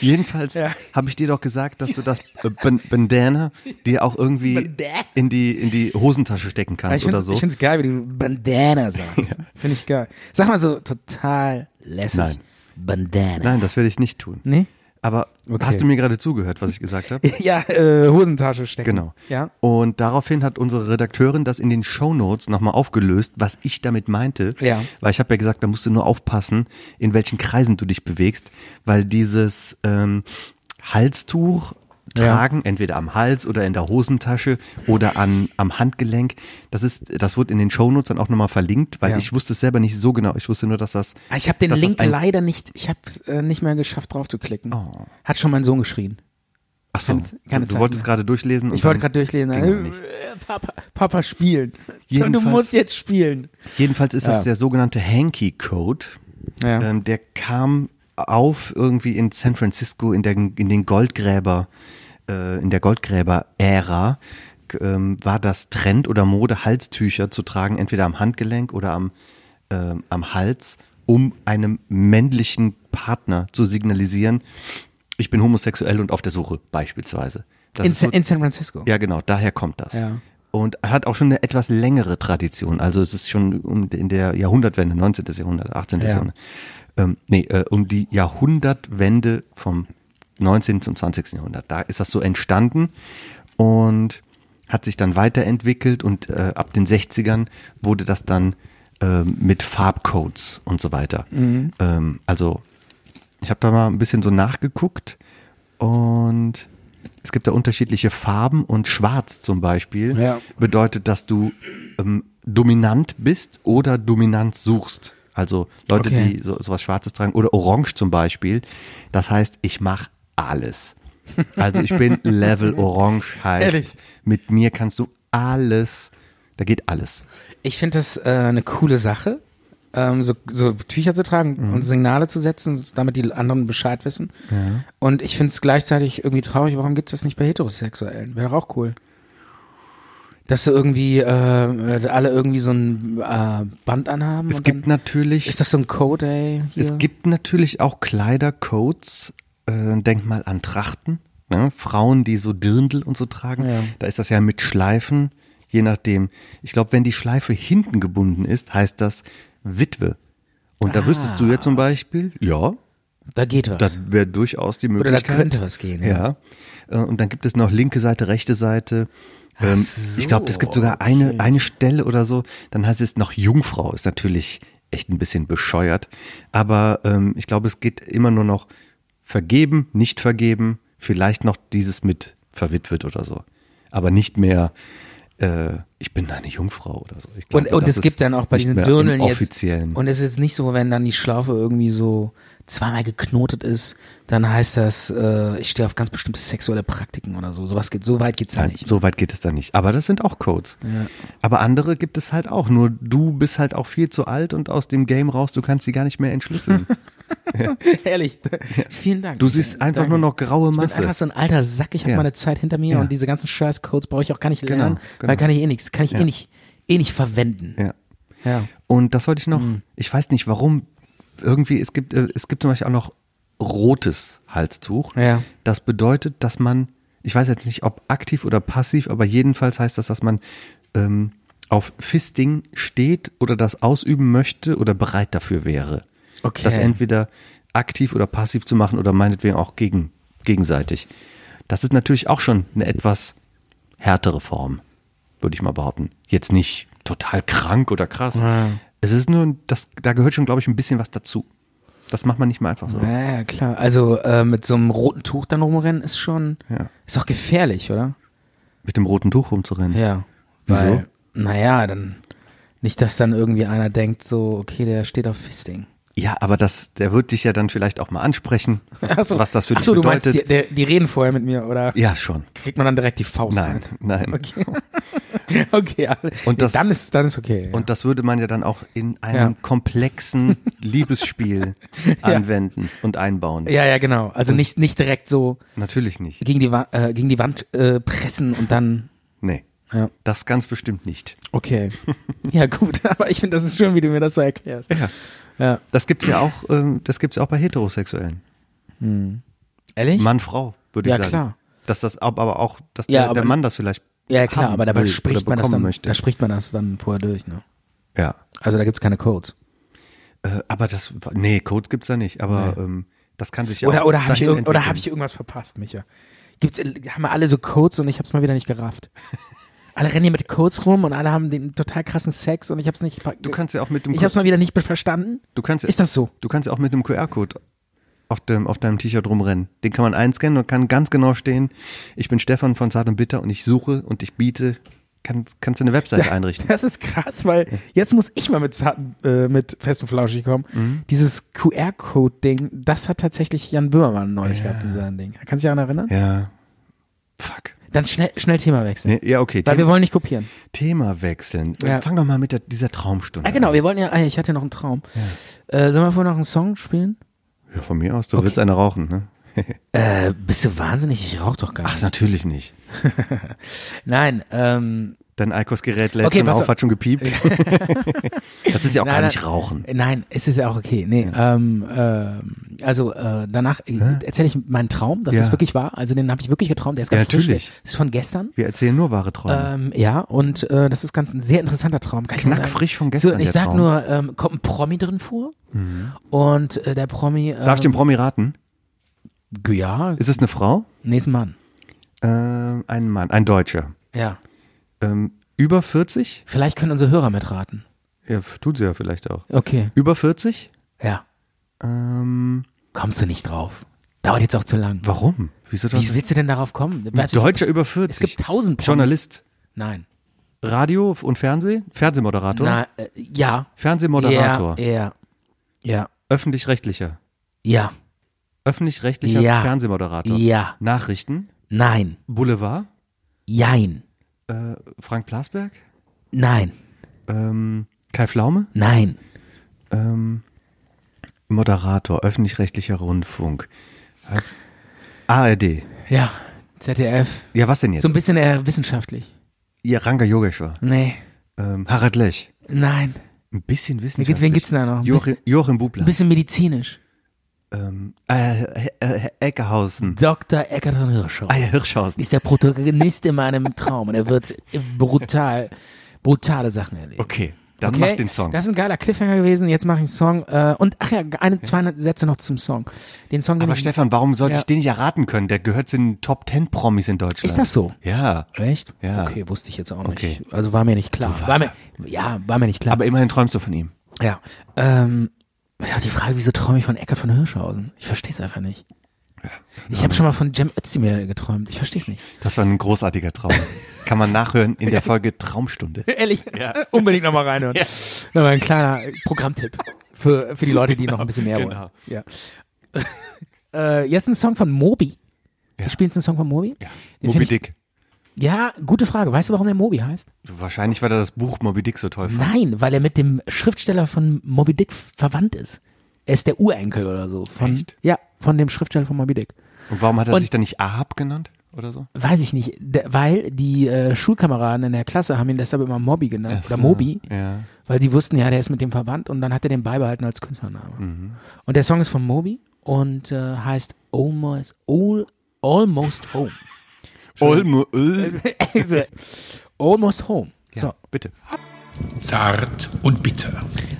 S3: Jedenfalls
S4: Ja.
S3: habe ich dir doch gesagt, dass du das äh, Ban- Bandana dir auch irgendwie
S4: Bandana.
S3: in die, in die Hosentasche stecken
S4: Ich
S3: kannst
S4: finde
S3: oder
S4: es
S3: so.
S4: geil, wie du Bandana sagst. Finde ich geil. Sag mal so total lässig.
S3: Nein.
S4: Bandana.
S3: Nein, das werde ich nicht tun.
S4: Nee?
S3: Aber
S4: Okay.
S3: hast du mir gerade zugehört, was ich gesagt habe?
S4: Ja, äh, Hosentasche stecken.
S3: Genau.
S4: Ja.
S3: Und daraufhin hat unsere Redakteurin das in den Shownotes nochmal aufgelöst, was ich damit meinte.
S4: Ja.
S3: Weil ich habe ja gesagt, da musst du nur aufpassen, in welchen Kreisen du dich bewegst, weil dieses ähm, Halstuch tragen, entweder am Hals oder in der Hosentasche oder an, am Handgelenk, das ist, das wurde in den Shownotes dann auch nochmal verlinkt, weil
S4: Ja.
S3: ich wusste es selber nicht so genau. Ich wusste nur, dass das.
S4: Ah, Ich habe den
S3: dass das
S4: Link
S3: ein-
S4: leider nicht, ich habe äh, nicht mehr geschafft drauf zu klicken.
S3: Oh.
S4: Hat schon mein Sohn geschrien.
S3: Ach so,
S4: Keine- keine
S3: du
S4: Zeit
S3: wolltest
S4: mehr.
S3: gerade durchlesen. und
S4: Ich wollte
S3: dann
S4: gerade durchlesen.
S3: ging
S4: Äh,
S3: noch nicht.
S4: Papa, Papa spielen. Und du
S3: Jedenfalls-
S4: musst jetzt spielen.
S3: Jedenfalls ist
S4: Ja.
S3: das der sogenannte Hanky Code.
S4: Ja.
S3: Ähm, der kam auf irgendwie in San Francisco in, der, in den Goldgräber, äh, in der Goldgräber-Ära k- ähm, war das Trend oder Mode, Halstücher zu tragen, entweder am Handgelenk oder am, ähm, am Hals, um einem männlichen Partner zu signalisieren, ich bin homosexuell und auf der Suche, beispielsweise. Das
S4: in,
S3: ist
S4: Sa-
S3: so-
S4: in San Francisco.
S3: ja, genau, daher kommt das.
S4: Ja.
S3: Und hat auch schon eine etwas längere Tradition. Also es ist schon um in der Jahrhundertwende, 19. Jahrhundert, 18.
S4: Ja.
S3: Jahrhundert. Ähm, nee, äh, um die Jahrhundertwende vom 19. zum 20. Jahrhundert. Da ist das so entstanden und hat sich dann weiterentwickelt und äh, ab den 60ern wurde das dann ähm, mit Farbcodes und so weiter.
S4: Mhm.
S3: Ähm, also ich habe da mal ein bisschen so nachgeguckt und es gibt da unterschiedliche Farben und Schwarz zum Beispiel
S4: Ja.
S3: bedeutet, dass du ähm, dominant bist oder Dominanz suchst. Also Leute,
S4: Okay.
S3: die so, sowas Schwarzes tragen oder Orange zum Beispiel. Das heißt, ich mache alles. Also ich bin Level Orange heißt,
S4: Ehrlich?
S3: mit mir kannst du alles, da geht alles.
S4: Ich finde das äh, eine coole Sache, ähm, so, so Tücher zu tragen
S3: Mhm.
S4: und Signale zu setzen, damit die anderen Bescheid wissen. Und ich finde es gleichzeitig irgendwie traurig, warum gibt es das nicht bei Heterosexuellen? Wäre doch auch cool. Dass du irgendwie äh, alle irgendwie so ein äh, Band anhaben.
S3: Es
S4: und
S3: gibt
S4: dann,
S3: natürlich
S4: ist das so ein Code, ey? Hier?
S3: Es gibt natürlich auch Kleidercodes. Äh, denk mal an Trachten. Ne? Frauen, die so Dirndl und so tragen.
S4: Ja.
S3: Da ist das ja mit Schleifen. Je nachdem. Ich glaube, wenn die Schleife hinten gebunden ist, heißt das Witwe. Und da wüsstest du ja zum Beispiel, ja,
S4: da geht was.
S3: das wäre durchaus die
S4: da
S3: Möglichkeit.
S4: könnte was gehen, ja.
S3: Ja. Äh, Und dann gibt es noch linke Seite, rechte Seite. Ähm,
S4: so,
S3: ich glaube, es gibt sogar eine, eine Stelle oder so. Dann heißt es noch Jungfrau. Ist natürlich echt ein bisschen bescheuert. Aber ähm, ich glaube, es geht immer nur noch vergeben, nicht vergeben. Vielleicht noch dieses mit verwitwet oder so. Aber nicht mehr, äh, ich bin eine Jungfrau oder so. Ich glaube,
S4: Und, und
S3: das
S4: es gibt
S3: ist
S4: dann auch bei
S3: nicht
S4: diesen
S3: mehr im
S4: Dirneln jetzt.
S3: offiziellen.
S4: Und es ist nicht so, wenn dann die Schlaufe irgendwie so zweimal geknotet ist, dann heißt das, äh, ich stehe auf ganz bestimmte sexuelle Praktiken oder so. Sowas geht, so weit geht's ja
S3: Nein,
S4: nicht.
S3: so weit geht es da nicht. Aber das sind auch Codes. Aber andere gibt es halt auch. Nur du bist halt auch viel zu alt und aus dem Game raus, du kannst sie gar nicht mehr entschlüsseln.
S4: Ehrlich. Vielen Dank.
S3: Du siehst
S4: Danke.
S3: einfach nur noch graue
S4: Ich bin
S3: Masse.
S4: einfach so ein alter Sack, ich habe
S3: Ja.
S4: meine Zeit hinter mir
S3: Ja.
S4: und diese ganzen Scheiß-Codes brauche ich auch gar nicht
S3: Genau,
S4: lernen, weil
S3: genau.
S4: kann ich eh nichts, kann ich eh
S3: Ja.
S4: nicht, eh nicht verwenden.
S3: ja.
S4: Ja.
S3: Und das wollte ich noch,
S4: Hm.
S3: ich weiß nicht warum, irgendwie, es gibt, äh, es gibt zum Beispiel auch noch rotes Halstuch.
S4: Ja.
S3: Das bedeutet, dass man, ich weiß jetzt nicht, ob aktiv oder passiv, aber jedenfalls heißt das, dass man ähm, auf Fisting steht oder das ausüben möchte oder bereit dafür wäre.
S4: Okay.
S3: Das entweder aktiv oder passiv zu machen oder meinetwegen auch gegen, gegenseitig. Das ist natürlich auch schon eine etwas härtere Form, würde ich mal behaupten. Jetzt nicht total krank oder krass.
S4: Ja.
S3: Es ist nur, das, da gehört schon, glaube ich, ein bisschen was dazu. Das macht man nicht mal einfach so.
S4: Ja, ja, klar. Also äh, mit so einem roten Tuch dann rumrennen ist schon,
S3: Ja.
S4: ist auch gefährlich, oder?
S3: Mit dem roten Tuch rumzurennen.
S4: Ja.
S3: Wieso?
S4: Weil, naja, dann nicht, dass dann irgendwie einer denkt, so, okay, der steht auf Fisting.
S3: Ja, aber das, der wird dich ja dann vielleicht auch mal ansprechen, was, was das für dich
S4: achso, du meinst,
S3: bedeutet.
S4: die, der, die reden vorher mit mir oder
S3: ja, schon.
S4: kriegt man dann direkt die Faust
S3: Nein,
S4: rein?
S3: nein.
S4: Okay. okay, alle-
S3: Und das-
S4: dann ist dann ist okay. ja.
S3: Und das würde man ja dann auch in einem
S4: Ja.
S3: komplexen Liebesspiel anwenden und einbauen.
S4: ja, ja, genau. Also nicht, nicht direkt so
S3: Natürlich nicht.
S4: gegen die, Wa äh, gegen die Wand äh, pressen und dann.
S3: Nee.
S4: Ja.
S3: Das ganz bestimmt nicht.
S4: Okay. ja, gut, aber ich finde, das ist schön, wie du mir das so erklärst.
S3: Ja.
S4: Ja.
S3: Das gibt's ja auch, ähm, das gibt's auch bei Heterosexuellen.
S4: Ehrlich?
S3: Mann, Frau, würde ich
S4: Ja,
S3: sagen.
S4: klar.
S3: Dass das ab- aber auch, dass
S4: Ja,
S3: der,
S4: aber-
S3: der Mann das vielleicht.
S4: Ja, klar,
S3: haben
S4: aber dabei
S3: will
S4: spricht
S3: oder
S4: man das
S3: bekommen
S4: dann,
S3: möchte.
S4: da spricht man das dann vorher durch, ne?
S3: Ja.
S4: Also da gibt's keine Codes.
S3: Äh, aber das, nee, Codes gibt's da nicht, aber ähm, das kann sich ja
S4: oder
S3: auch
S4: oder habe ich,
S3: dahin
S4: irg oder hab ich
S3: entwickeln.
S4: irgendwas verpasst, Micha? Gibt's, haben wir alle so Codes und ich hab's mal wieder nicht gerafft. alle rennen hier mit Codes rum und alle haben den total krassen Sex und ich hab's nicht.
S3: Du kannst ja auch mit dem
S4: ich hab's mal wieder nicht be- verstanden.
S3: du kannst, ja-
S4: Ist das so?
S3: Du kannst ja auch mit dem QR-Code auf, dem, auf deinem T-Shirt rumrennen. Den kann man einscannen und kann ganz genau stehen, ich bin Stefan von Zart und Bitter und ich suche und ich biete, kann, kannst du eine Webseite einrichten.
S4: Das ist krass, weil jetzt muss ich mal mit, zarten, äh, mit fest und flauschig kommen.
S3: Mhm.
S4: Dieses QR-Code-Ding, das hat tatsächlich Jan Böhmermann neulich gehabt in seinem Ding. Kannst du dich daran erinnern?
S3: Ja, Fuck.
S4: Dann schnell, schnell Thema wechseln.
S3: Nee, ja, okay.
S4: Weil
S3: Thema,
S4: wir wollen nicht kopieren.
S3: Thema wechseln.
S4: Ja.
S3: Fang doch mal mit der, dieser Traumstunde
S4: Ah, genau,
S3: an.
S4: wir wollten ja, ah, ich hatte noch einen Traum. Äh, sollen wir vorher noch einen Song spielen? genau.
S3: Ja, von mir aus, du willst eine rauchen, ne?
S4: Äh, bist du wahnsinnig? Ich rauche doch gar
S3: Ach,
S4: nicht.
S3: natürlich nicht.
S4: Nein, ähm,
S3: Dein Eikos-Gerät lädt
S4: Okay,
S3: schon
S4: pass
S3: auf,
S4: auf.
S3: hat schon gepiept. das ist ja auch
S4: Nein,
S3: gar
S4: nein.
S3: nicht rauchen.
S4: nein, es ist ja auch okay. Nee, ähm, ähm, also äh, danach äh, erzähle ich meinen Traum, das
S3: Ja.
S4: ist wirklich wahr. Also den habe ich wirklich geträumt, der ist
S3: Ja,
S4: ganz frisch.
S3: natürlich.
S4: der Ist von gestern.
S3: Wir erzählen nur wahre Träume.
S4: Ähm, ja, und äh, das ist ganz ein sehr interessanter Traum. Kann ich nur
S3: Knackfrisch
S4: sagen.
S3: von gestern,
S4: So, ich
S3: der
S4: sag
S3: Traum. Mhm.
S4: nur, ähm, kommt ein Promi drin vor und äh, der Promi. Äh,
S3: Darf ich den Promi raten?
S4: G- Ja,
S3: Ist es eine Frau?
S4: nächsten Mann.
S3: Ähm, ein Mann, ein Deutscher.
S4: Ja,
S3: Ähm, über 40?
S4: vielleicht können unsere Hörer mitraten.
S3: Ja, f- tut sie ja vielleicht auch.
S4: Okay,
S3: Über 40?
S4: ja.
S3: Ähm,
S4: Kommst du nicht drauf? Dauert jetzt auch zu lang.
S3: warum? Wieso das?
S4: Wie willst du denn darauf kommen?
S3: Ein
S4: Weißt du,
S3: Deutscher über 40.
S4: Also Es gibt tausend Promis.
S3: Journalist,
S4: Nein.
S3: Radio und Fernsehen, Fernsehmoderator,
S4: Na, äh, ja.
S3: Fernsehmoderator,
S4: Ja, ja,
S3: öffentlich-rechtlicher,
S4: ja,
S3: öffentlich-rechtlicher
S4: Ja.
S3: Fernsehmoderator,
S4: ja,
S3: Nachrichten,
S4: nein,
S3: Boulevard,
S4: jein,
S3: äh, Frank Plasberg,
S4: nein,
S3: ähm, Kai Flaume,
S4: nein.
S3: ähm, Moderator, öffentlich-rechtlicher Rundfunk, äh, ARD.
S4: Ja, ZDF.
S3: Ja, was denn jetzt?
S4: So ein bisschen eher wissenschaftlich.
S3: ja, Ranga Yogeshwar,
S4: Nee,
S3: ähm, Harald Lech,
S4: nein.
S3: ein bisschen
S4: Wen gibt's-
S3: wissenschaftlich.
S4: wen gibt's denn da noch? Ein
S3: Joachim, Joachim Bubler,
S4: Ein bisschen medizinisch.
S3: ähm, äh, äh, Eckerhausen,
S4: Dr. Eckert von Hirschau
S3: ah, ja, Hirschhausen.
S4: ist der Protagonist in meinem Traum und er wird brutal, brutale Sachen erleben.
S3: Okay, dann
S4: Okay?
S3: mach den Song.
S4: Das ist ein geiler Cliffhanger gewesen. Jetzt mache ich einen Song. Äh, und ach ja, eine, zwei Sätze noch zum Song. Den Song, den
S3: Aber
S4: ich,
S3: Stefan, warum sollte
S4: Ja.
S3: ich den nicht erraten können? Der gehört zu den Top 10 Promis in Deutschland.
S4: Ist das so?
S3: Ja.
S4: Echt?
S3: Ja.
S4: Okay, wusste ich jetzt auch nicht.
S3: Okay.
S4: Also war mir nicht klar. War mir, ja, war mir nicht klar.
S3: Aber immerhin träumst du von ihm.
S4: ja. Ähm, ja, die Frage, wieso träume ich von Eckart von Hirschhausen? Ich verstehe es einfach nicht. Ich habe schon mal von Cem Özdemir geträumt. Ich verstehe es nicht.
S3: Das war ein großartiger Traum. Kann man nachhören in der Folge Traumstunde.
S4: Ehrlich? Unbedingt nochmal reinhören. Ja. Nochmal ein kleiner äh, Programmtipp für, für die Leute, die noch ein bisschen mehr wollen.
S3: genau.
S4: Ja. äh, jetzt ein Song von Moby.
S3: Ja.
S4: Wir spielen jetzt einen Song von Moby. Ja.
S3: Moby
S4: Ich,
S3: Dick.
S4: ja, gute Frage. Weißt du, warum der Moby heißt?
S3: Wahrscheinlich, weil er das Buch Moby Dick so toll fand.
S4: Nein, weil er mit dem Schriftsteller von Moby Dick verwandt ist. Er ist der Urenkel oder so. Von,
S3: Echt?
S4: Ja, von dem Schriftsteller von Moby Dick.
S3: Und warum hat er
S4: Und-
S3: sich dann nicht Ahab genannt oder so?
S4: Weiß ich nicht, d- weil die äh, Schulkameraden in der Klasse haben ihn deshalb immer Moby genannt.
S3: Ach
S4: Oder
S3: so,
S4: Moby.
S3: ja.
S4: Weil die wussten ja, der ist mit dem verwandt und dann hat er den beibehalten als Künstlername.
S3: Mhm.
S4: Und der Song ist von Moby und äh, heißt Almost, All, Almost Home.
S3: Olmo, Öl.
S4: Also, Almost Home. So.
S3: Ja, bitte.
S5: Zart und bitter.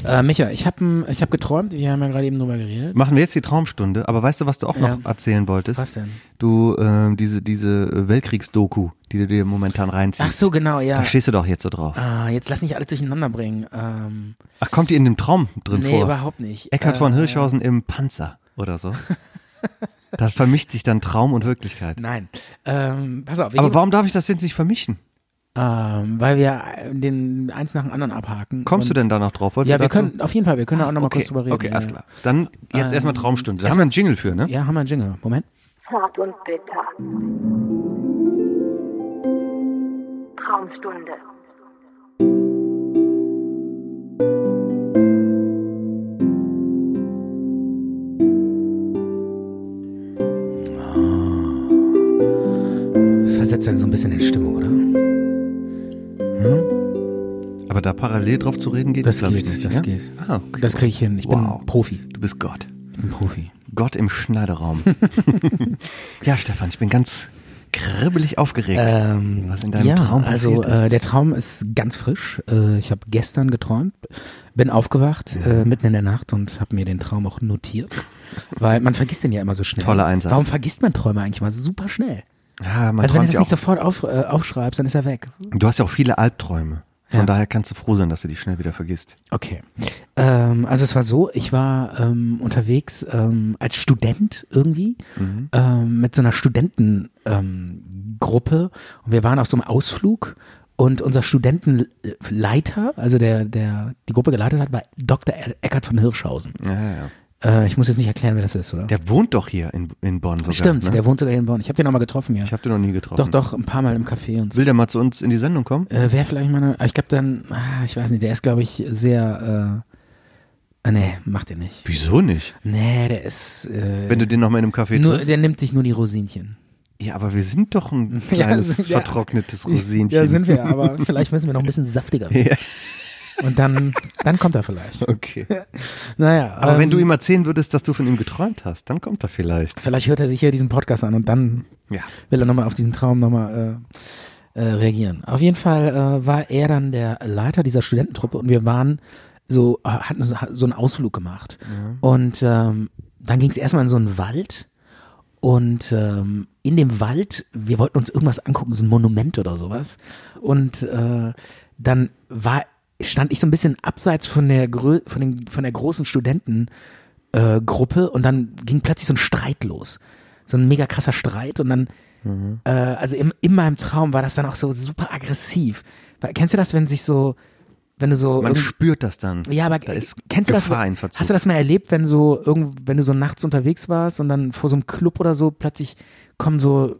S4: Äh, Micha, ich habe ich hab geträumt, wir haben ja gerade eben drüber geredet.
S3: Machen wir jetzt die Traumstunde. Aber weißt du, was du auch
S4: Ja.
S3: noch erzählen wolltest?
S4: Was denn?
S3: Du, ähm, diese, diese Weltkriegsdoku, die du dir momentan reinziehst.
S4: Ach so, genau, ja.
S3: Da stehst du doch jetzt so drauf.
S4: Ah, jetzt lass nicht alles durcheinander bringen. Ähm,
S3: Ach, kommt die in dem Traum drin
S4: nee,
S3: vor?
S4: überhaupt nicht.
S3: Eckhard
S4: Äh,
S3: von Hirschhausen im Panzer oder so. da vermischt sich dann Traum und Wirklichkeit.
S4: Nein. Ähm, pass auf, wir
S3: Aber
S4: gehen,
S3: warum darf ich das jetzt nicht vermischen?
S4: ähm, weil wir äh, den eins nach dem anderen abhaken.
S3: Kommst du
S4: und,
S3: denn da noch drauf? Wolltest
S4: Ja,
S3: du
S4: wir
S3: dazu? Ah,
S4: können, auf jeden Fall, wir können da auch nochmal
S3: okay,
S4: kurz drüber reden.
S3: Okay,
S4: ja,
S3: alles
S4: ja.
S3: klar. Dann jetzt erstmal Traumstunde. Da haben wir einen Jingle für, ne?
S4: Ja, haben wir einen Jingle. Moment.
S6: Zart und bitter. Traumstunde.
S4: Das versetzt dann so ein bisschen in Stimmung, oder?
S3: Aber da parallel drauf zu reden geht
S4: Das
S3: glaub
S4: geht,
S3: ich, nicht,
S4: das
S3: ja?
S4: geht.
S3: Ah, okay.
S4: Das kriege ich hin. Ich
S3: Wow.
S4: bin Profi.
S3: du bist Gott.
S4: Ich bin Profi.
S3: Gott im Schneideraum. ja, Stefan, ich bin ganz kribbelig aufgeregt,
S4: Ähm,
S3: was in deinem
S4: ja,
S3: Traum passiert
S4: also
S3: ist.
S4: äh, der Traum ist ganz frisch. Äh, ich habe gestern geträumt, bin aufgewacht äh, mitten in der Nacht und habe mir den Traum auch notiert, weil man vergisst den ja immer so schnell.
S3: Toller Einsatz.
S4: Warum vergisst man Träume eigentlich mal super schnell?
S3: ja, man
S4: also wenn du das
S3: träumt ja
S4: nicht
S3: auch,
S4: sofort auf, äh, aufschreibst, dann ist er weg.
S3: du hast ja auch viele Albträume. Von
S4: Ja.
S3: daher kannst du froh sein, dass du die schnell wieder vergisst.
S4: Okay. Ähm, also es war so, ich war ähm, unterwegs ähm, als Student irgendwie
S3: Mhm.
S4: ähm, mit so einer Studentengruppe ähm, Gruppe. und wir waren auf so einem Ausflug und unser Studentenleiter, also der, der die Gruppe geleitet hat, war Dr. Eckert von Hirschhausen.
S3: Ja, ja, ja.
S4: Äh, ich muss jetzt nicht erklären, wer das ist, oder?
S3: Der wohnt doch hier in, in Bonn sogar.
S4: Stimmt,
S3: ne?
S4: der wohnt sogar hier in Bonn. Ich habe den auch mal getroffen, ja.
S3: ich habe den noch nie getroffen.
S4: Doch, doch, ein paar Mal im Café und so.
S3: Will der mal zu uns in die Sendung kommen?
S4: Äh, Wäre vielleicht mal, eine, ich glaube dann, ah, ich weiß nicht, der ist glaube ich sehr, äh, ah, nee, macht er nicht.
S3: Wieso nicht?
S4: Nee, der ist, äh,
S3: Wenn du den noch mal in einem Café
S4: nur,
S3: triffst.
S4: der nimmt sich nur die Rosinchen.
S3: Ja, aber wir sind doch ein kleines
S4: sind wir.
S3: vertrocknetes Rosinchen.
S4: Ja, sind wir, aber vielleicht müssen wir noch ein bisschen saftiger werden.
S3: Ja.
S4: Und dann, dann kommt er vielleicht.
S3: Okay.
S4: Naja.
S3: Aber wenn
S4: ähm,
S3: du ihm erzählen würdest, dass du von ihm geträumt hast, dann kommt er vielleicht.
S4: Vielleicht hört er sich hier diesen Podcast an und dann
S3: Ja.
S4: will er nochmal auf diesen Traum nochmal äh, äh, reagieren. Auf jeden Fall äh, war er dann der Leiter dieser Studententruppe und wir waren so, äh, hatten so- so einen Ausflug gemacht. Und ähm, dann ging es erstmal in so einen Wald. Und ähm, in dem Wald, wir wollten uns irgendwas angucken, so ein Monument oder sowas. Und äh, dann war, stand ich so ein bisschen abseits von der, Grö von den, von der großen Studenten äh, Gruppe und dann ging plötzlich so ein Streit los. So ein mega krasser Streit und dann, äh, also in, in meinem Traum war das dann auch so super aggressiv. Weil, kennst du das, wenn sich so, wenn du so.
S3: Man
S4: irgend-
S3: spürt das dann.
S4: ja, aber äh,
S3: da ist
S4: kennst du das?
S3: Gefahr in Verzug.
S4: Hast du das mal erlebt, wenn so irgend, wenn du so nachts unterwegs warst und dann vor so einem Club oder so plötzlich kommen so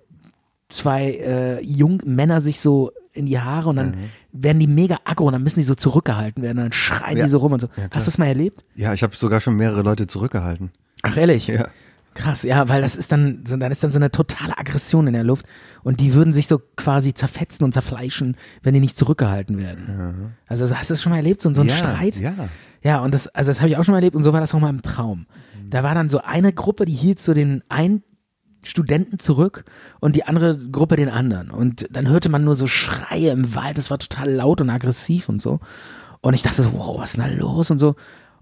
S4: zwei äh, Jungmänner sich so in die Haare und dann werden die mega aggro und dann müssen die so zurückgehalten werden und dann schreien
S3: Mhm. Ja.
S4: die so rum und so. Hast du das mal erlebt?
S3: Ja, ich habe sogar schon mehrere Leute zurückgehalten.
S4: Ach ehrlich?
S3: Ja.
S4: Krass, ja, weil das ist dann, so, dann ist dann so eine totale Aggression in der Luft und die würden sich so quasi zerfetzen und zerfleischen, wenn die nicht zurückgehalten werden. Also hast du das schon mal erlebt, so, so ein
S3: Ja,
S4: Streit?
S3: ja.
S4: Ja, und das, also das habe ich auch schon mal erlebt und so war das auch mal im Traum. Da war dann so eine Gruppe, die hielt so den einen Studenten zurück und die andere Gruppe den anderen. Und dann hörte man nur so Schreie im Wald, das war total laut und aggressiv und so. Und ich dachte so, wow, was ist denn da los und so.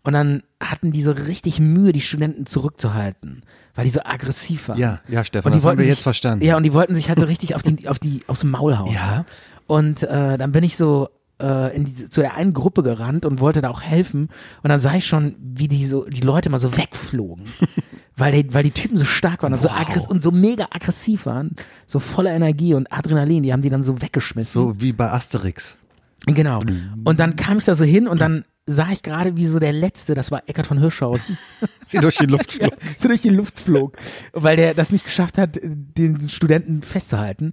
S4: Und dann hatten die so richtig Mühe, die Studenten zurückzuhalten, weil die so aggressiv waren.
S3: Ja, ja,
S4: Und
S3: Stefan,
S4: die
S3: das haben
S4: wollten
S3: wir
S4: sich-
S3: jetzt verstanden.
S4: Ja, und die wollten sich halt so richtig auf die, auf die, aufs Maul hauen.
S3: Ja.
S4: Und äh, dann bin ich so äh, in diese, zu der einen Gruppe gerannt und wollte da auch helfen. Und dann sah ich schon, wie die so die Leute mal so wegflogen. weil, die, weil die Typen so stark waren und, so aggress und so mega aggressiv waren, so voller Energie und Adrenalin, die haben die dann so weggeschmissen.
S3: So wie bei Asterix.
S4: Genau. Und dann kam ich da so hin und dann sah ich gerade, wie so der Letzte, das war Eckart von Hirschhausen,
S3: Sie durch die Luft flog.
S4: so durch die Luft flog, weil der das nicht geschafft hat, den Studenten festzuhalten.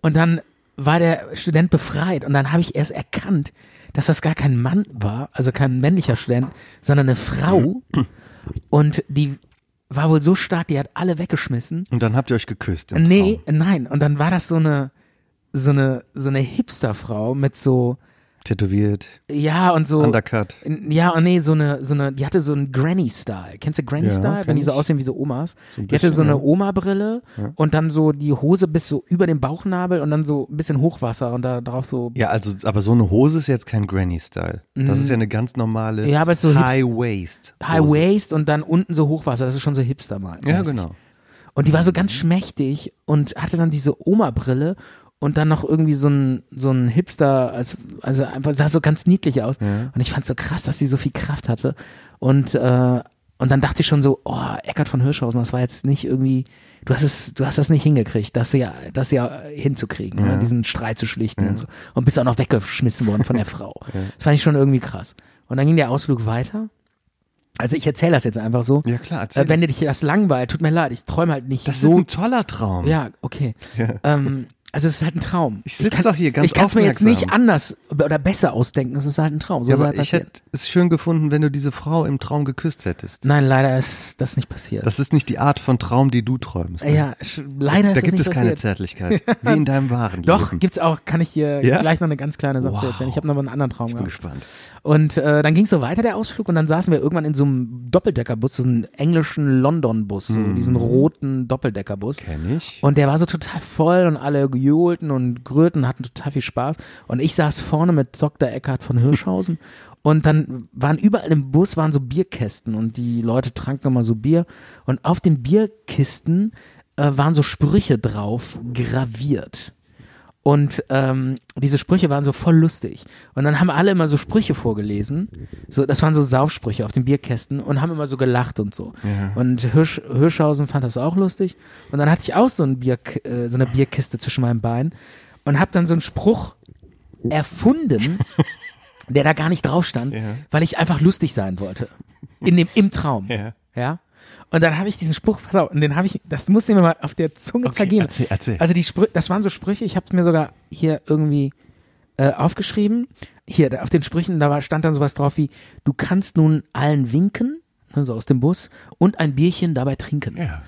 S4: Und dann war der Student befreit und dann habe ich erst erkannt, dass das gar kein Mann war, also kein männlicher Student, sondern eine Frau. Und die war wohl so stark, die hat alle weggeschmissen.
S3: Und dann habt ihr euch geküsst. Im
S4: Nee,
S3: Traum.
S4: nein. Und dann war das so eine, so eine, so eine Hipsterfrau mit so,
S3: Tätowiert,
S4: ja, und so.
S3: Undercut.
S4: N- Ja, und nee, so eine, so eine, die hatte so einen Granny-Style. Kennst du Granny-Style?
S3: kenn
S4: Wenn die so
S3: ich.
S4: aussehen wie so Omas.
S3: ein
S4: die hatte so
S3: bisschen,
S4: eine
S3: ja.
S4: Oma-Brille und dann so die Hose bis so über den Bauchnabel und dann so ein bisschen Hochwasser und da drauf so.
S3: Ja, also, aber so eine Hose ist jetzt kein Granny-Style. Das ist ja eine ganz normale
S4: Mm. Ja, aber ist so hipst-
S3: High-Waist.
S4: High Waist und dann unten so Hochwasser, das ist schon so hipster mal.
S3: Ja, genau.
S4: Und die war so ganz schmächtig und hatte dann diese Oma-Brille und dann noch irgendwie so ein, so ein Hipster, als- also einfach sah so ganz niedlich aus. Und ich fand so krass, dass sie so viel Kraft hatte. Und, äh, und dann dachte ich schon so, oh, Eckart von Hirschhausen, das war jetzt nicht irgendwie, du hast es, du hast das nicht hingekriegt, das ja, das ja hinzukriegen, ne? diesen Streit zu schlichten und so. Und bist auch noch weggeschmissen worden von der Frau. Das fand ich schon irgendwie krass. Und dann ging der Ausflug weiter. Also ich erzähle das jetzt einfach so.
S3: Ja, klar, erzähl.
S4: Äh, wenn dir dich das langweilt, tut mir leid, ich träume halt nicht
S3: Das ist
S4: so.
S3: ein toller Traum.
S4: ja, okay. Ähm, also es ist halt ein Traum.
S3: Ich sitz doch hier ganz
S4: Ich kann es mir jetzt
S3: aufmerksam.
S4: nicht anders oder besser ausdenken, es ist halt ein Traum. So
S3: Ja,
S4: soll
S3: aber
S4: halt
S3: ich
S4: passieren.
S3: hätte es schön gefunden, wenn du diese Frau im Traum geküsst hättest.
S4: Nein, leider ist das nicht passiert. Äh,
S3: Das ist nicht die Art von Traum, die du träumst. ne?
S4: ja, sch- leider ist
S3: da
S4: das
S3: gibt
S4: nicht
S3: es keine
S4: passiert.
S3: Zärtlichkeit. Wie in deinem wahren
S4: Doch,
S3: Leben.
S4: gibt's auch, kann ich dir
S3: Ja?
S4: gleich noch eine ganz kleine Sache zu
S3: Wow.
S4: erzählen. Ich habe noch mal einen anderen Traum
S3: Ich bin
S4: gehabt.
S3: gespannt.
S4: Und äh, dann ging es so weiter, der Ausflug, und dann saßen wir irgendwann in so einem Doppeldeckerbus, so einem englischen London-Bus, so
S3: Hm.
S4: diesen roten Doppeldeckerbus.
S3: Kenn ich.
S4: Und der war so total voll und alle johlten und grührten, hatten total viel Spaß. Und ich saß vorne mit Dr. Eckhard von Hirschhausen. und dann waren überall im Bus waren so Bierkästen und die Leute tranken immer so Bier. Und auf den Bierkisten äh, waren so Sprüche drauf graviert. Und ähm, diese Sprüche waren so voll lustig. Und dann haben alle immer so Sprüche vorgelesen. So, das waren so Saufsprüche auf den Bierkästen und haben immer so gelacht und so. Und Hirsch, Hirschhausen fand das auch lustig. Und dann hatte ich auch so, ein Bier, äh, so eine Bierkiste zwischen meinen Beinen und habe dann so einen Spruch erfunden, der da gar nicht drauf stand, weil ich einfach lustig sein wollte. In dem, Im Traum.
S3: Ja.
S4: Ja. Und dann habe ich diesen Spruch, pass auf, und den habe ich, das musste mir mal auf der Zunge
S3: Okay,
S4: zergehen.
S3: erzähl, erzähl.
S4: Also die Sprüche, das waren so Sprüche, ich habe es mir sogar hier irgendwie äh, aufgeschrieben. Hier, da, auf den Sprüchen, da war, stand dann sowas drauf wie, du kannst nun allen winken, ne, so aus dem Bus, und ein Bierchen dabei trinken.
S3: Ja.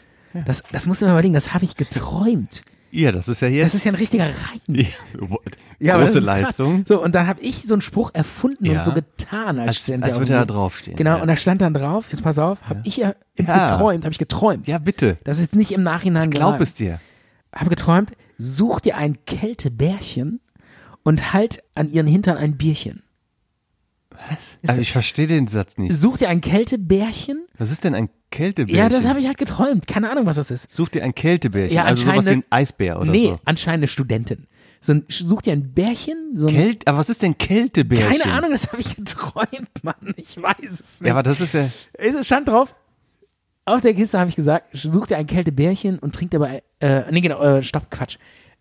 S4: Das, das musst du mir mal überlegen, das habe ich geträumt.
S3: Ja, das ist ja jetzt.
S4: Das ist ja ein richtiger Reim.
S3: Ja, wo-
S4: Ja, aber das
S3: große
S4: ist krass.
S3: Leistung.
S4: So, und dann habe ich so einen Spruch erfunden
S3: Ja.
S4: und so getan, als,
S3: Als-
S4: stände
S3: als
S4: er
S3: würde
S4: auf
S3: er
S4: dem-
S3: draufstehen,
S4: Genau,
S3: ja.
S4: und da stand dann drauf, jetzt pass auf, habe ich ja, im
S3: Ja.
S4: geträumt, habe ich geträumt.
S3: Ja, bitte.
S4: Das ist nicht im Nachhinein
S3: Ich glaub
S4: gereimt.
S3: es dir.
S4: Habe geträumt, such dir ein Kältebärchen und halt an ihren Hintern ein Bierchen. Was?
S3: Also ich verstehe den Satz nicht.
S4: Such dir ein Kältebärchen?
S3: Was ist denn ein Kältebärchen?
S4: Ja, das habe ich halt geträumt. Keine Ahnung, was das ist.
S3: Such dir ein Kältebärchen,
S4: Ja,
S3: also sowas wie ein
S4: anscheinend-
S3: Eisbär oder
S4: nee,
S3: so.
S4: anscheinend eine Studentin. So ein, such dir ein Bärchen, so ein
S3: Kält, aber was ist denn Kältebärchen?
S4: ähm, Keine Ahnung, das habe ich geträumt, Mann. Ich weiß es nicht.
S3: Ja, aber das ist ja.
S4: es stand drauf. Auf der Kiste habe ich gesagt, such dir ein Kältebärchen und trink dabei, äh, nee, genau, äh, stopp, Quatsch.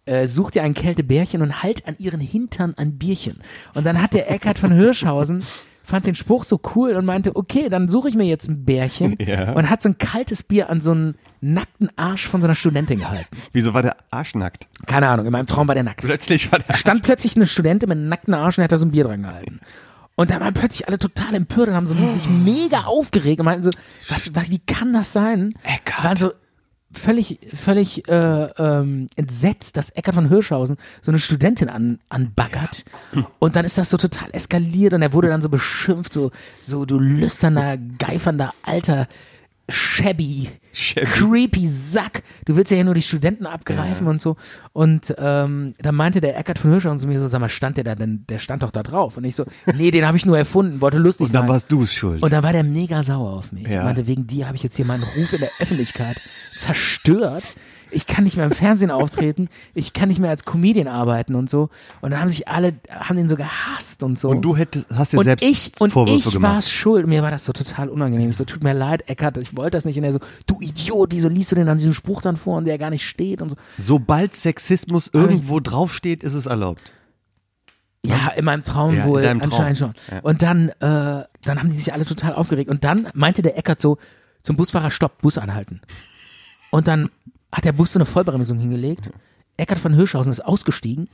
S4: Äh, such dir ein Kältebärchen und halt an ihren Hintern ein Bierchen. Und dann hat der Eckhard von Hirschhausen, fand den Spruch so cool und meinte, okay, dann suche ich mir jetzt ein Bärchen
S3: Ja.
S4: und hat so ein kaltes Bier an so einen nackten Arsch von so einer Studentin gehalten.
S3: Wieso war der Arschnackt?
S4: Keine Ahnung, in meinem Traum war der nackt
S3: Plötzlich war der Arsch-
S4: stand plötzlich eine Studentin mit einem nackten Arsch und hat da so ein Bier dran gehalten. Und da waren plötzlich alle total empört und haben so sich mega aufgeregt und meinten so, was, was, wie kann das sein?
S3: Eckart.
S4: Waren so völlig, völlig äh, ähm, entsetzt, dass Eckart von Hirschhausen so eine Studentin an, anbaggert. Und dann ist das so total eskaliert und er wurde dann so beschimpft, so, so du lüsterner, geifernder, alter, shabby,
S3: Shabby.
S4: creepy Sack. Du willst ja hier nur die Studenten abgreifen und so. Und ähm, da meinte der Eckart von Hirschhausen zu mir so, sag mal, stand der da denn, der stand doch da drauf. Und ich so, nee, den habe ich nur erfunden, wollte lustig
S3: Und dann
S4: sein.
S3: warst du es schuld.
S4: Und dann war der mega sauer auf mich.
S3: Ja.
S4: Ja. Meinte, wegen dir habe ich jetzt hier meinen Ruf in der Öffentlichkeit zerstört. Ich kann nicht mehr im Fernsehen auftreten. Ich kann nicht mehr als Comedian arbeiten und so. Und dann haben sich alle, haben den so gehasst und so.
S3: Und du hättest, hast dir
S4: und
S3: selbst
S4: ich, und
S3: Vorwürfe
S4: ich
S3: gemacht.
S4: war es schuld. Mir war das so total unangenehm. Ich so, tut mir leid, Eckart, ich wollte das nicht. Und er so, du Idiot, wieso liest du denn dann diesen Spruch dann vor, und der gar nicht steht und so.
S3: Sobald Sexismus irgendwo draufsteht, ist es erlaubt.
S4: Ja, in meinem Traum
S3: Ja, in
S4: wohl,
S3: deinem Traum.
S4: anscheinend schon.
S3: Ja.
S4: Und dann, äh, dann haben die sich alle total aufgeregt. Und dann meinte der Eckert so, zum Busfahrer, stopp, Bus anhalten. Und dann hat der Bus so eine Vollbremsung hingelegt. Eckert von Hirschhausen ist ausgestiegen.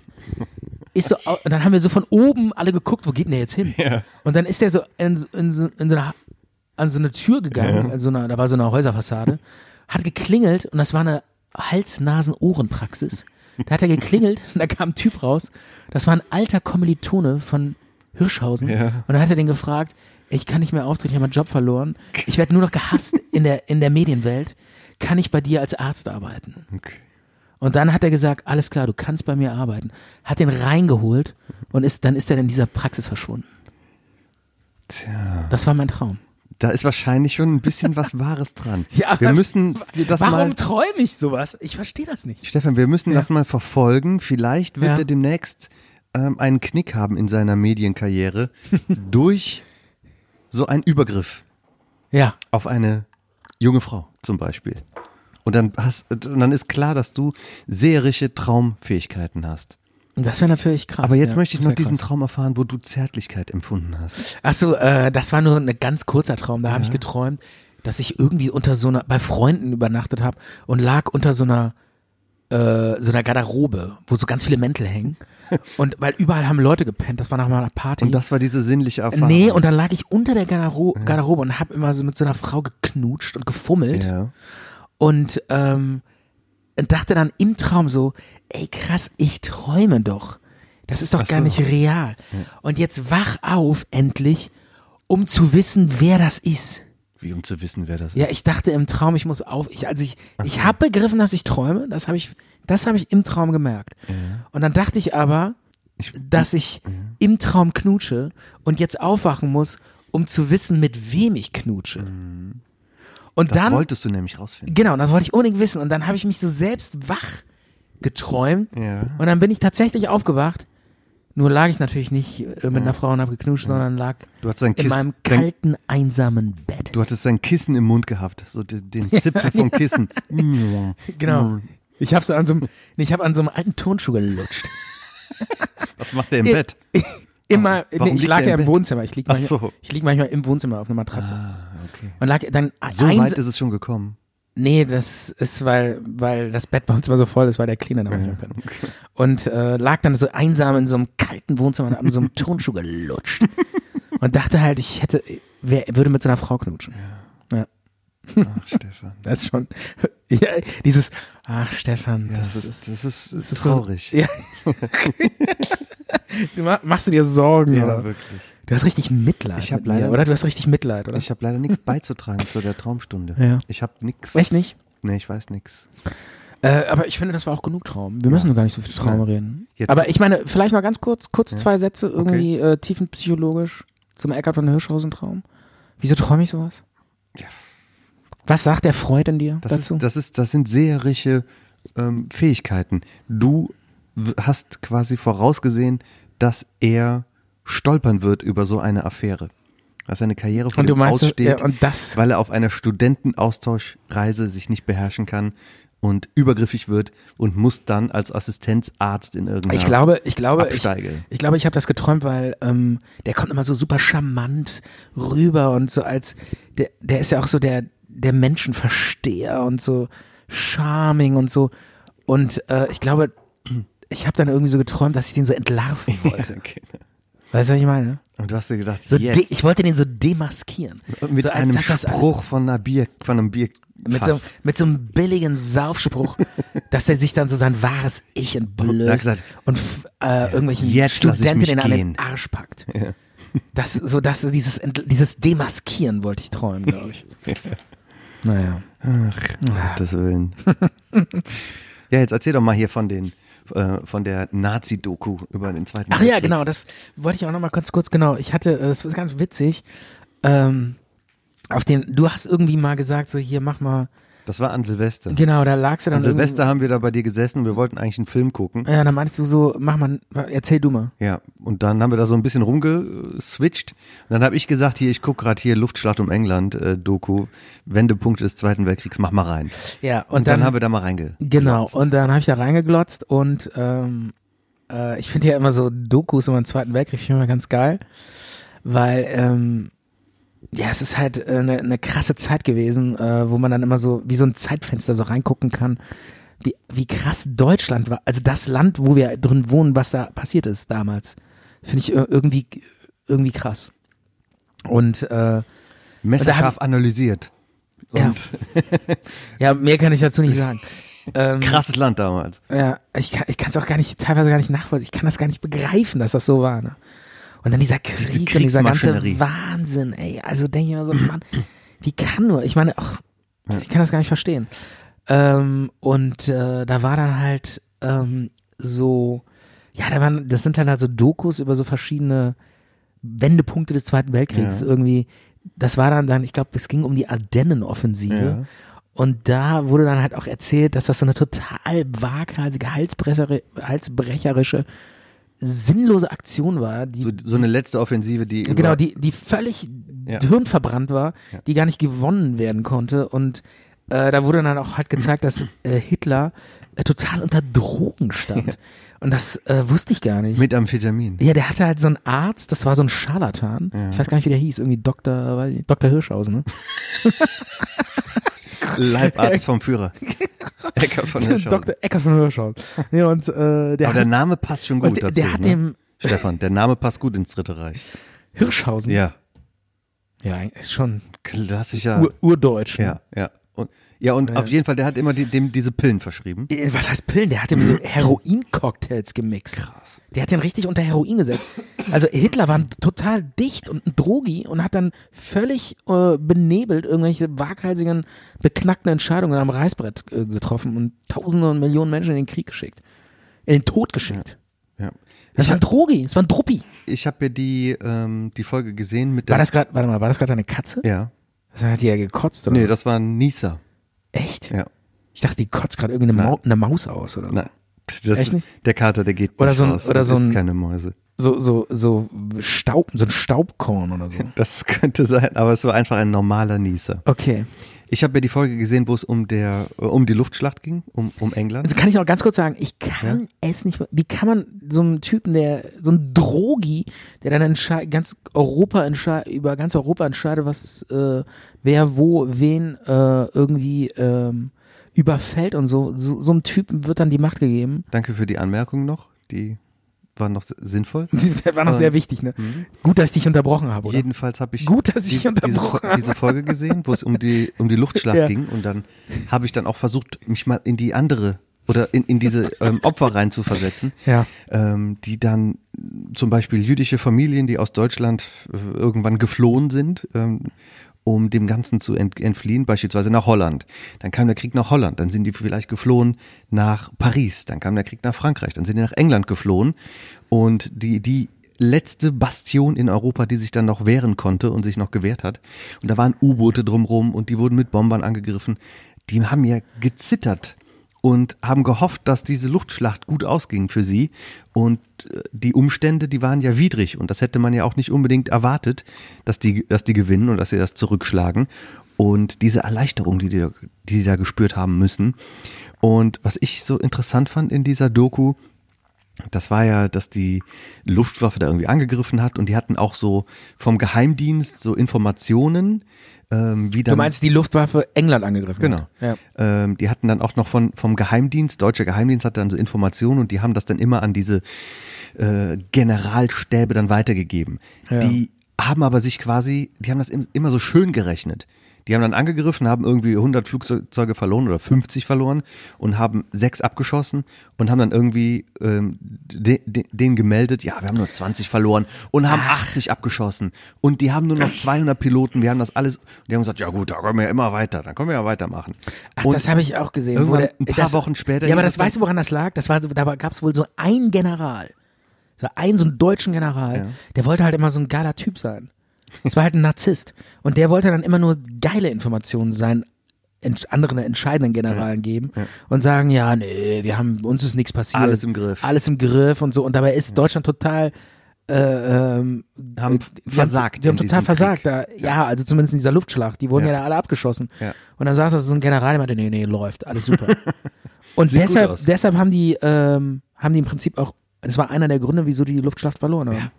S4: Ist so, au- und dann haben wir so von oben alle geguckt, wo geht denn der jetzt hin? Und dann ist der so in, so- in, so- in so einer, an so eine Tür gegangen, an so einer, da war so eine Häuserfassade, hat geklingelt und das war eine Hals-Nasen-Ohren-Praxis. Da hat er geklingelt und da kam ein Typ raus. Das war ein alter Kommilitone von Hirschhausen. Und da hat er den gefragt, ich kann nicht mehr auftreten, ich habe meinen Job verloren. Ich werde nur noch gehasst in der, in der Medienwelt. Kann ich bei dir als Arzt arbeiten? Und dann hat er gesagt, alles klar, du kannst bei mir arbeiten. Hat den reingeholt und ist, dann ist er in dieser Praxis verschwunden.
S3: Tja.
S4: Das war mein Traum.
S3: Da ist wahrscheinlich schon ein bisschen was Wahres dran.
S4: Ja,
S3: wir
S4: aber-
S3: müssen das mal.
S4: Warum träume ich sowas? Ich verstehe das nicht.
S3: Stefan, wir müssen das mal verfolgen. Vielleicht wird
S4: Ja.
S3: er demnächst ähm, einen Knick haben in seiner Medienkarriere durch so einen Übergriff
S4: Ja,
S3: auf eine junge Frau zum Beispiel. Und dann, hast, und dann ist klar, dass du seherische Traumfähigkeiten hast.
S4: und das wäre natürlich krass.
S3: Aber jetzt
S4: ja,
S3: möchte ich
S4: das
S3: noch
S4: wär
S3: diesen
S4: krass.
S3: Traum erfahren, wo du Zärtlichkeit empfunden hast.
S4: Ach so, äh, das war nur ein ganz kurzer Traum. Da habe ich geträumt, dass ich irgendwie unter so einer, bei Freunden übernachtet habe und lag unter so einer, äh, so einer Garderobe, wo so ganz viele Mäntel hängen. Und weil überall haben Leute gepennt, das war nach meiner Party.
S3: Und das war diese sinnliche Erfahrung.
S4: Nee, und dann lag ich unter der Garderobe, Garderobe und habe immer so mit so einer Frau geknutscht und gefummelt
S3: ja.
S4: und ähm, dachte dann im Traum so, ey krass, ich träume doch. Das ist doch
S3: Ach
S4: gar
S3: so.
S4: nicht real. Und jetzt wach auf endlich, um zu wissen, wer das ist.
S3: Wie um zu wissen, wer das
S4: Ja,
S3: ist.
S4: ich dachte im Traum, ich muss auf. Ich, also ich, ich habe begriffen, dass ich träume. Das habe ich, das habe ich im Traum gemerkt. Und dann dachte ich aber, dass ich im Traum knutsche und jetzt aufwachen muss, um zu wissen, mit wem ich knutsche. Und
S3: Mhm. Das
S4: dann
S3: wolltest du nämlich rausfinden.
S4: Genau, das wollte ich unbedingt wissen. Und dann habe ich mich so selbst wach geträumt.
S3: Ja.
S4: Und dann bin ich tatsächlich aufgewacht. Nur lag ich natürlich nicht äh, mit einer Frau und habe geknutscht, sondern lag
S3: Du hattest ein
S4: in
S3: Kissen-
S4: meinem
S3: dein-
S4: kalten, einsamen Bett.
S3: Du hattest sein Kissen im Mund gehabt, so den, den Zipfel vom Kissen. Mm.
S4: genau. Ich habe so an so einem, nee, ich habe an so einem alten Turnschuh gelutscht.
S3: Was macht er im
S4: Ja.
S3: Bett?
S4: Immer,
S3: Warum
S4: nee, ich
S3: liegt
S4: lag
S3: der
S4: ja
S3: im
S4: im
S3: Bett?
S4: Wohnzimmer. Ich lieg
S3: Ach
S4: manchmal,
S3: so. Ah,
S4: ich lieg manchmal im Wohnzimmer auf einer Matratze.
S3: okay.
S4: Und lag dann
S3: So
S4: ein,
S3: weit ist es schon gekommen.
S4: Nee, das ist, weil, weil das Bett bei uns immer so voll ist, weil der Cleaner da manchmal kann. Und äh, lag dann so einsam in so einem kalten Wohnzimmer und hab mit so einem Turnschuh gelutscht. und dachte halt, ich hätte, wer würde mit so einer Frau knutschen.
S3: Ach, Stefan.
S4: Das ist schon, ja, dieses, ach Stefan,
S3: Ja,
S4: das, ist,
S3: das, ist, das ist, das ist
S4: das-
S3: traurig.
S4: Ja. du ma- machst du dir Sorgen, oder?
S3: wirklich.
S4: Du hast richtig Mitleid.
S3: Ich hab
S4: mit mir,
S3: leider-
S4: Oder du hast richtig Mitleid, oder?
S3: Ich habe leider nichts beizutragen zu der Traumstunde.
S4: Ja.
S3: Ich habe nichts.
S4: Echt nicht?
S3: Nee, ich weiß nichts.
S4: Äh, aber ich finde, das war auch genug Traum. Wir müssen gar nicht so viel Traum
S3: Nein.
S4: reden.
S3: Jetzt-
S4: aber ich meine, vielleicht noch ganz kurz, kurz zwei Sätze irgendwie äh, tiefenpsychologisch zum Eckart von Hirschhausen-Traum. Wieso träume ich sowas?
S3: Ja.
S4: Was sagt der Freud in dir
S3: Das,
S4: dazu?
S3: ist, das, ist, das sind seherische ähm, Fähigkeiten. Du w- hast quasi vorausgesehen, dass er stolpern wird über so eine Affäre. Dass seine Karriere vor
S4: Und du
S3: ihm
S4: meinst,
S3: aussteht,
S4: ja, und das-
S3: weil er auf einer Studentenaustauschreise sich nicht beherrschen kann und übergriffig wird und muss dann als Assistenzarzt in irgendeiner
S4: ich glaube, ich glaube, ich,
S3: Absteige.
S4: ich glaube, ich habe das geträumt, weil ähm, der kommt immer so super charmant rüber und so als der, der ist ja auch so der der Menschenversteher und so charming und so und äh, ich glaube, ich habe dann irgendwie so geträumt, dass ich den so entlarven wollte.
S3: Okay.
S4: Weißt du, was ich meine?
S3: Und du hast dir gedacht,
S4: So de,
S3: jetzt
S4: ich wollte den so demaskieren.
S3: mit
S4: so als
S3: einem
S4: dass das alles-
S3: Spruch von, einer Bier, von einem Bier.
S4: Mit so, mit so einem billigen Saufspruch, dass er sich dann so sein wahres Ich
S3: Er hat
S4: entblößt
S3: gesagt,
S4: und f- äh, irgendwelchen
S3: jetzt lass ich
S4: Studentinnen
S3: mich
S4: an den
S3: gehen.
S4: Arsch packt. Das, so, das, dieses, Ent- dieses Demaskieren wollte ich träumen, glaube ich. naja.
S3: um Gottes Willen. ja, jetzt erzähl doch mal hier von den äh, von der Nazi-Doku über den zweiten
S4: Ach ja, genau, das wollte ich auch nochmal ganz kurz, genau. Ich hatte, äh, es ist ganz witzig, ähm, auf den, du hast irgendwie mal gesagt, so hier, mach mal,
S3: Das war an Silvester.
S4: genau, da lagst du dann
S3: An
S4: irgendwie-
S3: Silvester haben wir da bei dir gesessen, wir wollten eigentlich einen Film gucken.
S4: Ja, dann meinst du so, mach mal, erzähl du mal.
S3: Ja, und dann haben wir da so ein bisschen rumgeswitcht. Und dann habe ich gesagt, hier, ich gucke gerade hier Luftschlacht um England äh, Doku, Wendepunkte des Zweiten Weltkriegs, mach mal rein.
S4: Ja, und,
S3: Und dann, haben wir da mal reinge.
S4: Genau, und dann habe ich da reingeglotzt und ähm, äh, ich finde ja immer so Dokus über den Zweiten Weltkrieg finde ich immer ganz geil, weil ähm, ja, es ist halt eine äh, ne krasse Zeit gewesen, äh, wo man dann immer so wie so ein Zeitfenster so reingucken kann, wie, wie krass Deutschland war, also das Land, wo wir drin wohnen, was da passiert ist damals, finde ich äh, irgendwie, irgendwie krass. Und äh,
S3: Messerscharf analysiert. Und
S4: Ja. ja, mehr kann ich dazu nicht sagen. Ähm,
S3: krasses Land damals.
S4: Ja, ich kann es auch gar nicht, teilweise gar nicht nachvollziehen. Ich kann das gar nicht begreifen, dass das so war. Ne? Und dann dieser Krieg und dieser ganze
S3: Kriegsmaschinerie.
S4: Wahnsinn, ey. Also denke ich mir so, Mann, wie kann nur? Ich meine, ach, ich kann das gar nicht verstehen. Ähm, und äh, da war dann halt ähm, so, ja, da waren, das sind dann halt so Dokus über so verschiedene Wendepunkte des Zweiten Weltkriegs
S3: Ja.
S4: irgendwie. Das war dann dann, ich glaube, es ging um die Ardennenoffensive.
S3: Ja.
S4: Und da wurde dann halt auch erzählt, dass das so eine total waghalsige, halsbressere- halsbrecherische, sinnlose Aktion war, die
S3: So, so eine letzte Offensive, die über-
S4: genau, die, die völlig
S3: Ja.
S4: hirnverbrannt war, die gar nicht gewonnen werden konnte. Und äh, da wurde dann auch halt gezeigt, dass äh, Hitler äh, total unter Drogen stand. Und das äh, wusste ich gar nicht.
S3: mit Amphetamin.
S4: ja, der hatte halt so einen Arzt, das war so ein Scharlatan. Ich weiß gar nicht, wie der hieß. Irgendwie Dr. Weiß ich, Dr. Hirschhausen, ne?
S3: Leibarzt vom Führer. Ecker von der
S4: Dr. Ecker von Hirschhausen. Ja, und äh, der,
S3: Aber der
S4: hat,
S3: Name passt schon gut
S4: Und der-
S3: dazu.
S4: der hat
S3: ne?
S4: dem-
S3: Stefan, der Name passt gut ins Dritte Reich.
S4: Hirschhausen.
S3: Ja,
S4: Ja, ist schon
S3: klassischer.
S4: ur, urdeutsch. ne?
S3: ja, ja. Und, ja, und auf jeden Fall, der hat immer die, dem diese Pillen verschrieben.
S4: Äh, Was heißt Pillen? Der hat ihm so Heroin-Cocktails gemixt. Krass. Der hat den richtig unter Heroin gesetzt. Also Hitler war total dicht und ein Drogi und hat dann völlig äh, benebelt irgendwelche waghalsigen, beknackten Entscheidungen am Reißbrett äh, getroffen und tausende und Millionen Menschen in den Krieg geschickt. In den Tod geschickt.
S3: Ja.
S4: Das war ein Drogi, das war ein Druppi.
S3: Ich habe ja die, ähm, die Folge gesehen mit der.
S4: War das gerade, warte mal, war das gerade eine Katze?
S3: ja.
S4: Das hat die ja gekotzt, oder?
S3: Nee, das war ein Nieser.
S4: Echt?
S3: Ja.
S4: Ich dachte, die kotzt gerade irgendeine Mau eine Maus aus, oder?
S3: Nein. Das,
S4: Echt nicht?
S3: Der Kater, der geht
S4: Oder
S3: nicht
S4: so ein-
S3: raus.
S4: oder
S3: Das
S4: so
S3: isst
S4: ein-
S3: keine Mäuse.
S4: So, so, so Staub, so ein Staubkorn oder so.
S3: Das könnte sein, aber es war einfach ein normaler Nieser.
S4: Okay.
S3: Ich habe ja die Folge gesehen, wo es um der äh, um die Luftschlacht ging, um, um England.
S4: Also kann ich noch ganz kurz sagen, ich kann es nicht, wie kann man so einem Typen, der, so ein Drogi, der dann entschei- ganz Europa entschei- über ganz Europa entscheidet, was, äh, wer, wo, wen äh, irgendwie ähm, überfällt und so, so, so einem Typen wird dann die Macht gegeben.
S3: Danke für die Anmerkung noch. Die war noch s- sinnvoll.
S4: Das war noch sehr wichtig, ne?
S3: Mhm.
S4: Gut, dass ich dich unterbrochen habe, oder?
S3: Jedenfalls habe ich,
S4: Gut, dass ich
S3: diese, diese,
S4: unterbrochen
S3: Fo-
S4: habe.
S3: diese Folge gesehen, wo es um die, um die Luftschlacht
S4: Ja.
S3: ging. Und dann habe ich dann auch versucht, mich mal in die andere oder in, in diese ähm, Opfer reinzuversetzen,
S4: Ja.
S3: ähm, die dann zum Beispiel jüdische Familien, die aus Deutschland äh, irgendwann geflohen sind, ähm, um dem Ganzen zu ent entfliehen, beispielsweise nach Holland. Dann kam der Krieg nach Holland, dann sind die vielleicht geflohen nach Paris, dann kam der Krieg nach Frankreich, dann sind die nach England geflohen und die, die letzte Bastion in Europa, die sich dann noch wehren konnte und sich noch gewehrt hat. Und da waren U-Boote drumrum und die wurden mit Bombern angegriffen. Die haben ja gezittert und haben gehofft, dass diese Luftschlacht gut ausging für sie. Und äh, die Umstände, die waren ja widrig. Und das hätte man ja auch nicht unbedingt erwartet, dass die, dass die gewinnen und dass sie das zurückschlagen. Und diese Erleichterung, die die, da- die die da gespürt haben müssen. Und was ich so interessant fand in dieser Doku, das war ja, dass die Luftwaffe da irgendwie angegriffen hat und die hatten auch so vom Geheimdienst so Informationen, ähm, wie dann
S4: Du meinst, die Luftwaffe England angegriffen
S3: Genau.
S4: hat? Ja.
S3: Ähm, die hatten dann auch noch von, vom Geheimdienst, deutscher Geheimdienst hat dann so Informationen und die haben das dann immer an diese äh, Generalstäbe dann weitergegeben.
S4: Ja.
S3: Die haben aber sich quasi, die haben das im, immer so schön gerechnet. Die haben dann angegriffen, haben irgendwie 100 Flugzeuge verloren oder 50 verloren und haben sechs abgeschossen und haben dann irgendwie ähm, de, de, denen gemeldet, ja, wir haben nur 20 verloren und haben 80 abgeschossen und die haben nur noch 200 Piloten, wir haben das alles, und die haben gesagt, ja gut, da kommen wir ja immer weiter, dann können wir ja weitermachen.
S4: Ach,
S3: und
S4: das habe ich auch gesehen.
S3: irgendwann
S4: der-
S3: ein paar
S4: das,
S3: Wochen später
S4: Ja, aber
S3: hieß
S4: das
S3: es dann-
S4: weißt du, woran das lag? Das war, so- da gab es wohl so einen General, so einen, so einen deutschen General, der wollte halt immer so ein geiler Typ sein. Das war halt ein Narzisst. Und der wollte dann immer nur geile Informationen sein ent anderen entscheidenden Generalen geben und sagen, ja, nee, wir haben, uns ist nichts passiert.
S3: Alles im Griff.
S4: Alles im Griff und so. Und dabei ist Deutschland total äh, ähm,
S3: haben
S4: die Haben,
S3: versagt.
S4: die haben
S3: in
S4: total
S3: diesem
S4: versagt.
S3: Krieg.
S4: Da, ja, also zumindest in dieser Luftschlacht. Die wurden ja,
S3: Ja.
S4: da alle abgeschossen.
S3: Ja.
S4: Und dann saß da so ein General, der meinte, nee, nee, läuft, alles super. Und
S3: Sieht gut
S4: deshalb,
S3: aus.
S4: deshalb haben die, ähm, haben die im Prinzip auch, das war einer der Gründe, wieso die die Luftschlacht verloren haben.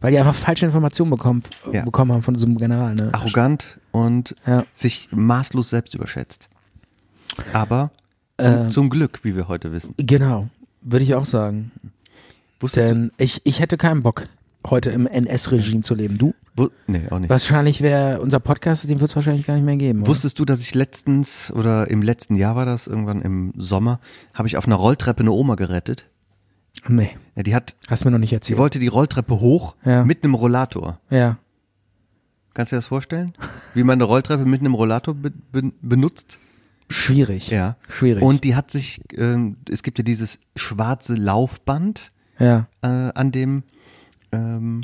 S4: Weil die einfach falsche Informationen bekommen,
S3: Ja.
S4: bekommen haben von so einem General. Ne?
S3: Arrogant und
S4: Ja.
S3: sich maßlos selbst überschätzt. Aber zum,
S4: Ähm,
S3: zum Glück, wie wir heute wissen.
S4: Genau, würde ich auch sagen.
S3: Wusstest
S4: Denn ich, ich hätte keinen Bock, heute im NS-Regime zu leben. Du?
S3: du, wo, nee, auch nicht.
S4: Wahrscheinlich wäre unser Podcast, den wird es wahrscheinlich gar nicht mehr geben. oder?
S3: Wusstest du, dass ich letztens oder im letzten Jahr war das, irgendwann im Sommer, habe ich auf einer Rolltreppe eine Oma gerettet.
S4: Nee,
S3: Ja, die hat,
S4: hast du mir noch nicht
S3: die
S4: erzählt.
S3: wollte die Rolltreppe hoch
S4: Ja.
S3: mit einem Rollator.
S4: ja.
S3: Kannst du dir das vorstellen? Wie man eine Rolltreppe mit einem Rollator be be benutzt?
S4: Schwierig.
S3: Ja.
S4: Schwierig.
S3: Und die hat sich, ähm, es gibt ja dieses schwarze Laufband
S4: ja.
S3: äh, an dem, ähm,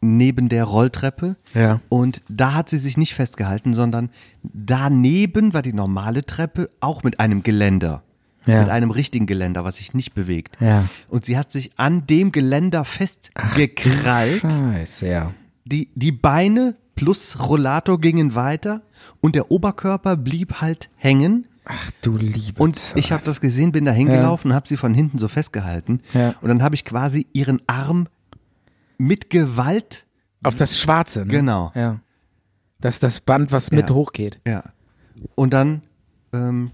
S3: neben der Rolltreppe.
S4: Ja.
S3: Und da hat sie sich nicht festgehalten, sondern daneben war die normale Treppe auch mit einem Geländer.
S4: Ja.
S3: Mit einem richtigen Geländer, was sich nicht bewegt.
S4: Ja.
S3: Und sie hat sich an dem Geländer festgekrallt.
S4: Scheiße, ja.
S3: Die, die Beine plus Rollator gingen weiter und der Oberkörper blieb halt hängen.
S4: Ach du liebe
S3: Und ich habe das gesehen, bin da hingelaufen und habe sie von hinten so festgehalten.
S4: Ja.
S3: Und dann habe ich quasi ihren Arm mit Gewalt,
S4: auf das Schwarze, ne?
S3: Genau.
S4: Ja. Das ist das Band, was mit
S3: Ja.
S4: hochgeht.
S3: ja. Und dann ähm,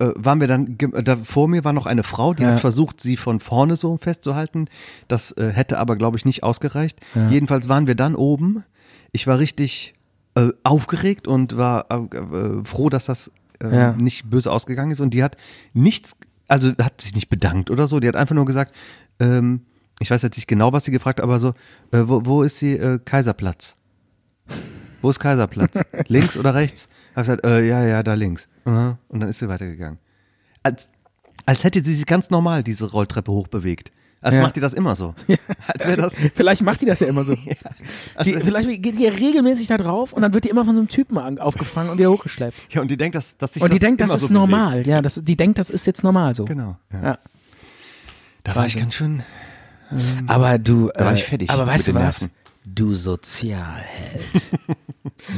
S3: äh, waren wir dann, ge- äh, da vor mir war noch eine Frau, die
S4: Ja.
S3: hat versucht, sie von vorne so festzuhalten. Das äh, hätte aber, glaube ich, nicht ausgereicht. Jedenfalls waren wir dann oben. Ich war richtig äh, aufgeregt und war äh, äh, froh, dass das äh,
S4: Ja.
S3: nicht böse ausgegangen ist. Und die hat nichts, also hat sich nicht bedankt oder so. Die hat einfach nur gesagt, ähm, ich weiß jetzt nicht genau, was sie gefragt hat, aber so, äh, wo, wo ist sie? Äh, Kaiserplatz. Wo ist Kaiserplatz? links oder rechts? Hab gesagt, äh, ja, ja, da links. Aha. Und dann ist sie weitergegangen. Als, als hätte sie sich ganz normal diese Rolltreppe hochbewegt. Als
S4: Ja.
S3: macht die das immer so. Als wäre das.
S4: Vielleicht macht die das ja immer so. die,
S3: Also-
S4: vielleicht geht die ja regelmäßig da drauf und dann wird die immer von so einem Typen an, aufgefangen und wieder hochgeschleppt.
S3: Ja, und die denkt, dass, dass sich
S4: Und
S3: das
S4: die denkt, das
S3: immer
S4: ist
S3: so
S4: normal.
S3: Bewegt.
S4: Ja, das, die denkt, das ist jetzt normal so.
S3: Genau. Ja.
S4: Ja.
S3: Da war ich ganz schön.
S4: Aber du,
S3: Mhm. war
S4: äh,
S3: ich fertig
S4: aber
S3: mit
S4: weißt du
S3: den
S4: was?
S3: Nerven.
S4: Du Sozialheld.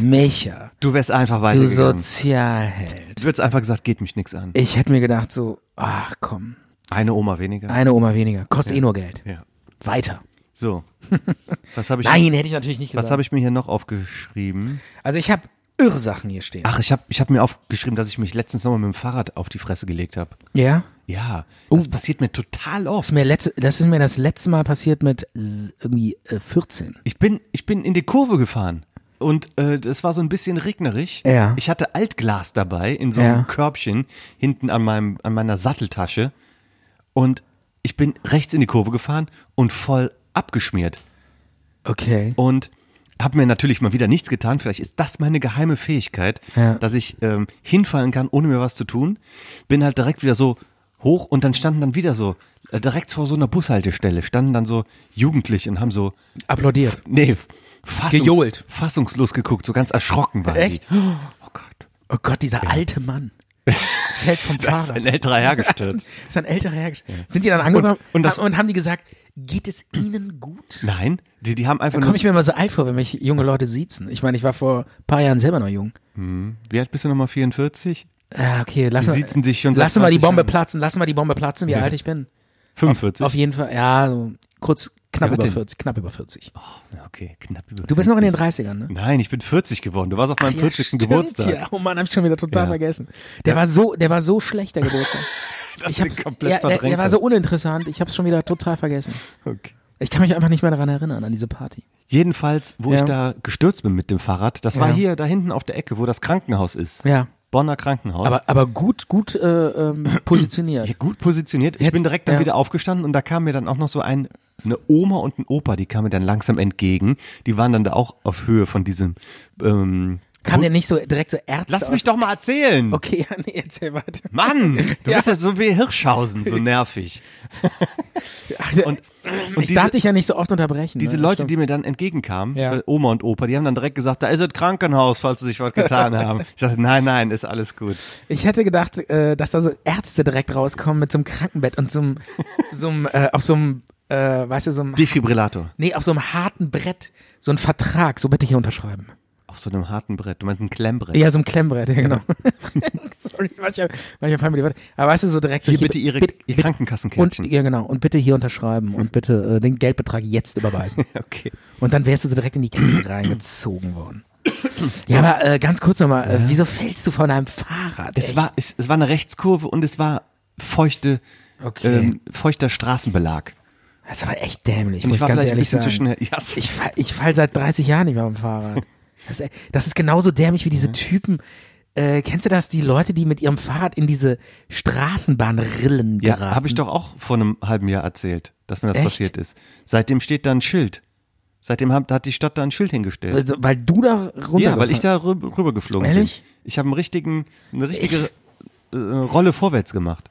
S4: Micha,
S3: Du wärst einfach
S4: du
S3: weitergegangen.
S4: Sozialheld.
S3: Du hättest einfach gesagt, geht mich nichts an.
S4: Ich hätte mir gedacht so, ach komm,
S3: Eine Oma weniger.
S4: eine Oma weniger, kostet eh nur Geld.
S3: Ja.
S4: Weiter.
S3: So. Was habe ich,
S4: Nein, hätte ich natürlich nicht gesagt.
S3: was hab ich mir hier noch aufgeschrieben?
S4: also ich habe irre Sachen hier stehen.
S3: Ach, ich habe ich hab mir aufgeschrieben, dass ich mich letztens nochmal mit dem Fahrrad auf die Fresse gelegt habe.
S4: Ja?
S3: Ja, das passiert mir total oft.
S4: Um Ist mir letzt, das ist mir das letzte Mal passiert mit s- irgendwie äh, 14.
S3: Ich bin, ich bin in die Kurve gefahren und äh, das war so ein bisschen regnerig.
S4: Ja.
S3: Ich hatte Altglas dabei in so einem
S4: Ja.
S3: Körbchen hinten an, meinem, an meiner Satteltasche und ich bin rechts in die Kurve gefahren und voll abgeschmiert
S4: Okay.
S3: und habe mir natürlich mal wieder nichts getan. Vielleicht ist das meine geheime Fähigkeit,
S4: Ja.
S3: dass ich ähm, hinfallen kann, ohne mir was zu tun. Bin halt direkt wieder so hoch und dann standen dann wieder so, äh, direkt vor so einer Bushaltestelle, standen dann so Jugendliche und haben so
S4: Applaudiert.
S3: Nee, fassungs
S4: Gejohlt.
S3: fassungslos geguckt, so ganz erschrocken war
S4: Echt?
S3: Die. Oh Gott.
S4: Oh Gott, dieser alte Mann. Fällt vom
S3: Da ist
S4: Fahrrad.
S3: ein älterer Herr gestürzt.
S4: Ist ein älterer Herr. Sind die dann angekommen
S3: Und- und das-
S4: und haben die gesagt, geht es Ihnen gut?
S3: Nein, die, die haben einfach
S4: Dann
S3: nur.
S4: komme ich mir immer so alt vor, wenn mich junge Leute siezen. Ich meine, ich war vor ein paar Jahren selber noch jung.
S3: wie alt bist du nochmal? 44?
S4: Ah, okay, lass
S3: Die
S4: mal-
S3: siezen sich schon seit
S4: Lassen wir die
S3: 20
S4: Bombe
S3: Jahren.
S4: platzen, lassen wir die Bombe platzen, wie alt ich bin.
S3: 45?
S4: Auf jeden Fall, ja, so kurz, knapp
S3: Wer wird
S4: über
S3: denn-
S4: 40, knapp über 40.
S3: Ja, Oh, okay, knapp über.
S4: Du bist noch in den 30ern, ne?
S3: Nein, ich bin 40 geworden. Du warst auf meinem 40.
S4: stimmt,
S3: Geburtstag.
S4: Ja. Oh Mann, hab ich schon wieder total
S3: Ja.
S4: vergessen. Der war so, der war so schlecht, der Geburtstag.
S3: Dass
S4: ich
S3: du
S4: hab's,
S3: den komplett
S4: ja, der,
S3: verdrängt
S4: der war so
S3: hast.
S4: uninteressant, ich hab's schon wieder total vergessen.
S3: Okay.
S4: Ich kann mich einfach nicht mehr daran erinnern, an diese Party.
S3: Jedenfalls, wo
S4: Ja.
S3: ich da gestürzt bin mit dem Fahrrad, das war
S4: Ja.
S3: hier da hinten auf der Ecke, wo das Krankenhaus ist.
S4: Ja.
S3: Bonner Krankenhaus.
S4: Aber, aber gut, gut äh, ähm,
S3: Ja,
S4: positioniert.
S3: gut positioniert. Ich
S4: Jetzt-
S3: bin direkt dann
S4: ja.
S3: wieder aufgestanden und da kam mir dann auch noch so ein, eine Oma und ein Opa, die kamen mir dann langsam entgegen. Die waren dann da auch auf Höhe von diesem. Ähm,
S4: Kam
S3: Grund-
S4: der nicht so direkt so Ärzte
S3: Lass
S4: aus?
S3: mich doch mal erzählen.
S4: Okay, ja, nee, erzähl weiter.
S3: Mann, du
S4: Ja.
S3: bist ja so wie Hirschhausen, so nervig. Und, und
S4: ich
S3: diese,
S4: darf dich ja nicht so oft unterbrechen.
S3: diese
S4: ne?
S3: Leute,
S4: Stimmt.
S3: die mir dann entgegenkamen,
S4: Ja.
S3: äh, Oma und Opa, die haben dann direkt gesagt, da ist das Krankenhaus, falls sie sich was getan haben. Ich dachte, nein, nein, ist alles gut.
S4: Ich hätte gedacht, äh, dass da so Ärzte direkt rauskommen mit so einem Krankenbett und so einem, so einem äh, auf so einem, äh, weißt du, so einem,
S3: Defibrillator.
S4: nee, auf so einem harten Brett, so ein Vertrag, so bitte hier unterschreiben.
S3: Auf so einem harten Brett. Du meinst ein Klemmbrett.
S4: Ja, so ein Klemmbrett, ja genau. Sorry, manchmal, manchmal fallen mir die Wörter. Aber weißt du, so direkt so
S3: Hier bitte ihre-
S4: bitte-
S3: ihr
S4: bitte-
S3: Krankenkassenkärtchen.
S4: Und, ja, genau. Und bitte hier unterschreiben und bitte äh, den Geldbetrag jetzt überweisen.
S3: Okay.
S4: Und dann wärst du so direkt in die Knie reingezogen worden. Ja, aber äh, ganz kurz nochmal, äh, wieso fällst du von einem Fahrrad?
S3: Es
S4: Echt?
S3: war, es, es war eine Rechtskurve und es war feuchte,
S4: Okay.
S3: ähm, feuchter Straßenbelag.
S4: das war echt dämlich,
S3: Und
S4: muss
S3: ich
S4: ich
S3: war
S4: ganz
S3: vielleicht ein
S4: ehrlich
S3: bisschen
S4: sagen.
S3: zu schnell. Ja, s-
S4: Ich fall, ich fall seit 30 Jahren nicht mehr vom Fahrrad. Das, ist- das ist genauso dämlich wie diese Typen. Äh, kennst du das? Die Leute, die mit ihrem Fahrrad in diese Straßenbahnrillen
S3: Ja,
S4: geraten.
S3: habe ich doch auch vor einem halben Jahr erzählt, dass mir das
S4: Echt?
S3: passiert ist. Seitdem steht da ein Schild. Seitdem hat, hat die Stadt da ein Schild hingestellt.
S4: Also, weil du da runter.
S3: Ja, weil ich da rü rübergeflogen
S4: Ehrlich?
S3: bin. Ich habe einen richtigen, eine richtige äh, Rolle vorwärts gemacht.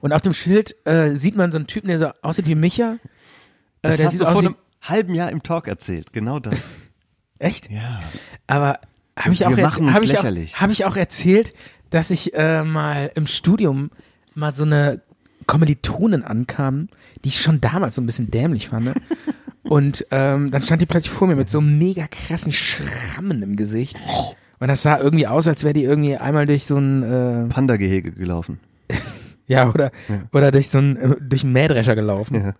S4: Und auf dem Schild äh, sieht man so einen Typen, der so aussieht wie Micha. Äh,
S3: Das
S4: der
S3: hast
S4: sieht
S3: du
S4: so
S3: vor
S4: aus wie,
S3: einem halben Jahr im Talk erzählt. Genau das.
S4: Echt?
S3: Ja.
S4: Aber habe ich,
S3: Wir
S4: auch erz-
S3: machen uns
S4: hab ich, auch-
S3: lächerlich.
S4: hab ich auch erzählt, dass ich äh, mal im Studium mal so eine Kommilitonen ankam, die ich schon damals so ein bisschen dämlich fand. ne? Und ähm, dann stand die plötzlich vor mir mit so mega krassen Schrammen im Gesicht.
S3: Oh.
S4: Und das sah irgendwie aus, als wäre die irgendwie einmal durch so ein äh,
S3: Panda-Gehege gelaufen.
S4: ja oder oder durch so ein äh, durch einen Mähdrescher gelaufen.
S3: Ja.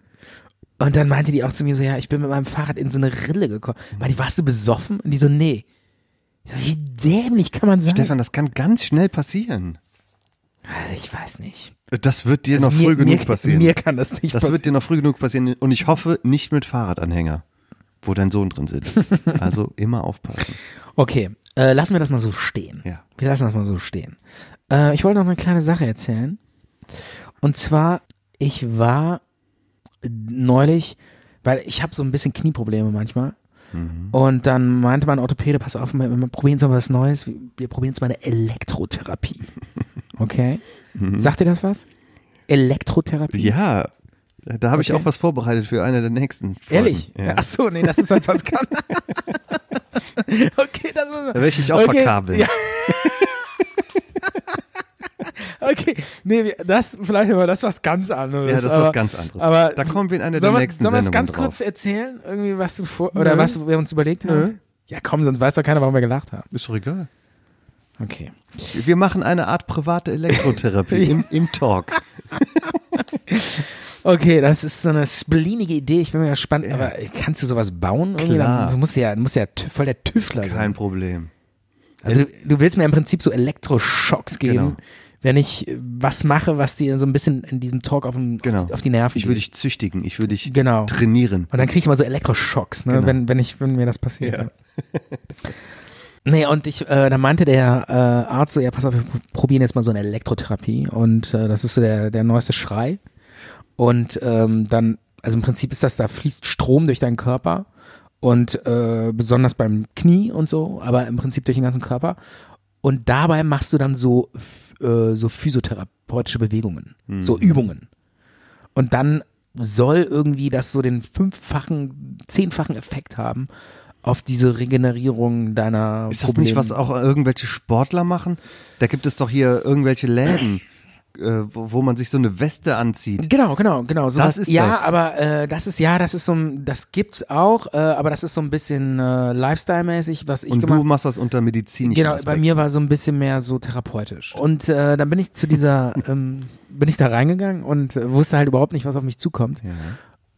S4: Und dann meinte die auch zu mir so, ja, ich bin mit meinem Fahrrad in so eine Rille gekommen. Meinte, die, warst du besoffen? Und die so, nee. Ich so, wie dämlich kann man sein?
S3: Stefan, das kann ganz schnell passieren.
S4: Also ich weiß nicht.
S3: Das wird dir
S4: Also
S3: noch
S4: mir,
S3: früh genug
S4: mir,
S3: passieren.
S4: Mir kann das nicht
S3: Das
S4: passieren.
S3: wird dir noch früh genug passieren und ich hoffe nicht mit Fahrradanhänger, wo dein Sohn drin sitzt. Also immer aufpassen.
S4: okay, äh, lassen wir das mal so stehen.
S3: Ja.
S4: Wir lassen das mal so stehen. Äh, ich wollte noch eine kleine Sache erzählen. Und zwar, ich war neulich, weil ich habe so ein bisschen Knieprobleme manchmal.
S3: Mhm.
S4: Und dann meinte mein Orthopäde, pass auf, wir, wir probieren so was Neues. Wir, wir probieren jetzt mal eine Elektrotherapie. Okay? Sagt dir das was? Elektrotherapie?
S3: Mhm. Ja, da habe ich
S4: Okay.
S3: auch was vorbereitet für eine der nächsten. Folgen.
S4: Ehrlich?
S3: Ja.
S4: Ach so, nee, das ist sonst was kann. okay, das muss man.
S3: Da werde ich dich auch
S4: okay.
S3: verkabeln.
S4: Ja. Okay, nee, wir- das vielleicht aber das was ganz anderes.
S3: Ja, das ist
S4: aber,
S3: was ganz anderes.
S4: Aber
S3: Da kommen wir in einer der
S4: sollen wir-
S3: nächsten
S4: Sollen wir es
S3: Sendungen
S4: ganz
S3: drauf.
S4: kurz erzählen, irgendwie was du vor oder was wir uns überlegt haben? Ja, komm, sonst weiß doch keiner, warum wir gelacht haben.
S3: Ist doch egal.
S4: Okay.
S3: Wir machen eine Art private Elektrotherapie im, im Talk.
S4: Okay, das ist so eine spleenige Idee. Ich bin mir gespannt. Aber kannst du sowas bauen? Irgendwie?
S3: Klar.
S4: Du musst ja, du musst ja tü- voll der Tüftler sein.
S3: Kein Problem.
S4: Also du, du willst mir im Prinzip so Elektroschocks geben,
S3: Genau.
S4: wenn ich äh, was mache, was dir so ein bisschen in diesem Talk auf, den,
S3: Genau.
S4: auf die Nerven
S3: Ich würde
S4: geht.
S3: dich züchtigen, ich würde dich
S4: Genau.
S3: trainieren.
S4: Und dann kriege ich immer so Elektroschocks, ne? wenn, wenn, ich, wenn mir das passiert. Ja. nee, und ich, äh, da meinte der äh, Arzt so, ja, pass auf, wir pr- probieren jetzt mal so eine Elektrotherapie. Und äh, das ist so der, der neueste Schrei. Und ähm, dann, also im Prinzip ist das, da fließt Strom durch deinen Körper und äh, besonders beim Knie und so, aber im Prinzip durch den ganzen Körper. Und dabei machst du dann so, f- äh, so physiotherapeutische Bewegungen,
S3: Mhm.
S4: so Übungen. Und dann soll irgendwie das so den fünffachen, zehnfachen Effekt haben auf diese Regenerierung deiner
S3: Ist das
S4: Probleme.
S3: nicht, was auch irgendwelche Sportler machen? Da gibt es doch hier irgendwelche Läden, äh, wo, wo man sich so eine Weste anzieht.
S4: Genau, genau, genau. So
S3: Das
S4: was-
S3: ist
S4: ja,
S3: das.
S4: aber äh, das ist ja, das ist so, ein- das gibt's auch, äh, aber das ist so ein bisschen äh, Lifestyle-mäßig, was ich
S3: Und
S4: gemacht
S3: du machst das unter medizinischen
S4: Genau, bei
S3: Aspekt.
S4: mir war so ein bisschen mehr so therapeutisch. Und äh, dann bin ich zu dieser, ähm, bin ich da reingegangen und äh, wusste halt überhaupt nicht, was auf mich zukommt.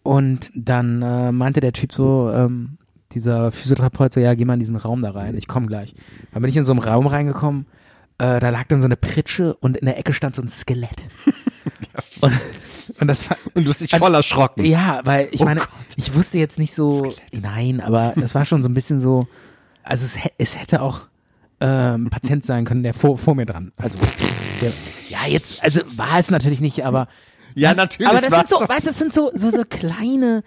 S4: Und dann äh, meinte der Typ so, ähm, dieser Physiotherapeut so, ja, geh mal in diesen Raum da rein, ich komme gleich. Dann bin ich in so einen Raum reingekommen, äh, da lag dann so eine Pritsche und in der Ecke stand so ein Skelett. und, und das war,
S3: Und du hast dich voll erschrocken.
S4: Also, ja, weil ich
S3: Oh
S4: meine,
S3: Gott.
S4: ich wusste jetzt nicht so. Nein, aber das war schon so ein bisschen so. Also es, hä- es hätte auch ähm, Patient sein können, der vor, vor mir dran. Also der, ja, jetzt, also war es natürlich nicht, aber
S3: Ja, natürlich.
S4: aber das sind so,
S3: war's.
S4: weißt, du, das sind so, so, so kleine,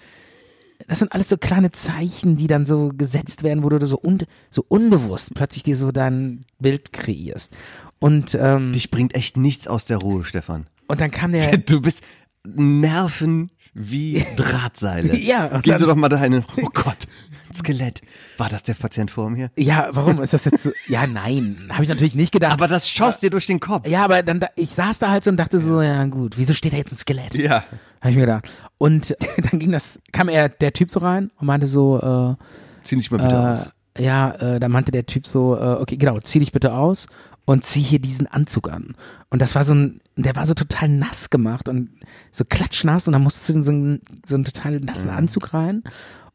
S4: das sind alles so kleine Zeichen, die dann so gesetzt werden, wo du so, un, so unbewusst plötzlich dir so dein Bild kreierst. Und, ähm,
S3: Dich bringt echt nichts aus der Ruhe, Stefan.
S4: und dann kam der,
S3: Du bist Nerven wie Drahtseile.
S4: Ja, und
S3: Gehen
S4: dann-
S3: Sie doch mal dahin. und- Oh Gott, ein Skelett. War das der Patient vor mir?
S4: ja, warum ist das jetzt so? Ja, nein, habe ich natürlich nicht gedacht.
S3: Aber das schoss dir durch den Kopf.
S4: Ja, aber dann da, ich saß da halt so und dachte so, ja gut, wieso steht da jetzt ein Skelett?
S3: Ja.
S4: Habe ich mir gedacht. Und dann ging das, kam er der Typ so rein und meinte so,
S3: Zieh dich mal
S4: äh,
S3: bitte aus.
S4: äh, ja, äh, da meinte der Typ so, äh, okay, genau, zieh dich bitte aus und zieh hier diesen Anzug an. Und das war so ein, der war so total nass gemacht und so klatschnass und dann musstest du in so einen, so einen total nassen
S3: Mhm.
S4: Anzug rein.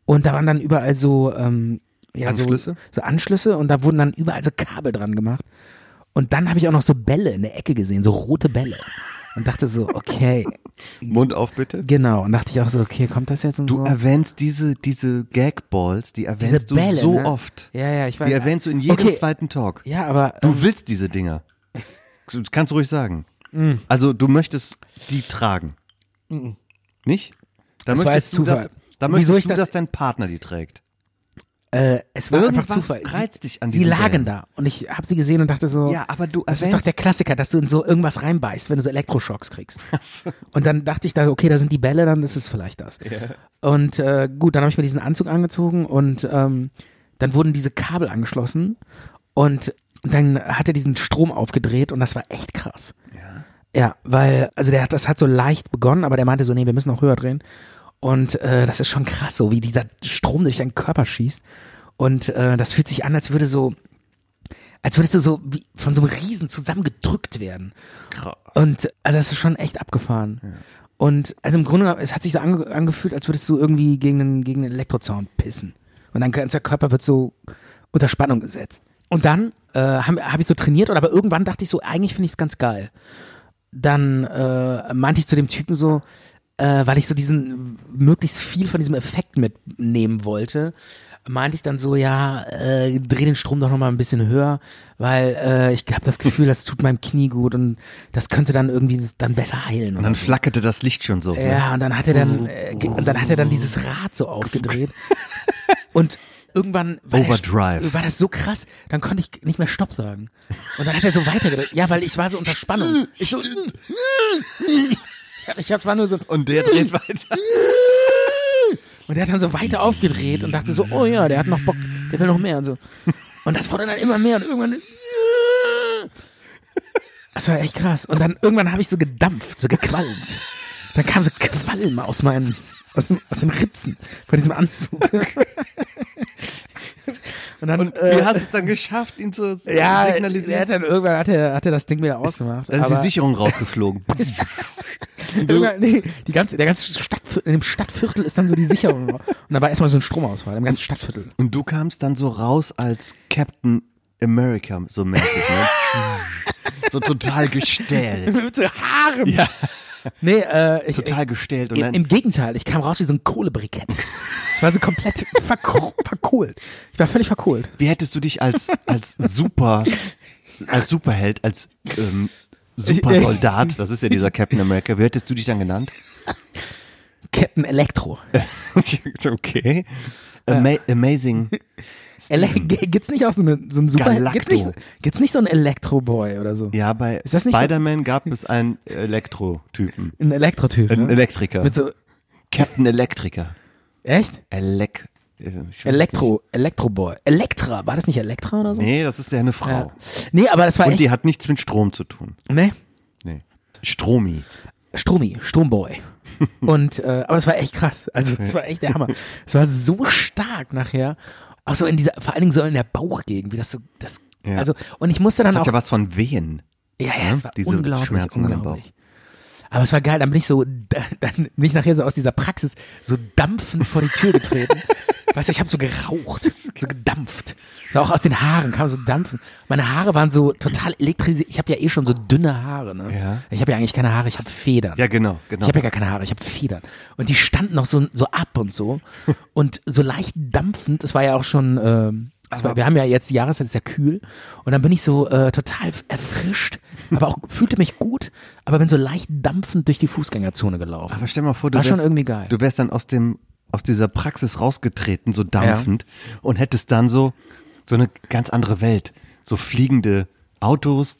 S4: Und da waren dann überall so, ähm, ja,
S3: Anschlüsse?
S4: So, so Anschlüsse und da wurden dann überall so Kabel dran gemacht. Und dann habe ich auch noch so Bälle in der Ecke gesehen, so rote Bälle. Und dachte so, okay,
S3: Mund auf bitte.
S4: genau. Und dachte ich auch so, okay, kommt das jetzt und
S3: Du
S4: so?
S3: erwähnst diese, diese Gagballs, die erwähnst du so
S4: ne?
S3: oft.
S4: Ja, ja, ich weiß.
S3: Die erwähnst du in jedem
S4: okay.
S3: zweiten Talk.
S4: Ja, ähm. aber äh,
S3: Du willst diese Dinger. Du kannst ruhig sagen.
S4: Mm.
S3: Also du möchtest die tragen. Nicht? Da
S4: Das war
S3: möchtest
S4: jetzt
S3: du das,
S4: Zufall.
S3: da
S4: Wieso
S3: möchtest
S4: ich
S3: du,
S4: das-
S3: dass dein Partner die trägt.
S4: äh, es war einfach
S3: Irgendwas
S4: Zufall.
S3: reizt dich an
S4: sie
S3: diesen
S4: lagen
S3: Bällen.
S4: da und ich habe sie gesehen und dachte so,
S3: Ja, aber du
S4: das ist doch
S3: erwähnst-
S4: der Klassiker, dass du in so irgendwas reinbeißt, wenn du so Elektroschocks kriegst. Und dann dachte ich da, so, okay, da sind die Bälle, dann ist es vielleicht das. Und äh, gut, dann habe ich mir diesen Anzug angezogen und ähm, dann wurden diese Kabel angeschlossen und dann hat er diesen Strom aufgedreht und das war echt krass. Ja, weil, also der hat, das hat so leicht begonnen, aber der meinte so, nee, wir müssen noch höher drehen. Und äh, das ist schon krass, so wie dieser Strom durch deinen Körper schießt. Und äh, das fühlt sich an, als würde so, als würdest du so wie von so einem Riesen zusammengedrückt werden.
S3: Krass.
S4: Und also das ist schon echt abgefahren. Und also im Grunde genommen, es hat sich so ange angefühlt, als würdest du irgendwie gegen einen, gegen einen Elektrozaun pissen. Und dein ganzer Körper wird so unter Spannung gesetzt. Und dann äh, habe hab ich so trainiert und aber irgendwann dachte ich so, eigentlich finde ich es ganz geil. Dann äh, meinte ich zu dem Typen so, äh, weil ich so diesen möglichst viel von diesem Effekt mitnehmen wollte, meinte ich dann so, ja, äh, dreh den Strom doch nochmal ein bisschen höher, weil äh, ich habe das Gefühl, das tut meinem Knie gut und das könnte dann irgendwie dann besser heilen.
S3: Und dann flackerte das Licht schon so. ne?
S4: Ja, und dann hat er dann, äh, ge- und dann hat er dann dieses Rad so aufgedreht. und irgendwann war, der
S3: Overdrive.
S4: St- war das so krass, dann konnte ich nicht mehr Stopp sagen. Und dann hat er so weitergedreht. Ja, weil ich war so unter Spannung. Ich so, ich hab zwar nur so,
S3: Und der dreht weiter.
S4: und der hat dann so weiter aufgedreht und dachte so, oh ja, der hat noch Bock, der will noch mehr und so. Und das wurde dann immer mehr und irgendwann. Das war echt krass. Und dann irgendwann habe ich so gedampft, so gequalmt. Dann kam so Qualm aus meinen, aus, dem- aus den Ritzen von diesem Anzug. Und dann,
S3: Und
S4: äh,
S3: wie hast du es dann geschafft, ihm zu
S4: ja, er hat
S3: signalisieren?
S4: dann irgendwann hat er, hat er das Ding wieder ausgemacht.
S3: Da ist also die
S4: aber-
S3: Sicherung rausgeflogen.
S4: Irgendwann- nee, die ganze, der ganze Stadtviertel, in dem Stadtviertel ist dann so die Sicherung. Und da war erstmal so ein Stromausfall im ganzen Stadtviertel.
S3: Und du kamst dann so raus als Captain America, so mäßig, ne? so total gestählt.
S4: Mit so Haaren. Ja. Nee, äh, ich,
S3: Total gestählt. Und
S4: Im, Im
S3: dann,
S4: Gegenteil, ich kam raus wie so ein Kohlebrikett. Ich war so komplett verko verkohlt. Ich war völlig verkohlt.
S3: wie hättest du dich als, als super, als Superheld, als ähm, Supersoldat, das ist ja dieser Captain America, wie hättest du dich dann genannt?
S4: Captain Elektro.
S3: okay. Ama amazing.
S4: Ele Ge- gibt's nicht auch so, eine, so ein Super...
S3: Galacto.
S4: Gibt's nicht, so- gibt's nicht so einen Elektroboy oder so?
S3: Ja, bei
S4: das nicht so-
S3: Spider-Man gab es einen Elektro-Typen.
S4: Ein Elektrotyp.
S3: Einen
S4: ne?
S3: Elektriker.
S4: Mit so...
S3: Captain Elektriker.
S4: Echt?
S3: Elek äh, ich weiß nicht.
S4: Elektro, Elektroboy. Elektra, war das nicht Elektra oder so?
S3: Nee, das ist ja eine Frau.
S4: Ja. Nee, aber das war
S3: Und
S4: echt... ne?
S3: die hat nichts mit Strom zu tun.
S4: Nee.
S3: Nee. Stromi.
S4: Stromi, Stromboy. Und äh, aber es war echt krass. Also es war echt der Hammer. Es war so stark nachher. Auch so in dieser, vor allen Dingen so in der Bauchgegend, wie das so, das.
S3: Ja.
S4: Also und ich musste dann
S3: Das hat
S4: auch.
S3: ja was von Wehen.
S4: ja, ja,
S3: ne?
S4: es war
S3: Diese
S4: unglaublich,
S3: Schmerzen an dem
S4: unglaublich. Aber es war geil. Dann bin ich so, dann bin ich nachher so aus dieser Praxis so dampfend vor die Tür getreten. weißt du, ich habe so geraucht, so gedampft. So auch aus den Haaren kam so dampfen. Meine Haare waren so total elektrisiert. Ich habe ja eh schon so dünne Haare. Ne?
S3: Ja.
S4: Ich habe ja eigentlich keine Haare. Ich hatte Federn.
S3: Ja, genau, genau.
S4: Ich habe ja gar keine Haare, ich habe Federn. Und die standen noch so, so ab und so. und so leicht dampfend, es war ja auch schon, ähm, es war, wir haben ja jetzt die Jahreszeit, ist ja kühl. Und dann bin ich so äh, total f- erfrischt, aber auch fühlte mich gut, aber bin so leicht dampfend durch die Fußgängerzone gelaufen.
S3: Aber stell mal vor, du
S4: War
S3: wärst,
S4: schon irgendwie geil.
S3: du wärst dann aus dem aus dieser Praxis rausgetreten, so dampfend und hättest dann so so eine ganz andere Welt, so fliegende Autos.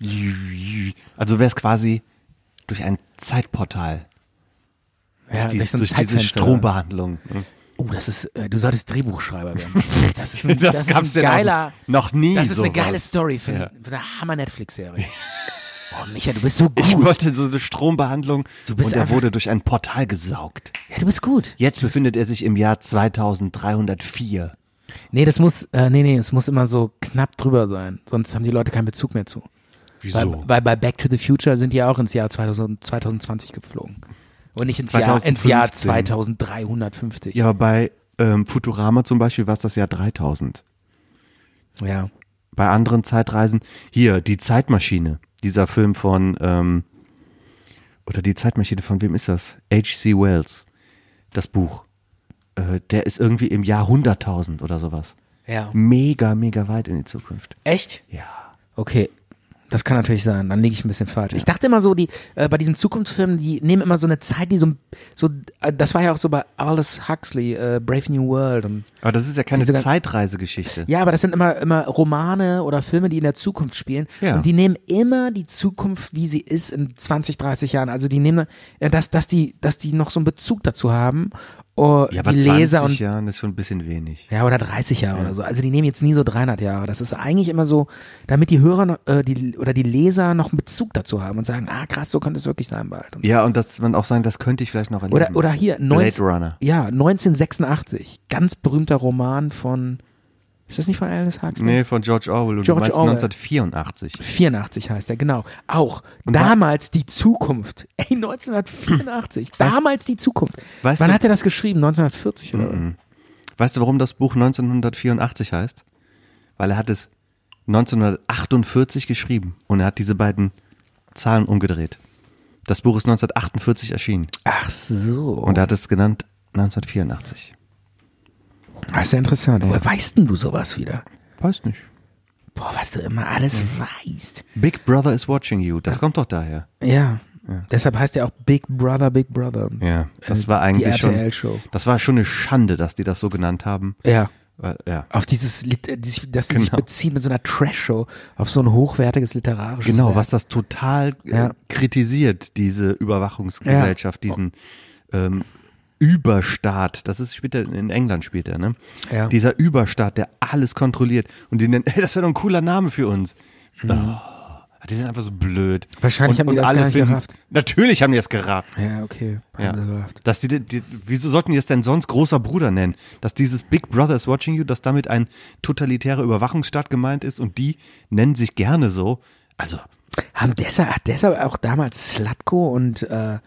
S3: Also wärst quasi durch ein Zeitportal.
S4: ja,
S3: Dies,
S4: so ein
S3: durch diese
S4: Zeitfenster.
S3: Strombehandlung.
S4: Oh, das ist, äh, du solltest Drehbuchschreiber werden. Das ist ein,
S3: Das
S4: das ist ein
S3: gab's ja noch-
S4: geiler,
S3: noch nie
S4: Das ist eine
S3: sowas.
S4: geile Story für,
S3: Ja.
S4: für eine Hammer-Netflix-Serie. Boah, Micha, du bist so gut.
S3: Ich wollte so eine Strombehandlung
S4: Du bist
S3: und er
S4: einfach-
S3: wurde durch ein Portal gesaugt.
S4: ja, du bist gut.
S3: Jetzt befindet er sich im Jahr 2304.
S4: Nee, das muss, äh, nee, nee, es muss immer so knapp drüber sein. Sonst haben die Leute keinen Bezug mehr zu. Weil, weil bei Back to the Future sind die ja auch ins Jahr 2000, 2020 geflogen. Und nicht ins Jahr, ins Jahr
S3: 2015.
S4: 2350.
S3: Ja, aber bei ähm, Futurama zum Beispiel war es das Jahr 3000.
S4: ja.
S3: Bei anderen Zeitreisen, hier, die Zeitmaschine, dieser Film von, ähm, oder die Zeitmaschine, von wem ist das? H.C. Wells, das Buch. Äh, der ist irgendwie im Jahr 100.000 oder sowas.
S4: Ja.
S3: Mega, mega weit in die Zukunft.
S4: Echt?
S3: Ja.
S4: Okay. Das kann natürlich sein, dann liege ich ein bisschen falsch. Ich dachte immer so, die äh, bei diesen Zukunftsfilmen, die nehmen immer so eine Zeit, die so, ein- so äh, das war ja auch so bei Aldous Huxley, äh, Brave New World und
S3: Aber das ist ja keine
S4: Diese gan-
S3: Zeitreisegeschichte.
S4: Ja, aber das sind immer, immer Romane oder Filme, die in der Zukunft spielen.
S3: Ja.
S4: Und die nehmen immer die Zukunft, wie sie ist in 20, 30 Jahren. Also die nehmen, äh, dass, dass, die, dass die noch so einen Bezug dazu haben. Oh,
S3: Ja, aber
S4: die
S3: 20
S4: Leser und.
S3: Jahren ist schon ein bisschen wenig.
S4: Ja, oder 30 Jahre oder so. Also die nehmen jetzt nie so 300 Jahre. Das ist eigentlich immer so, damit die Hörer noch, äh, die, oder die Leser noch einen Bezug dazu haben und sagen, ah krass, so könnte es wirklich sein bald. Und
S3: Ja, und dass man auch sagen, das könnte ich vielleicht noch erleben.
S4: oder, oder hier,
S3: Blade
S4: 19,
S3: Runner.
S4: Ja, 1986. Ganz berühmter Roman von, ist das nicht von Alice Huxley?
S3: Nee, von George Orwell. Und
S4: George
S3: du meinst
S4: Orwell.
S3: 1984.
S4: 84 heißt er, genau. Auch
S3: wa- Hm.
S4: damals die Zukunft. Ey, 1984. damals die Zukunft.
S3: Weißt
S4: Wann
S3: du- Mhm.
S4: hat er das geschrieben? 1940 oder?
S3: Weißt du, warum das Buch 1984 heißt? Weil er hat es 1948 geschrieben und er hat diese beiden Zahlen umgedreht. Das Buch ist 1948 erschienen
S4: Ach so.
S3: und er hat es genannt 1984.
S4: das ist ja interessant. Woher weißt denn du sowas wieder?
S3: Weiß nicht.
S4: Boah, was du immer alles
S3: Mhm.
S4: weißt.
S3: Big Brother is watching you. Das kommt doch daher.
S4: Ja. Deshalb heißt er auch Big Brother, Big Brother.
S3: Ja,
S4: Äh,
S3: das war eigentlich
S4: die
S3: schon.
S4: RTL-Show.
S3: Das war schon eine Schande, dass die das so genannt haben.
S4: Ja.
S3: Weil, ja.
S4: Auf dieses, Lit- äh, die sich- dass sie sich
S3: Genau.
S4: beziehen mit so einer Trash-Show, auf so ein hochwertiges literarisches
S3: Genau,
S4: Werk.
S3: was das total äh,
S4: Ja.
S3: kritisiert, diese Überwachungsgesellschaft, diesen ähm, Überstaat. Das ist später in England später, ne?
S4: Ja.
S3: Dieser Überstaat, der alles kontrolliert und die nennen, hey, das wäre doch ein cooler Name für uns. Oh, Die sind einfach so blöd.
S4: Mhm. Wahrscheinlich haben die das gar nicht
S3: finden's-
S4: gerafft.
S3: Natürlich haben die das gerafft.
S4: Ja, okay.
S3: Ja.
S4: Angebracht.
S3: Dass die, die, wieso sollten die es denn sonst großer Bruder nennen? Dass dieses Big Brother is watching you, dass damit ein totalitärer Überwachungsstaat gemeint ist und die nennen sich gerne so. Also,
S4: Haben deshalb, hat deshalb auch damals Slatko und äh,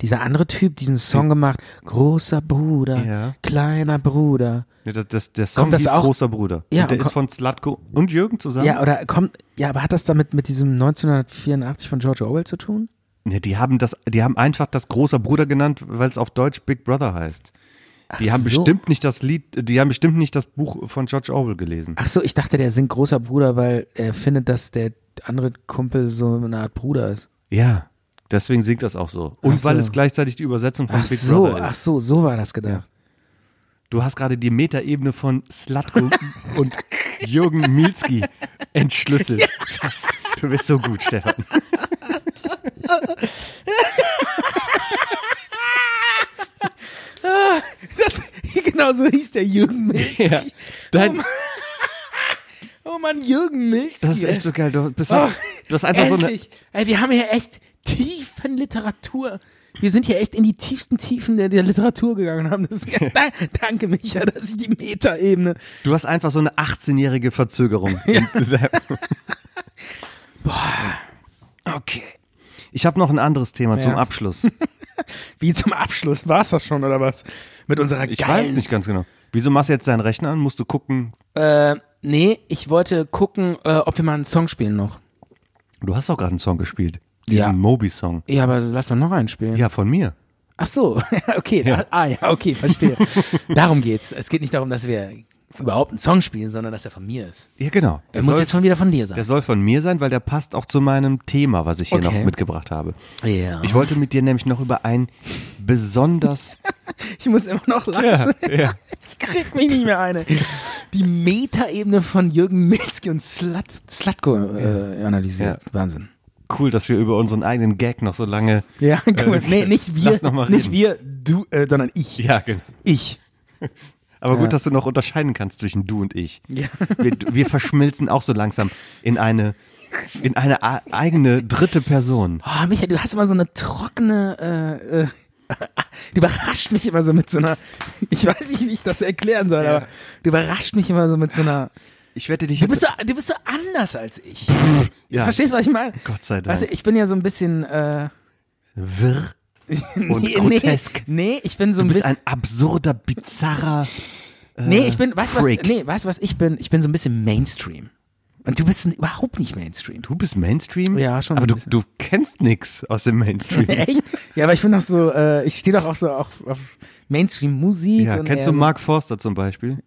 S4: dieser andere Typ diesen Song gemacht, großer Bruder,
S3: Ja.
S4: kleiner Bruder.
S3: ne, das, das, der Song
S4: Kommt das
S3: hieß
S4: auch?
S3: großer Bruder.
S4: Ja,
S3: und der
S4: und
S3: ist von Slatko und Jürgen zusammen.
S4: Ja, oder kommt, ja, aber hat das damit mit diesem 1984 von George Orwell zu tun?
S3: Ne, die haben das, die haben einfach das großer Bruder genannt, weil es auf Deutsch Big Brother heißt. Die
S4: Ach
S3: haben
S4: so.
S3: bestimmt nicht das Lied, die haben bestimmt nicht das Buch von George Orwell gelesen.
S4: Ach so, ich dachte, der singt großer Bruder, weil er findet, dass der andere Kumpel so eine Art Bruder ist.
S3: Ja, deswegen singt das auch so. Und
S4: Ach
S3: weil
S4: so.
S3: es gleichzeitig die Übersetzung von
S4: Ach
S3: Big
S4: so,
S3: Brother
S4: ach
S3: ist.
S4: so, so war das gedacht.
S3: Du hast gerade die Metaebene von Slatko und Jürgen Milski entschlüsselt. Das, du bist so gut, Stefan.
S4: Das, genau so hieß der Jürgen Milzki.
S3: Ja. Dein,
S4: Oh Mann, Jürgen Milzki.
S3: das ist echt so geil. Du, bist halt, du hast einfach
S4: Endlich. Ey, wir haben hier echt tiefen Literatur. Wir sind hier echt in die tiefsten Tiefen der, der Literatur gegangen und haben. Das, da, danke, Micha, dass ich die Metaebene.
S3: so eine, du hast einfach so eine 18-jährige Verzögerung.
S4: Okay.
S3: Ich habe noch ein anderes Thema zum
S4: Ja.
S3: Abschluss.
S4: Wie zum Abschluss war's das schon, oder was? Mit unserer
S3: Ich
S4: geilen
S3: weiß nicht ganz genau. Wieso machst du jetzt deinen Rechner an? Musst du gucken.
S4: Äh, nee, ich wollte gucken, äh, ob wir mal einen Song spielen noch.
S3: Du hast doch gerade einen Song gespielt. Diesen
S4: Ja.
S3: Moby-Song.
S4: Ja, aber lass doch noch einen spielen.
S3: Ja, von mir.
S4: Ach so, okay.
S3: Ja.
S4: Ah ja, okay, verstehe. darum geht's. Es geht nicht darum, dass wir überhaupt einen Song spielen, sondern dass er von mir ist.
S3: Ja, genau.
S4: Er muss jetzt schon wieder von dir
S3: Der
S4: sein.
S3: soll von mir sein, weil der passt auch zu meinem Thema, was ich hier
S4: Okay.
S3: noch mitgebracht habe.
S4: Ja.
S3: Ich wollte mit dir nämlich noch über ein besonders.
S4: Ich muss immer noch lachen.
S3: ja, ja.
S4: Ich krieg mich nicht mehr eine. Die Metaebene von Jürgen Milzki und Slat Slatko äh, analysiert. Wahnsinn.
S3: Cool, dass wir über unseren eigenen Gag noch so lange. äh,
S4: Ja, cool. Äh, nee, nicht wir,
S3: lass noch mal
S4: nicht
S3: reden.
S4: wir, du, äh, sondern ich.
S3: Ja, genau.
S4: Ich.
S3: Aber
S4: Ja.
S3: gut, dass du noch unterscheiden kannst zwischen du und ich.
S4: Ja.
S3: Wir, wir verschmilzen auch so langsam in eine, in eine a- eigene dritte Person.
S4: Oh, Micha, du hast immer so eine trockene, äh, äh, du überrascht mich immer so mit so einer, ich weiß nicht, wie ich das erklären soll, aber du überrascht mich immer so mit so einer,
S3: Ich wette dich
S4: du
S3: jetzt.
S4: bist so, du bist so anders als ich.
S3: ja.
S4: Verstehst du, was ich meine?
S3: Gott sei Dank.
S4: Weißt du, ich bin ja so ein bisschen, äh,
S3: Wirr und
S4: nee,
S3: grotesk.
S4: Nee, nee, ich bin so ein
S3: Du bist
S4: bisschen,
S3: ein absurder, bizarrer.
S4: nee, ich bin, weißt du, was,
S3: Äh, Freak.
S4: nee, weißt du, was ich bin? Ich bin so ein bisschen Mainstream. Und du bist n- überhaupt nicht Mainstream.
S3: Du bist Mainstream?
S4: Ja, schon
S3: Aber
S4: ein
S3: du,
S4: bisschen.
S3: du kennst nix aus dem Mainstream.
S4: Echt? Ja, aber ich bin doch so, äh, ich stehe doch auch so auf, auf Mainstream-Musik.
S3: Ja,
S4: und
S3: kennst
S4: eher
S3: du Mark Forster zum Beispiel?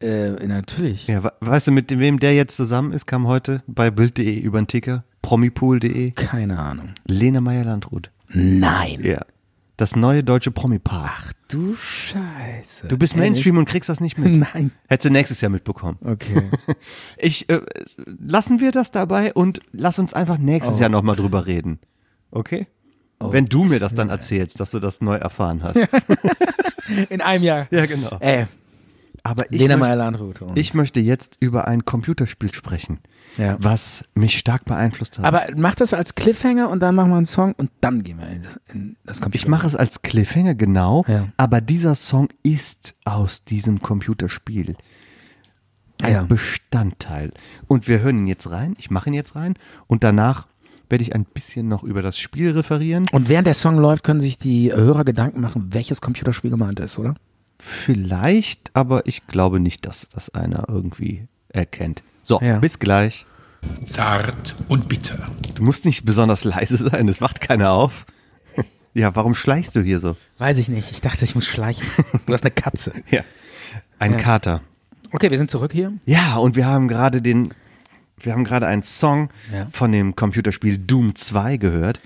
S4: So, äh, natürlich.
S3: Ja, we- weißt du, mit dem- wem der jetzt zusammen ist, kam heute bei Bild.de über den Ticker, promipool.de,
S4: Keine Ahnung.
S3: Lena Meyer-Landrut.
S4: Nein.
S3: Ja. Das neue deutsche Promi-Paar. Ach,
S4: Du Scheiße. Äh,
S3: du bist Mainstream und kriegst das nicht mit.
S4: Nein.
S3: Hättest du nächstes Jahr mitbekommen.
S4: Okay.
S3: Ich, äh, lassen wir das dabei und lass uns einfach nächstes
S4: Oh.
S3: Jahr nochmal drüber reden. Okay? Wenn du mir das dann erzählst, dass du das neu erfahren hast.
S4: In einem Jahr.
S3: ja, genau.
S4: Ey,
S3: Aber ich
S4: Lena
S3: möchte-
S4: Meyer-Landrut. und-
S3: Ich möchte jetzt über ein Computerspiel sprechen,
S4: Ja.
S3: was mich stark beeinflusst hat.
S4: Aber mach das als Cliffhanger und dann machen wir einen Song und dann gehen wir in das, in das Computer.
S3: ich mache es als Cliffhanger genau,
S4: Ja.
S3: aber dieser Song ist aus diesem Computerspiel ein
S4: Ja.
S3: Bestandteil. Und wir hören ihn jetzt rein, ich mache ihn jetzt rein und danach werde ich ein bisschen noch über das Spiel referieren.
S4: Und während der Song läuft, können sich die Hörer Gedanken machen, welches Computerspiel gemeint ist, oder?
S3: Vielleicht, aber ich glaube nicht, dass das einer irgendwie erkennt. So,
S4: Ja.
S3: bis gleich.
S5: Zart und bitter.
S3: Du musst nicht besonders leise sein, es wacht keiner auf. Ja, warum schleichst du hier so?
S4: Weiß ich nicht. Ich dachte, ich muss schleichen. Du hast eine Katze.
S3: Ja. Ein Kater.
S4: Okay, wir sind zurück hier.
S3: Ja, und wir haben gerade den, wir haben gerade einen Song
S4: Ja.
S3: von dem Computerspiel Doom 2 gehört.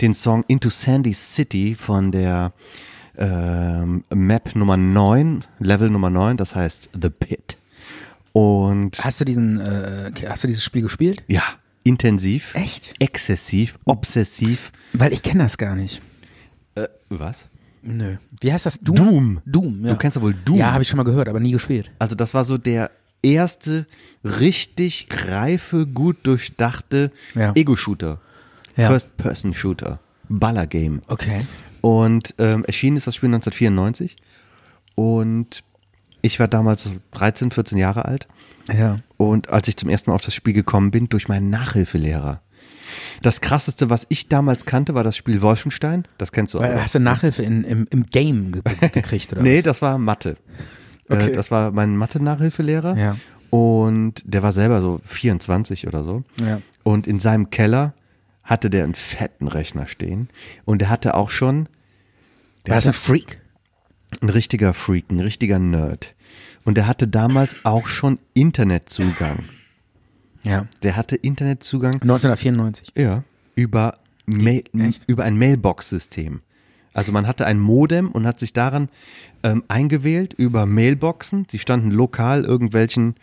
S3: Den Song Into Sandy City von der ähm, Map Nummer 9, Level Nummer 9, das heißt The Pit. Und
S4: Hast du diesen, äh, hast du dieses Spiel gespielt?
S3: ja, intensiv.
S4: Echt?
S3: Exzessiv, obsessiv.
S4: Weil ich kenne das gar nicht.
S3: Äh, was?
S4: Nö. Wie heißt das? Doom?
S3: Doom.
S4: Doom, ja.
S3: Du kennst ja wohl Doom.
S4: Ja, habe ich schon mal gehört, aber nie gespielt.
S3: Also das war so der erste richtig reife, gut durchdachte
S4: Ja.
S3: Ego-Shooter.
S4: Ja.
S3: First-Person-Shooter. Baller-Game.
S4: Okay.
S3: Und ähm, erschienen ist das Spiel 1994. Und ich war damals 13, 14 Jahre alt.
S4: Ja.
S3: Und als ich zum ersten Mal auf das Spiel gekommen bin, durch meinen Nachhilfelehrer. Das krasseste, was ich damals kannte, war das Spiel Wolfenstein. Das kennst du auch.
S4: Weil, hast du Nachhilfe in, im, im Game ge gekriegt, oder?
S3: Nee,
S4: was?
S3: das war Mathe.
S4: Okay.
S3: Äh, das war mein Mathe-Nachhilfelehrer.
S4: Ja.
S3: Und der war selber so 24 oder so.
S4: Ja.
S3: Und in seinem Keller hatte der einen fetten Rechner stehen. Und der hatte auch schon
S4: War das ein Freak?
S3: ein richtiger Freak, ein richtiger Nerd. Und der hatte damals auch schon Internetzugang.
S4: Ja.
S3: Der hatte Internetzugang
S4: 1994.
S3: Ja. Über, Mail, über ein Mailbox-System. Also man hatte ein Modem und hat sich daran ähm, eingewählt über Mailboxen. Die standen lokal irgendwelchen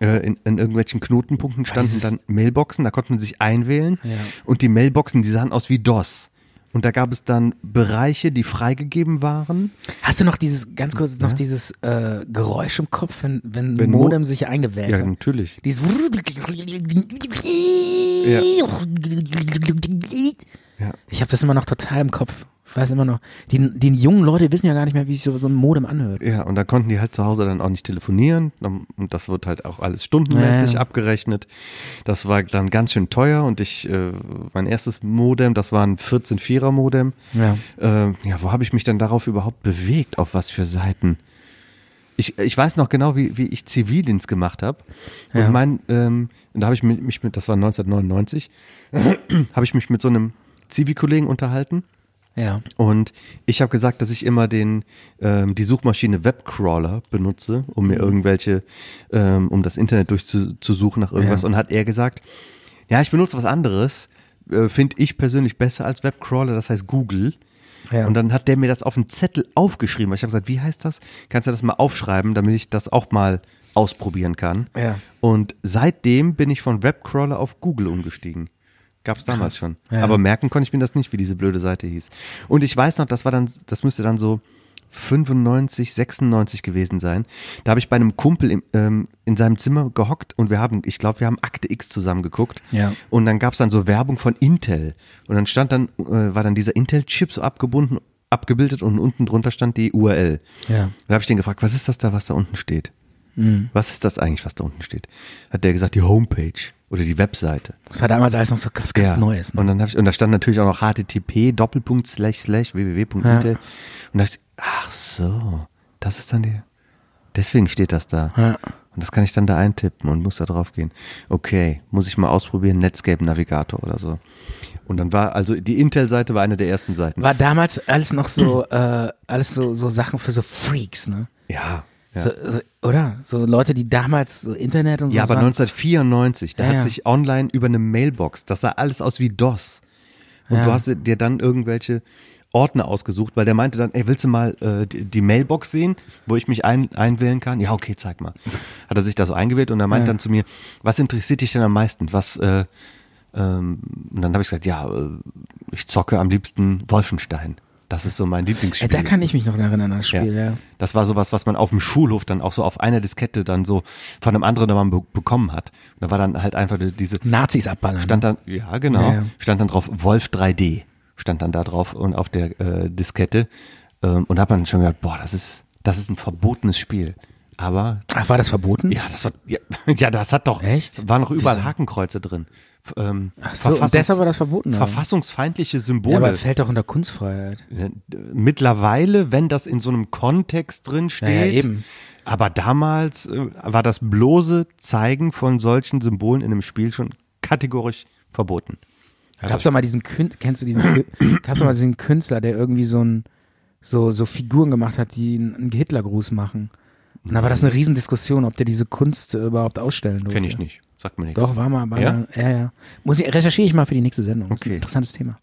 S3: äh, in, in irgendwelchen Knotenpunkten standen
S4: dieses-
S3: dann Mailboxen. Da konnte man sich einwählen
S4: Ja.
S3: und die Mailboxen, die sahen aus wie DOS. Und da gab es dann Bereiche, die freigegeben waren.
S4: Hast du noch dieses, ganz kurz, noch dieses äh, Geräusch im Kopf, wenn, wenn,
S3: Wenn Mo-
S4: Modem sich eingewählt hat?
S3: natürlich.
S4: Dieses
S3: Ja.
S4: Ich habe das immer noch total im Kopf. Ich weiß immer noch. Die, die jungen Leute wissen ja gar nicht mehr, wie sich so, so ein Modem anhört.
S3: Ja, und dann konnten die halt zu Hause dann auch nicht telefonieren. Dann- Und das wird halt auch alles stundenmäßig
S4: Ja, ja.
S3: abgerechnet. Das war dann ganz schön teuer. Und ich, äh, mein erstes Modem, das war ein 14-4er-Modem.
S4: Ja.
S3: Äh, ja, wo habe ich mich denn darauf überhaupt bewegt? Auf was für Seiten? Ich, ich weiß noch genau, wie, wie ich Zivildienst gemacht habe.
S4: Ja.
S3: Und mein, ähm, und da habe ich mit- mich mit, das war 1999, habe ich mich mit so einem Zivi-Kollegen unterhalten.
S4: Ja.
S3: Und ich habe gesagt, dass ich immer den, ähm, die Suchmaschine Webcrawler benutze, um
S4: Mhm.
S3: mir irgendwelche, ähm, um das Internet durchzusuchen nach irgendwas.
S4: Ja.
S3: Und hat er gesagt, ja, ich benutze was anderes, äh, finde ich persönlich besser als Webcrawler, das heißt Google.
S4: Ja.
S3: Und dann hat der mir das auf einen Zettel aufgeschrieben. Ich habe gesagt, wie heißt das? Kannst du das mal aufschreiben, damit ich das auch mal ausprobieren kann?
S4: Ja.
S3: Und seitdem bin ich von Webcrawler auf Google umgestiegen. Gab es damals schon.
S4: Ja.
S3: Aber merken konnte ich mir das nicht, wie diese blöde Seite hieß. Und ich weiß noch, das war dann, das müsste dann so 95, 96 gewesen sein. Da habe ich bei einem Kumpel im, ähm, in seinem Zimmer gehockt und wir haben, ich glaube, wir haben Akte X zusammen geguckt.
S4: Ja.
S3: Und dann gab es dann so Werbung von Intel. Und dann stand dann, äh, war dann dieser Intel-Chip so abgebunden, abgebildet und unten drunter stand die URL.
S4: Ja.
S3: Und da habe ich den gefragt, was ist das da, was da unten steht? Was ist das eigentlich, was da unten steht? Hat der gesagt, die Homepage oder die Webseite.
S4: Das war damals alles noch so ganz, ganz Neues. Ne?
S3: Und dann habe ich, und da stand natürlich auch noch http doppelpunkt slash slash www.intel.
S4: Ja.
S3: Und da dachte ich, ach so, das ist dann die, deswegen steht das da.
S4: Ja.
S3: Und das kann ich dann da eintippen und muss da drauf gehen. Okay, muss ich mal ausprobieren, Netscape Navigator oder so. Und dann war, also die Intel-Seite war eine der ersten Seiten.
S4: War damals alles noch so, äh, alles so, so Sachen für so Freaks, ne?
S3: Ja. Ja,
S4: So, so, oder? So Leute, die damals so Internet und so.
S3: ja aber
S4: waren.
S3: 1994, da
S4: Ja,
S3: hat
S4: ja.
S3: sich online über eine Mailbox, das sah alles aus wie DOS. Und
S4: Ja.
S3: du hast dir dann irgendwelche Ordner ausgesucht, weil der meinte dann, ey, willst du mal äh, die, die Mailbox sehen, wo ich mich ein, einwählen kann? Ja, okay, zeig mal. Hat er sich da so eingewählt und er meinte dann zu mir, was interessiert dich denn am meisten? Was, äh, ähm, und dann habe ich gesagt, ja, äh, ich zocke am liebsten Wolfenstein. Das ist so mein
S4: ja,
S3: Lieblingsspiel.
S4: da kann ich mich noch dran erinnern, an das Spiel, ja.
S3: Das war sowas, was man auf dem Schulhof dann auch so auf einer Diskette dann so von einem anderen dann be bekommen hat. Und da war dann halt einfach diese,
S4: Nazis abballern. ne?
S3: stand dann, ja genau,
S4: Ja, ja.
S3: stand dann drauf Wolf 3D, stand dann da drauf und auf der äh, Diskette. Ähm, und da hat man schon gedacht, boah, das ist, das ist ein verbotenes Spiel. Aber
S4: Ach, war das verboten?
S3: ja, das war, ja, ja das hat doch,
S4: Echt?
S3: waren noch überall
S4: Wieso?
S3: Hakenkreuze drin. F- Ähm,
S4: Ach so, und
S3: Verfassungs-
S4: deshalb war das verboten, oder?
S3: Verfassungsfeindliche
S4: Ja,
S3: Symbole.
S4: aber fällt doch unter Kunstfreiheit.
S3: Mittlerweile, wenn das in so einem Kontext drin steht.
S4: Ja, ja, eben.
S3: Aber damals äh, war das bloße Zeigen von solchen Symbolen in einem Spiel schon kategorisch verboten. Also,
S4: Gab's doch mal diesen Kün kennst du diesen Kü- gab's doch mal diesen Künstler, der irgendwie so ein so so Figuren gemacht hat, die einen einen Hitlergruß machen. Und da war das eine Riesendiskussion, ob der diese Kunst äh, überhaupt ausstellen durfte.
S3: Kenne ich nicht. Sagt mir nichts.
S4: Doch, war mal bei
S3: Ja?
S4: einer, ja, ja. Muss ich, recherchiere ich mal für die nächste Sendung. Das ist ein
S3: Okay. Ah,
S4: interessantes Thema.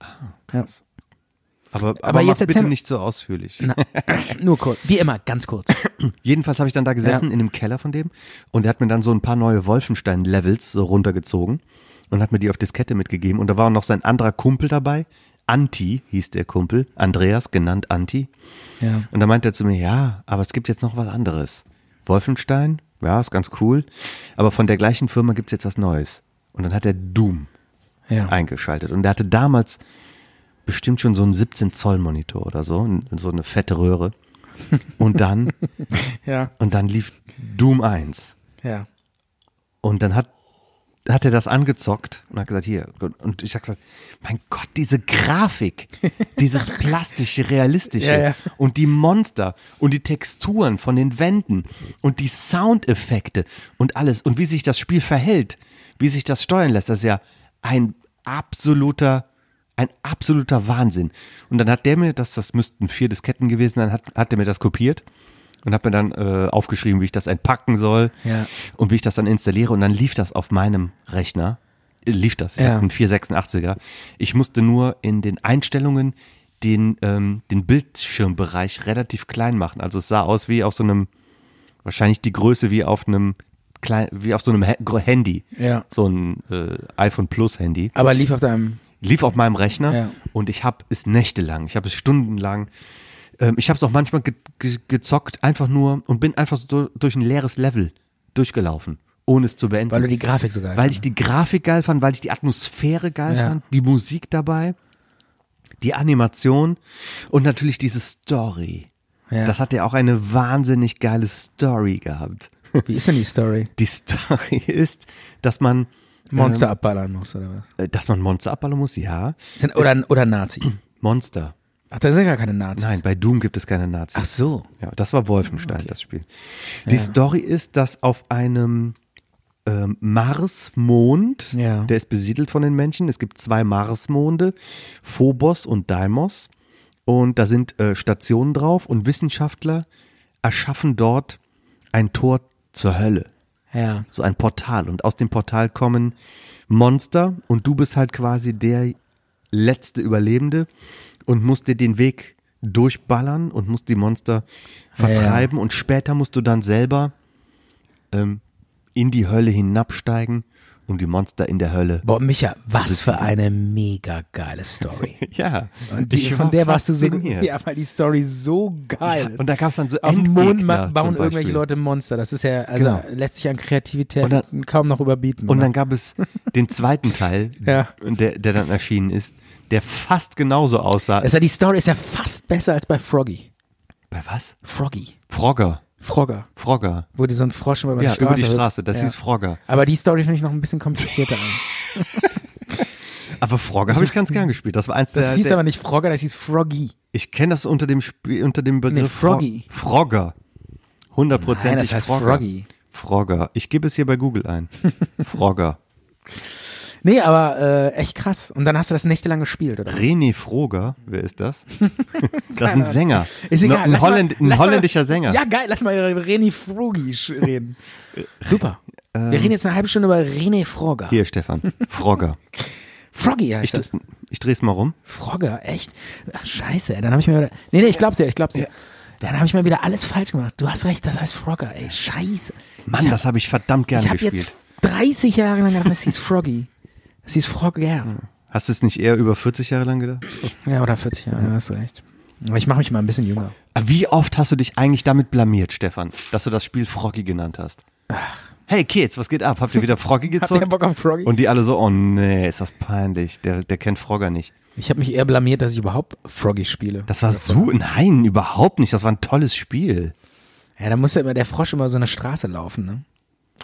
S4: krass.
S3: Aber, aber,
S4: Aber jetzt
S3: mach
S4: erzähl-
S3: bitte nicht so ausführlich.
S4: Na, nur kurz, wie immer, ganz kurz.
S3: Jedenfalls habe ich dann da gesessen in dem Keller von dem und er hat mir dann so ein paar neue Wolfenstein-Levels so runtergezogen und hat mir die auf Diskette mitgegeben und da war auch noch sein anderer Kumpel dabei. Anti hieß der Kumpel, Andreas, genannt Anti.
S4: Ja.
S3: Und da meinte er zu mir, ja, aber es gibt jetzt noch was anderes. Wolfenstein, ja, ist ganz cool. Aber von der gleichen Firma gibt's jetzt was Neues. Und dann hat er Doom
S4: Ja.
S3: eingeschaltet. Und der hatte damals bestimmt schon so einen 17-Zoll-Monitor oder so, n- so eine fette Röhre. Und dann,
S4: ja.
S3: und dann lief Doom 1.
S4: Ja.
S3: Und dann hat, hat er das angezockt und hat gesagt, hier. Und ich habe gesagt, mein Gott, diese Grafik, dieses plastische, realistische
S4: Ja, ja.
S3: und die Monster und die Texturen von den Wänden und die Soundeffekte und alles und wie sich das Spiel verhält, wie sich das steuern lässt, das ist ja ein absoluter ein absoluter Wahnsinn. Und dann hat der mir, das, das müssten vier Disketten gewesen sein, hat, hat der mir das kopiert und hat mir dann äh, aufgeschrieben, wie ich das entpacken soll
S4: Ja.
S3: und wie ich das dann installiere. Und dann lief das auf meinem Rechner. Äh, Lief das. Ich
S4: Ja.
S3: hab einen 486er. Ich musste nur in den Einstellungen den, ähm, den Bildschirmbereich relativ klein machen. Also es sah aus wie auf so einem, wahrscheinlich die Größe wie auf einem klein, wie auf so einem Ha- Gro- Handy.
S4: Ja.
S3: So ein äh, iPhone Plus Handy.
S4: Aber lief auf deinem.
S3: Lief auf meinem Rechner
S4: Ja.
S3: und ich habe es nächtelang, ich habe es stundenlang. Ähm, ich habe es auch manchmal ge ge gezockt, einfach nur und bin einfach so du- durch ein leeres Level durchgelaufen, ohne es zu beenden.
S4: Weil du die Grafik sogar.
S3: Weil ich die Grafik geil fand, weil ich die Atmosphäre geil
S4: Ja.
S3: fand, die Musik dabei, die Animation und natürlich diese Story.
S4: Ja.
S3: Das hat ja auch eine wahnsinnig geile Story gehabt.
S4: Wie ist denn die Story?
S3: Die Story ist, dass man,
S4: Monster abballern muss, oder was?
S3: äh, dass man Monster abballern muss, ja.
S4: Sind, oder, oder Nazi.
S3: Monster.
S4: Ach, da sind gar keine Nazis.
S3: Nein, bei Doom gibt es keine Nazis.
S4: Ach so.
S3: Ja, das war Wolfenstein, das Spiel. Die Story ist, dass auf einem ähm, Marsmond,
S4: Ja.
S3: der ist besiedelt von den Menschen, es gibt zwei Marsmonde, Phobos und Deimos. Und da sind äh, Stationen drauf und Wissenschaftler erschaffen dort ein Tor zur Hölle
S4: Ja.
S3: so ein Portal und aus dem Portal kommen Monster und du bist halt quasi der letzte Überlebende und musst dir den Weg durchballern und musst die Monster vertreiben und später musst du dann selber ähm, in die Hölle hinabsteigen, um die Monster in der Hölle.
S4: Boah, Micha, was für eine mega geile Story.
S3: Ja,
S4: Und die, von der warst du so.
S3: fasziniert.
S4: Ja, weil die Story so geil ist.
S3: Und da gab's dann so
S4: Auf dem Mond ma-
S3: Endgegner
S4: bauen
S3: zum
S4: irgendwelche
S3: Beispiel.
S4: Leute Monster. Das ist ja, also
S3: Genau.
S4: lässt sich an Kreativität
S3: Und
S4: kaum noch überbieten.
S3: Und
S4: oder?
S3: dann gab es den zweiten Teil,
S4: Ja.
S3: der, der dann erschienen ist, der fast genauso aussah.
S4: ist ja, die Story ist ja fast besser als bei Froggy.
S3: Bei was?
S4: Froggy.
S3: Frogger.
S4: Frogger.
S3: Frogger.
S4: Wo die so ein Frosch über die
S3: Ja,
S4: Straße.
S3: über die
S4: hüpft.
S3: Straße, das hieß Frogger.
S4: Aber die Story finde ich noch ein bisschen komplizierter.
S3: Aber Frogger habe ich ganz gern gespielt. Das war eins
S4: Das
S3: der.
S4: hieß
S3: der
S4: aber nicht Frogger, das hieß Froggy.
S3: ich kenne das unter dem Spiel, unter dem Begriff
S4: Nee, Froggy.
S3: Fro- Frogger. Hundertprozentig.
S4: Nein, das heißt
S3: Frogger.
S4: Froggy.
S3: Frogger. Ich gebe es hier bei Google ein. Frogger.
S4: Nee, aber äh, echt krass. Und dann hast du das nächtelang gespielt, oder?
S3: René Froger, wer ist das? Das ist ein Sänger.
S4: Ist egal.
S3: Ein,
S4: lass mal-
S3: Holländ, ein
S4: lass mal-
S3: holländischer Sänger.
S4: Ja, genau. geil. Lass mal über René Frogi sch- reden. Super. Wir reden jetzt eine halbe Stunde über René Frogger.
S3: Ähm. Hier, Stefan. Frogger.
S4: Froggy heißt
S3: Ich,
S4: das.
S3: ich drehe es mal rum.
S4: Frogger, echt? Ach, scheiße, ey. dann habe ich mir wieder. Nee, nee, ich glaub's dir, ich glaub's dir. Dann habe ich mal wieder alles falsch gemacht. Du hast recht, das heißt Frogger, ey. Scheiße.
S3: Mann,
S4: ich hab,
S3: das habe ich verdammt gern
S4: ich hab
S3: gespielt.
S4: jetzt 30 Jahre lang gedacht, das hieß Froggy. Das hieß Frogger.
S3: Hast du es nicht eher über 40 Jahre lang gedacht?
S4: Ja, oder 40 Jahre, du hast recht. Aber ich mache mich mal ein bisschen jünger.
S3: Ah, Wie oft hast du dich eigentlich damit blamiert, Stefan, dass du das Spiel Froggy genannt hast? Hey Kids, was geht ab? Habt ihr wieder Froggy gezockt?
S4: ihr Bock auf Froggy?
S3: Und die alle so, oh nee, ist das peinlich. Der, der kennt Frogger nicht.
S4: Ich habe mich eher blamiert, dass ich überhaupt Froggy spiele.
S3: Das war so, nein, überhaupt nicht. Das war ein tolles Spiel.
S4: ja, da musste immer der Frosch über so eine Straße laufen, ne?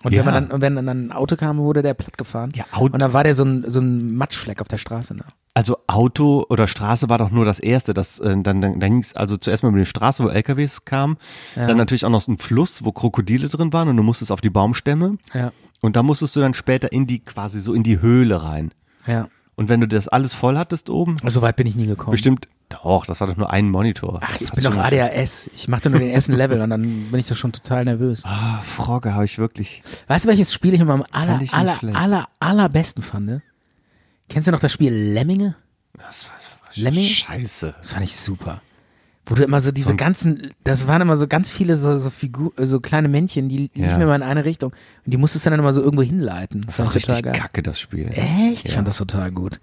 S4: Und
S3: Ja.
S4: wenn man dann, und wenn dann ein Auto kam, wurde der platt gefahren.
S3: Ja, Auto-
S4: und dann war der so ein, so ein Matschfleck auf der Straße, ne?
S3: Also Auto oder Straße war doch nur das Erste. Das, äh, dann dann, dann ging es also zuerst mal über die Straße, wo LKWs kamen. Dann natürlich auch noch so ein Fluss, wo Krokodile drin waren und du musstest auf die Baumstämme.
S4: Ja.
S3: Und da musstest du dann später in die, quasi so in die Höhle rein.
S4: Ja.
S3: Und wenn du das alles voll hattest oben,
S4: So weit bin ich nie gekommen.
S3: Bestimmt. Doch, das war doch nur ein Monitor.
S4: Ach, ich
S3: Hast
S4: bin
S3: du
S4: doch
S3: nicht-
S4: ADHS. Ich machte nur den ersten Level und dann bin ich doch schon total nervös.
S3: Ah, Frogger habe ich wirklich.
S4: Weißt du, welches Spiel ich immer am aller,
S3: Fand ich nicht
S4: aller,
S3: schlecht.
S4: aller, allerbesten fand? Kennst du noch das Spiel Lemminge?
S3: Das war, das war
S4: Lemmy?
S3: Scheiße.
S4: Das fand ich super. Wo du immer so diese ganzen, das waren immer so ganz viele so, so Figur, so kleine Männchen, die liefen
S3: Ja.
S4: immer in eine Richtung. Und die musstest du dann immer so irgendwo hinleiten.
S3: Das war
S4: fand ich
S3: richtig
S4: total geil.
S3: kacke, das Spiel.
S4: Echt? Ich
S3: Ja.
S4: fand das total gut.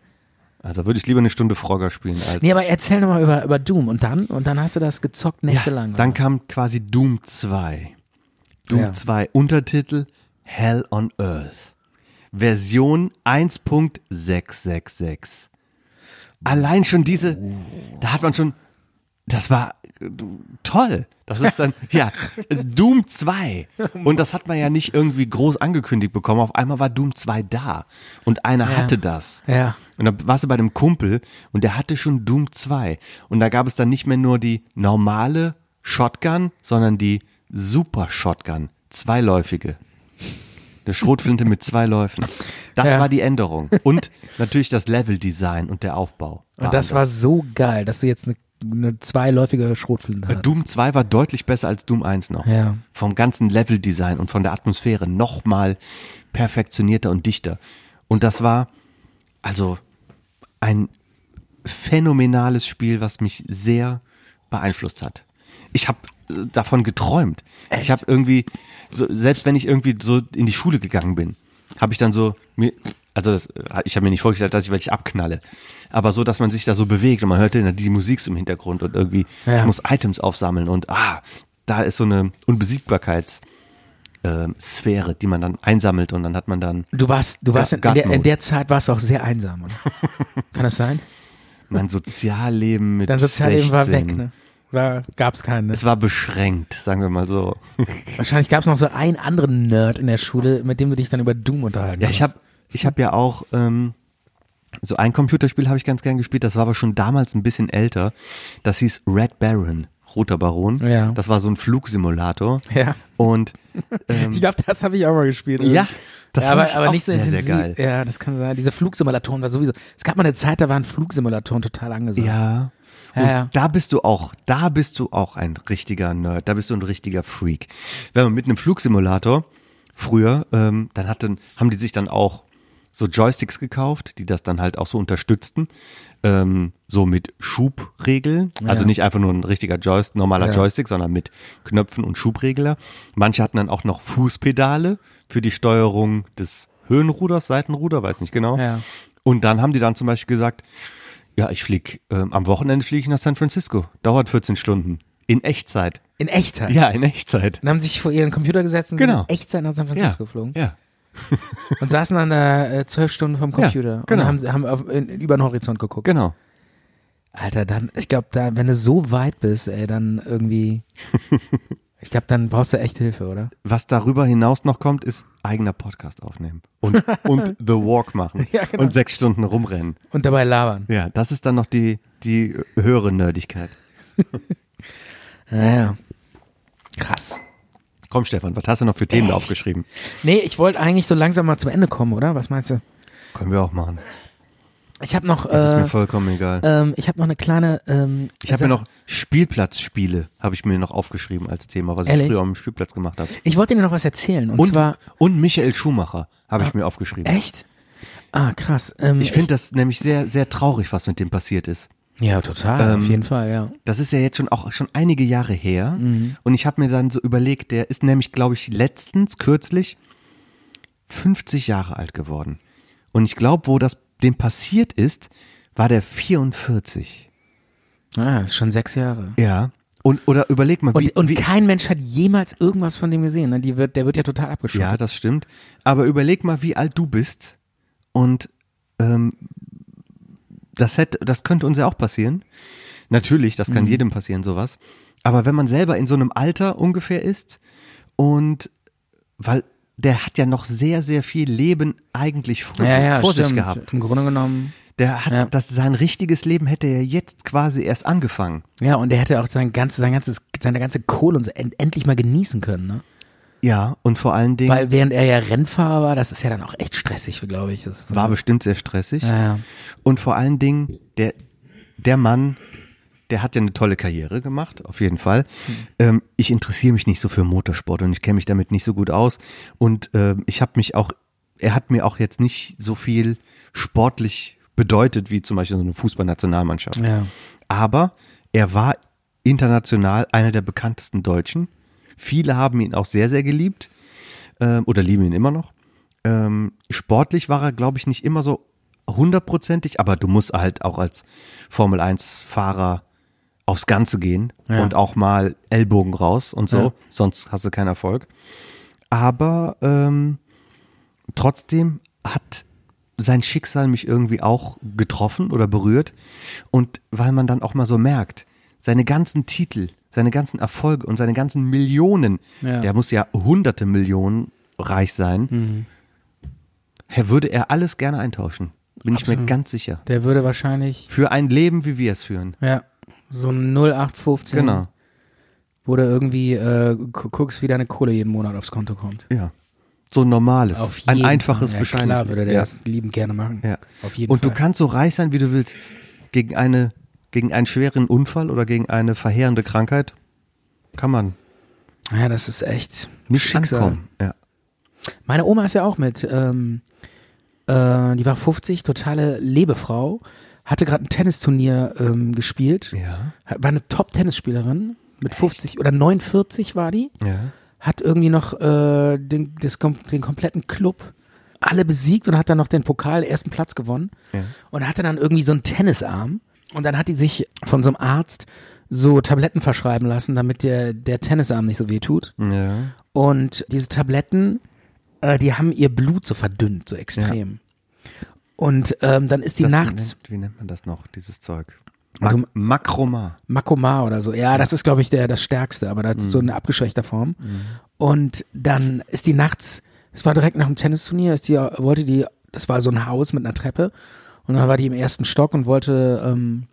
S3: Also würde ich lieber eine Stunde Frogger spielen als.
S4: Nee, aber erzähl nochmal über, über Doom. Und dann, und dann hast du das gezockt
S3: ja,
S4: nächtelang.
S3: dann
S4: oder?
S3: kam quasi Doom 2. Doom
S4: Ja.
S3: 2 Untertitel Hell on Earth. Version 1.666. Allein schon diese, da hat man schon, das war äh, toll. Das ist dann, ja, Doom 2. Und das hat man ja nicht irgendwie groß angekündigt bekommen. Auf einmal war Doom 2 da. Und einer hatte das.
S4: Ja.
S3: Und da warst du bei einem Kumpel und der hatte schon Doom 2. Und da gab es dann nicht mehr nur die normale Shotgun, sondern die Super Shotgun. Zweiläufige. Eine Schrotflinte mit zwei Läufen. Das
S4: Ja.
S3: war die Änderung. Und natürlich das Leveldesign und der Aufbau.
S4: Und das war
S3: anders.
S4: so geil, dass du jetzt eine, eine zweiläufige Schrotflinte hast.
S3: Äh, Doom 2 war deutlich besser als Doom 1 noch.
S4: Ja.
S3: Vom ganzen Leveldesign und von der Atmosphäre nochmal perfektionierter und dichter. Und das war also ein phänomenales Spiel, was mich sehr beeinflusst hat. Ich habe davon geträumt. Ich habe irgendwie, so, selbst wenn ich irgendwie so in die Schule gegangen bin, habe ich dann so mir, also das, ich habe mir nicht vorgestellt, dass ich welche abknalle, aber so, dass man sich da so bewegt und man hört dann die Musik im Hintergrund und irgendwie
S4: Ja.
S3: ich muss Items aufsammeln und ah, da ist so eine Unbesiegbarkeits ähm, Sphäre, die man dann einsammelt und dann hat man dann
S4: Du warst, du warst
S3: Ja,
S4: in,
S3: God
S4: der, in
S3: Mode.
S4: der Zeit warst du auch sehr einsam, oder? Kann das sein?
S3: mein Sozialleben mit
S4: Dein Sozialleben
S3: 16.
S4: war weg, ne? War, gab's keinen. Ne?
S3: Es war beschränkt, sagen wir mal so.
S4: Wahrscheinlich gab's noch so einen anderen Nerd in der Schule, mit dem du dich dann über Doom unterhalten
S3: Ja, ich habe
S4: konntest.
S3: ich hab ja auch ähm, so ein Computerspiel habe ich ganz gern gespielt, das war aber schon damals ein bisschen älter. Das hieß Red Baron, Roter Baron.
S4: Ja.
S3: Das war so ein Flugsimulator.
S4: Ja.
S3: Und ähm,
S4: Ich glaube, das habe ich auch mal gespielt.
S3: Ja, das
S4: ja,
S3: fand
S4: aber,
S3: ich
S4: aber
S3: auch
S4: nicht so
S3: sehr, sehr
S4: intensiv.
S3: geil.
S4: Ja, das kann sein. Diese Flugsimulatoren war sowieso. Es gab mal eine Zeit, da waren Flugsimulatoren total angesagt.
S3: ja. Und
S4: Ja, ja.
S3: da bist du auch, da bist du auch ein richtiger Nerd, da bist du ein richtiger Freak. Wenn man mit einem Flugsimulator früher, ähm, dann hatten, haben die sich dann auch so Joysticks gekauft, die das dann halt auch so unterstützten, ähm, so mit Schubregeln, also
S4: Ja.
S3: nicht einfach nur ein richtiger Joystick, normaler
S4: Ja.
S3: Joystick, sondern mit Knöpfen und Schubregler. Manche hatten dann auch noch Fußpedale für die Steuerung des Höhenruders, Seitenruder, weiß nicht genau.
S4: Ja.
S3: Und dann haben die dann zum Beispiel gesagt, ja, ich flieg, ähm, am Wochenende fliege ich nach San Francisco. Dauert 14 Stunden. In Echtzeit.
S4: In Echtzeit.
S3: Ja, in Echtzeit.
S4: Dann haben sie sich vor ihren Computer gesetzt und
S3: Genau.
S4: sind in Echtzeit nach San Francisco geflogen.
S3: Ja.
S4: Und saßen dann da äh, zwölf Stunden vom Computer
S3: genau.
S4: und haben, haben auf, in, über den Horizont geguckt.
S3: Genau.
S4: Alter, dann, ich glaube, da, wenn du so weit bist, ey, dann irgendwie. ich glaube, dann brauchst du echt Hilfe, oder?
S3: Was darüber hinaus noch kommt, ist eigener Podcast aufnehmen. Und, und The Walk machen.
S4: Ja, genau.
S3: Und sechs Stunden rumrennen.
S4: Und dabei labern.
S3: Ja, das ist dann noch die, die höhere Nerdigkeit.
S4: Naja. Krass.
S3: Komm, Stefan, was hast du noch für Themen aufgeschrieben?
S4: Nee, ich wollte eigentlich so langsam mal zum Ende kommen, oder? Was meinst du?
S3: Können wir auch machen.
S4: Ich habe noch.
S3: Das ist
S4: Äh,
S3: mir vollkommen egal.
S4: ähm, ich habe noch eine kleine. Ähm,
S3: ich habe mir
S4: Sa-
S3: noch Spielplatzspiele, habe ich mir noch aufgeschrieben als Thema, was
S4: Ehrlich?
S3: ich früher am Spielplatz gemacht habe.
S4: Ich wollte dir noch was erzählen. Und,
S3: Und,
S4: zwar.
S3: und Michael Schumacher habe ich mir aufgeschrieben.
S4: Echt? Ah, krass. Ähm,
S3: Ich finde das nämlich sehr, sehr traurig, was mit dem passiert ist.
S4: Ja, total. auf jeden Fall, ja.
S3: Das ist ja jetzt schon auch schon einige Jahre her.
S4: Mhm.
S3: Und ich habe mir dann so überlegt, der ist nämlich, glaube ich, letztens, kürzlich 50 Jahre alt geworden. Und ich glaube, wo das dem passiert ist, war der 44.
S4: Ah, ist schon sechs Jahre.
S3: Ja. Und, oder überleg mal,
S4: Und,
S3: wie,
S4: und
S3: wie,
S4: kein Mensch hat jemals irgendwas von dem gesehen. Ne? Die wird, der wird ja total
S3: Ja,
S4: abgeschottet.
S3: das stimmt. Aber überleg mal, wie alt du bist. Und ähm, das, hätte, das könnte uns ja auch passieren. Natürlich, das
S4: Mhm.
S3: kann jedem passieren, sowas. Aber wenn man selber in so einem Alter ungefähr ist und weil der hat ja noch sehr, sehr viel Leben eigentlich vor, sich, vor sich
S4: stimmt.
S3: gehabt.
S4: Im Grunde genommen.
S3: Der hat
S4: Ja.
S3: das sein richtiges Leben hätte er jetzt quasi erst angefangen.
S4: Ja, und der hätte auch sein ganzes, sein ganzes, seine ganze Kohle und so en endlich mal genießen können, ne?
S3: Ja, und vor allen Dingen
S4: Weil während er ja Rennfahrer war, das ist ja dann auch echt stressig, glaube ich. Das ist
S3: war bestimmt sehr stressig.
S4: ja, ja.
S3: Und vor allen Dingen, der, der Mann, der hat ja eine tolle Karriere gemacht, auf jeden Fall. Ähm, ich interessiere mich nicht so für Motorsport und ich kenne mich damit nicht so gut aus. Und ähm, ich habe mich auch, er hat mir auch jetzt nicht so viel sportlich bedeutet, wie zum Beispiel so eine Fußballnationalmannschaft.
S4: Ja.
S3: Aber er war international einer der bekanntesten Deutschen. Viele haben ihn auch sehr, sehr geliebt ähm, oder lieben ihn immer noch. Ähm, sportlich war er, glaube ich, nicht immer so hundertprozentig, aber du musst halt auch als Formel-1-Fahrer aufs Ganze gehen
S4: Ja.
S3: und auch mal Ellbogen raus und so,
S4: Ja.
S3: sonst hast du keinen Erfolg. Aber ähm, trotzdem hat sein Schicksal mich irgendwie auch getroffen oder berührt. Und weil man dann auch mal so merkt, seine ganzen Titel, seine ganzen Erfolge und seine ganzen Millionen,
S4: Ja. Mhm.
S3: der muss ja hunderte Millionen reich sein, Herr, würde er alles gerne eintauschen. Bin ich mir
S4: Absolut.
S3: ganz sicher.
S4: Der würde wahrscheinlich,
S3: Für ein Leben, wie wir es führen.
S4: ja, so ein 0815,
S3: Genau.
S4: wo du irgendwie äh, gu- guckst, wie deine Kohle jeden Monat aufs Konto kommt.
S3: Ja. So ein normales,
S4: Auf jeden
S3: ein einfaches,
S4: Fall.
S3: bescheidenes.
S4: Ja, klar würde der
S3: ja.
S4: das liebend gerne machen.
S3: Ja.
S4: Auf jeden
S3: Und
S4: Fall.
S3: du kannst so reich sein, wie du willst. Gegen eine, gegen einen schweren Unfall oder gegen eine verheerende Krankheit kann man
S4: Ja, das ist echt
S3: nicht
S4: Schicksal.
S3: ankommen. Ja.
S4: Meine Oma ist ja auch mit. Ähm, äh, die war 50, totale Lebefrau, hatte gerade ein Tennisturnier ähm, gespielt,
S3: Ja.
S4: hat- war eine Top-Tennisspielerin mit 50 oder 49 war die,
S3: Ja.
S4: hat irgendwie noch äh, den, das, kom- den kompletten Club alle besiegt und hat dann noch den Pokal ersten Platz gewonnen
S3: Ja.
S4: und hatte dann irgendwie so einen Tennisarm und dann hat die sich von so einem Arzt so Tabletten verschreiben lassen, damit der, der Tennisarm nicht so weh tut.
S3: Ja.
S4: Und diese Tabletten, äh, die haben ihr Blut so verdünnt, so extrem. Und ähm, dann ist die
S3: Das
S4: nachts Also
S3: Nennt, wie nennt man das noch, dieses Zeug?
S4: Warte
S3: Mak
S4: mal.
S3: Makroma.
S4: Makoma oder so. Ja, das ist, glaube ich, der, das Stärkste, aber das ist so eine abgeschwächte Form. Und dann ist die nachts, es war direkt nach dem Tennisturnier, ist die, wollte die, das war so ein Haus mit einer Treppe. Und dann war die im ersten Stock und wollte ähm,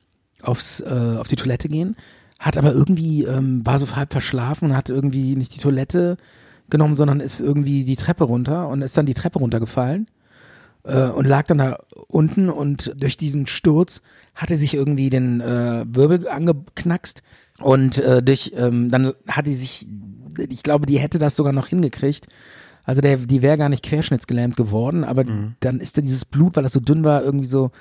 S4: aufs, äh, auf die Toilette gehen, hat aber irgendwie, ähm, war so halb verschlafen und hat irgendwie nicht die Toilette genommen, sondern ist irgendwie die Treppe runter und ist dann die Treppe runtergefallen äh, und lag dann da unten und durch diesen Sturz hatte sich irgendwie den äh, Wirbel angeknackst und äh, durch ähm, dann hat die sich, ich glaube, die hätte das sogar noch hingekriegt. Also der, die wäre gar nicht querschnittsgelähmt geworden, aber
S3: Mhm.
S4: dann ist da dieses Blut, weil das so dünn war, irgendwie so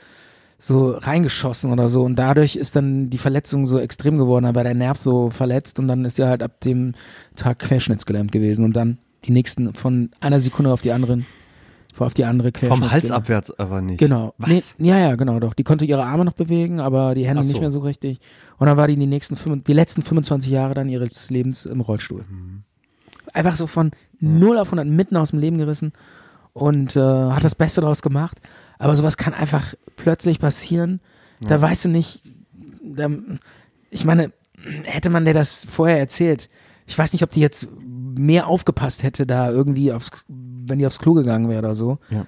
S4: so reingeschossen oder so und dadurch ist dann die Verletzung so extrem geworden, aber der Nerv so verletzt und dann ist er halt ab dem Tag querschnittsgelähmt gewesen und dann die nächsten von einer Sekunde auf die anderen auf die andere
S3: Vom Hals
S4: querschnittsgelähmt.
S3: abwärts aber nicht.
S4: Genau.
S3: Was?
S4: Nee, ja, ja, genau doch. Die konnte ihre Arme noch bewegen, aber die Hände
S3: Ach so.
S4: nicht mehr so richtig. Und dann war die, die, nächsten, fünf- die letzten 25 Jahre dann ihres Lebens im Rollstuhl.
S3: Mhm.
S4: Einfach so von 0 auf 100 mitten aus dem Leben gerissen und äh, hat das Beste daraus gemacht. Aber sowas kann einfach plötzlich passieren. Da weißt du nicht, da, ich meine, hätte man der das vorher erzählt, ich weiß nicht, ob die jetzt mehr aufgepasst hätte da irgendwie, aufs, wenn die aufs Klo gegangen wäre oder so.
S3: Ja.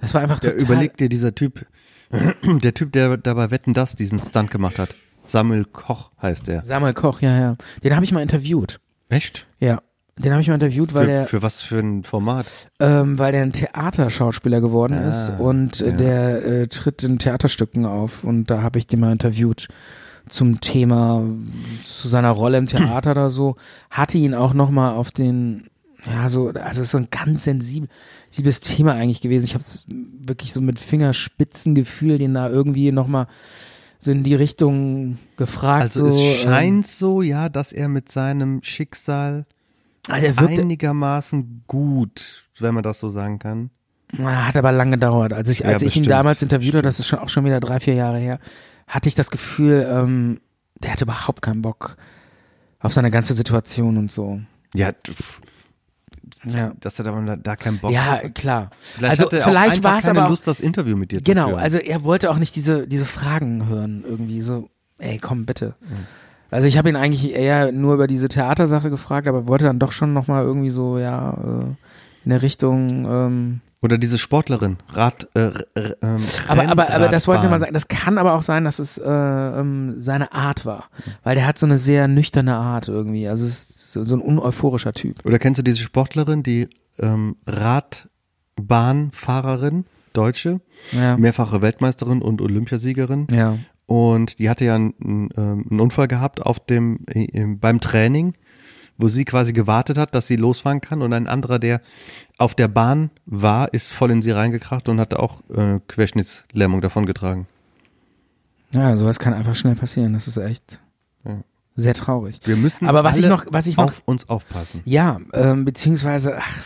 S4: Das war einfach
S3: Ja,
S4: total
S3: überleg dir dieser Typ, der Typ, der dabei Wetten, dass diesen Stunt gemacht hat. Samuel Koch heißt er.
S4: Samuel Koch, ja, ja. Den habe ich mal interviewt.
S3: Echt?
S4: Ja. Den habe ich mal interviewt, weil
S3: Für,
S4: der,
S3: für was für ein Format?
S4: ähm, weil der ein Theaterschauspieler geworden
S3: Ah,
S4: ist und äh,
S3: ja.
S4: der äh, tritt in Theaterstücken auf und da habe ich den mal interviewt zum Thema zu seiner Rolle im Theater oder so. Hatte ihn auch noch mal auf den ja so also so ein ganz sensibel- sensibles Thema eigentlich gewesen. Ich habe es wirklich so mit Fingerspitzengefühl den da irgendwie noch mal so in die Richtung gefragt.
S3: Also
S4: so,
S3: es
S4: ähm,
S3: scheint so, ja, dass er mit seinem Schicksal
S4: also er wirkt,
S3: einigermaßen gut, wenn man das so sagen kann.
S4: Na, Hat aber lang gedauert. Als ich,
S3: Ja,
S4: als ich ihn
S3: bestimmt.
S4: damals interviewt habe, das ist schon, auch schon wieder drei, vier Jahre her, hatte ich das Gefühl, ähm, der hatte überhaupt keinen Bock auf seine ganze Situation und so.
S3: Ja, pf,
S4: Ja,
S3: dass er da, da keinen Bock
S4: ja
S3: hat.
S4: klar.
S3: Vielleicht
S4: also
S3: hat er auch
S4: vielleicht
S3: einfach
S4: war es
S3: keine
S4: aber auch,
S3: Lust, das Interview mit dir zu
S4: genau.
S3: führen.
S4: Also er wollte auch nicht diese diese Fragen hören irgendwie so. Ey, komm bitte.
S3: Mhm.
S4: Also ich habe ihn eigentlich eher nur über diese Theatersache gefragt, aber wollte dann doch schon noch mal irgendwie so ja äh, in der Richtung. Ähm,
S3: Oder diese Sportlerin, Rad, äh, r- r- ähm,
S4: Aber, aber, aber das wollte ich mal
S3: Rennradbahn.
S4: sagen, das kann aber auch sein, dass es äh, ähm, seine Art war. Weil der hat so eine sehr nüchterne Art irgendwie. Also es ist so, so ein uneuphorischer Typ.
S3: Oder kennst du diese Sportlerin, die ähm, Radbahnfahrerin, Deutsche,
S4: Ja.
S3: mehrfache Weltmeisterin und Olympiasiegerin?
S4: Ja.
S3: Und die hatte ja einen, ähm, einen Unfall gehabt auf dem, äh, im- beim Training, wo sie quasi gewartet hat, dass sie losfahren kann. Und ein anderer, der auf der Bahn war, ist voll in sie reingekracht und hat auch äh, Querschnittslähmung davongetragen.
S4: Ja, sowas kann einfach schnell passieren. Das ist echt
S3: Ja.
S4: sehr traurig.
S3: Wir müssen
S4: Aber was
S3: alle
S4: ich noch- was ich noch-
S3: auf uns aufpassen.
S4: Ja, ähm, beziehungsweise, ach,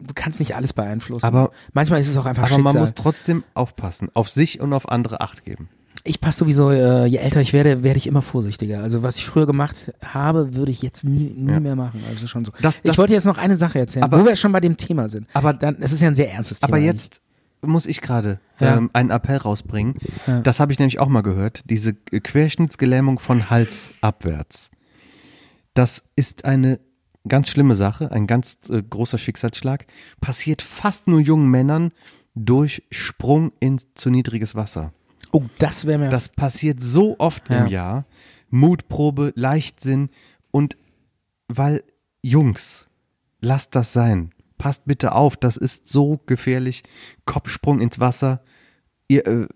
S4: du kannst nicht alles beeinflussen.
S3: Aber-
S4: manchmal ist es auch einfach
S3: Aber
S4: Schicksal.
S3: man muss trotzdem aufpassen, auf sich und auf andere Acht geben.
S4: ich passe sowieso, äh, je älter ich werde, werde ich immer vorsichtiger. Also was ich früher gemacht habe, würde ich jetzt nie, nie mehr machen. Also schon so.
S3: Das- das-
S4: ich wollte jetzt noch eine Sache erzählen,
S3: Aber-
S4: wo wir schon bei dem Thema sind.
S3: Aber-
S4: dann, es ist ja ein sehr ernstes Thema.
S3: Aber jetzt muss ich gerade
S4: Ja.
S3: ähm, einen Appell rausbringen. Das habe ich nämlich auch mal gehört. Diese Querschnittsgelähmung von Hals abwärts. Das ist eine ganz schlimme Sache, ein ganz äh, großer Schicksalsschlag. Passiert fast nur jungen Männern durch Sprung in zu niedriges Wasser.
S4: eigentlich. Oh, das wäre mir.
S3: Das passiert so oft
S4: Ja.
S3: im Jahr. Mutprobe, Leichtsinn und weil Jungs, lasst das sein. Passt bitte auf, das ist so gefährlich. Kopfsprung ins Wasser. Ihr äh,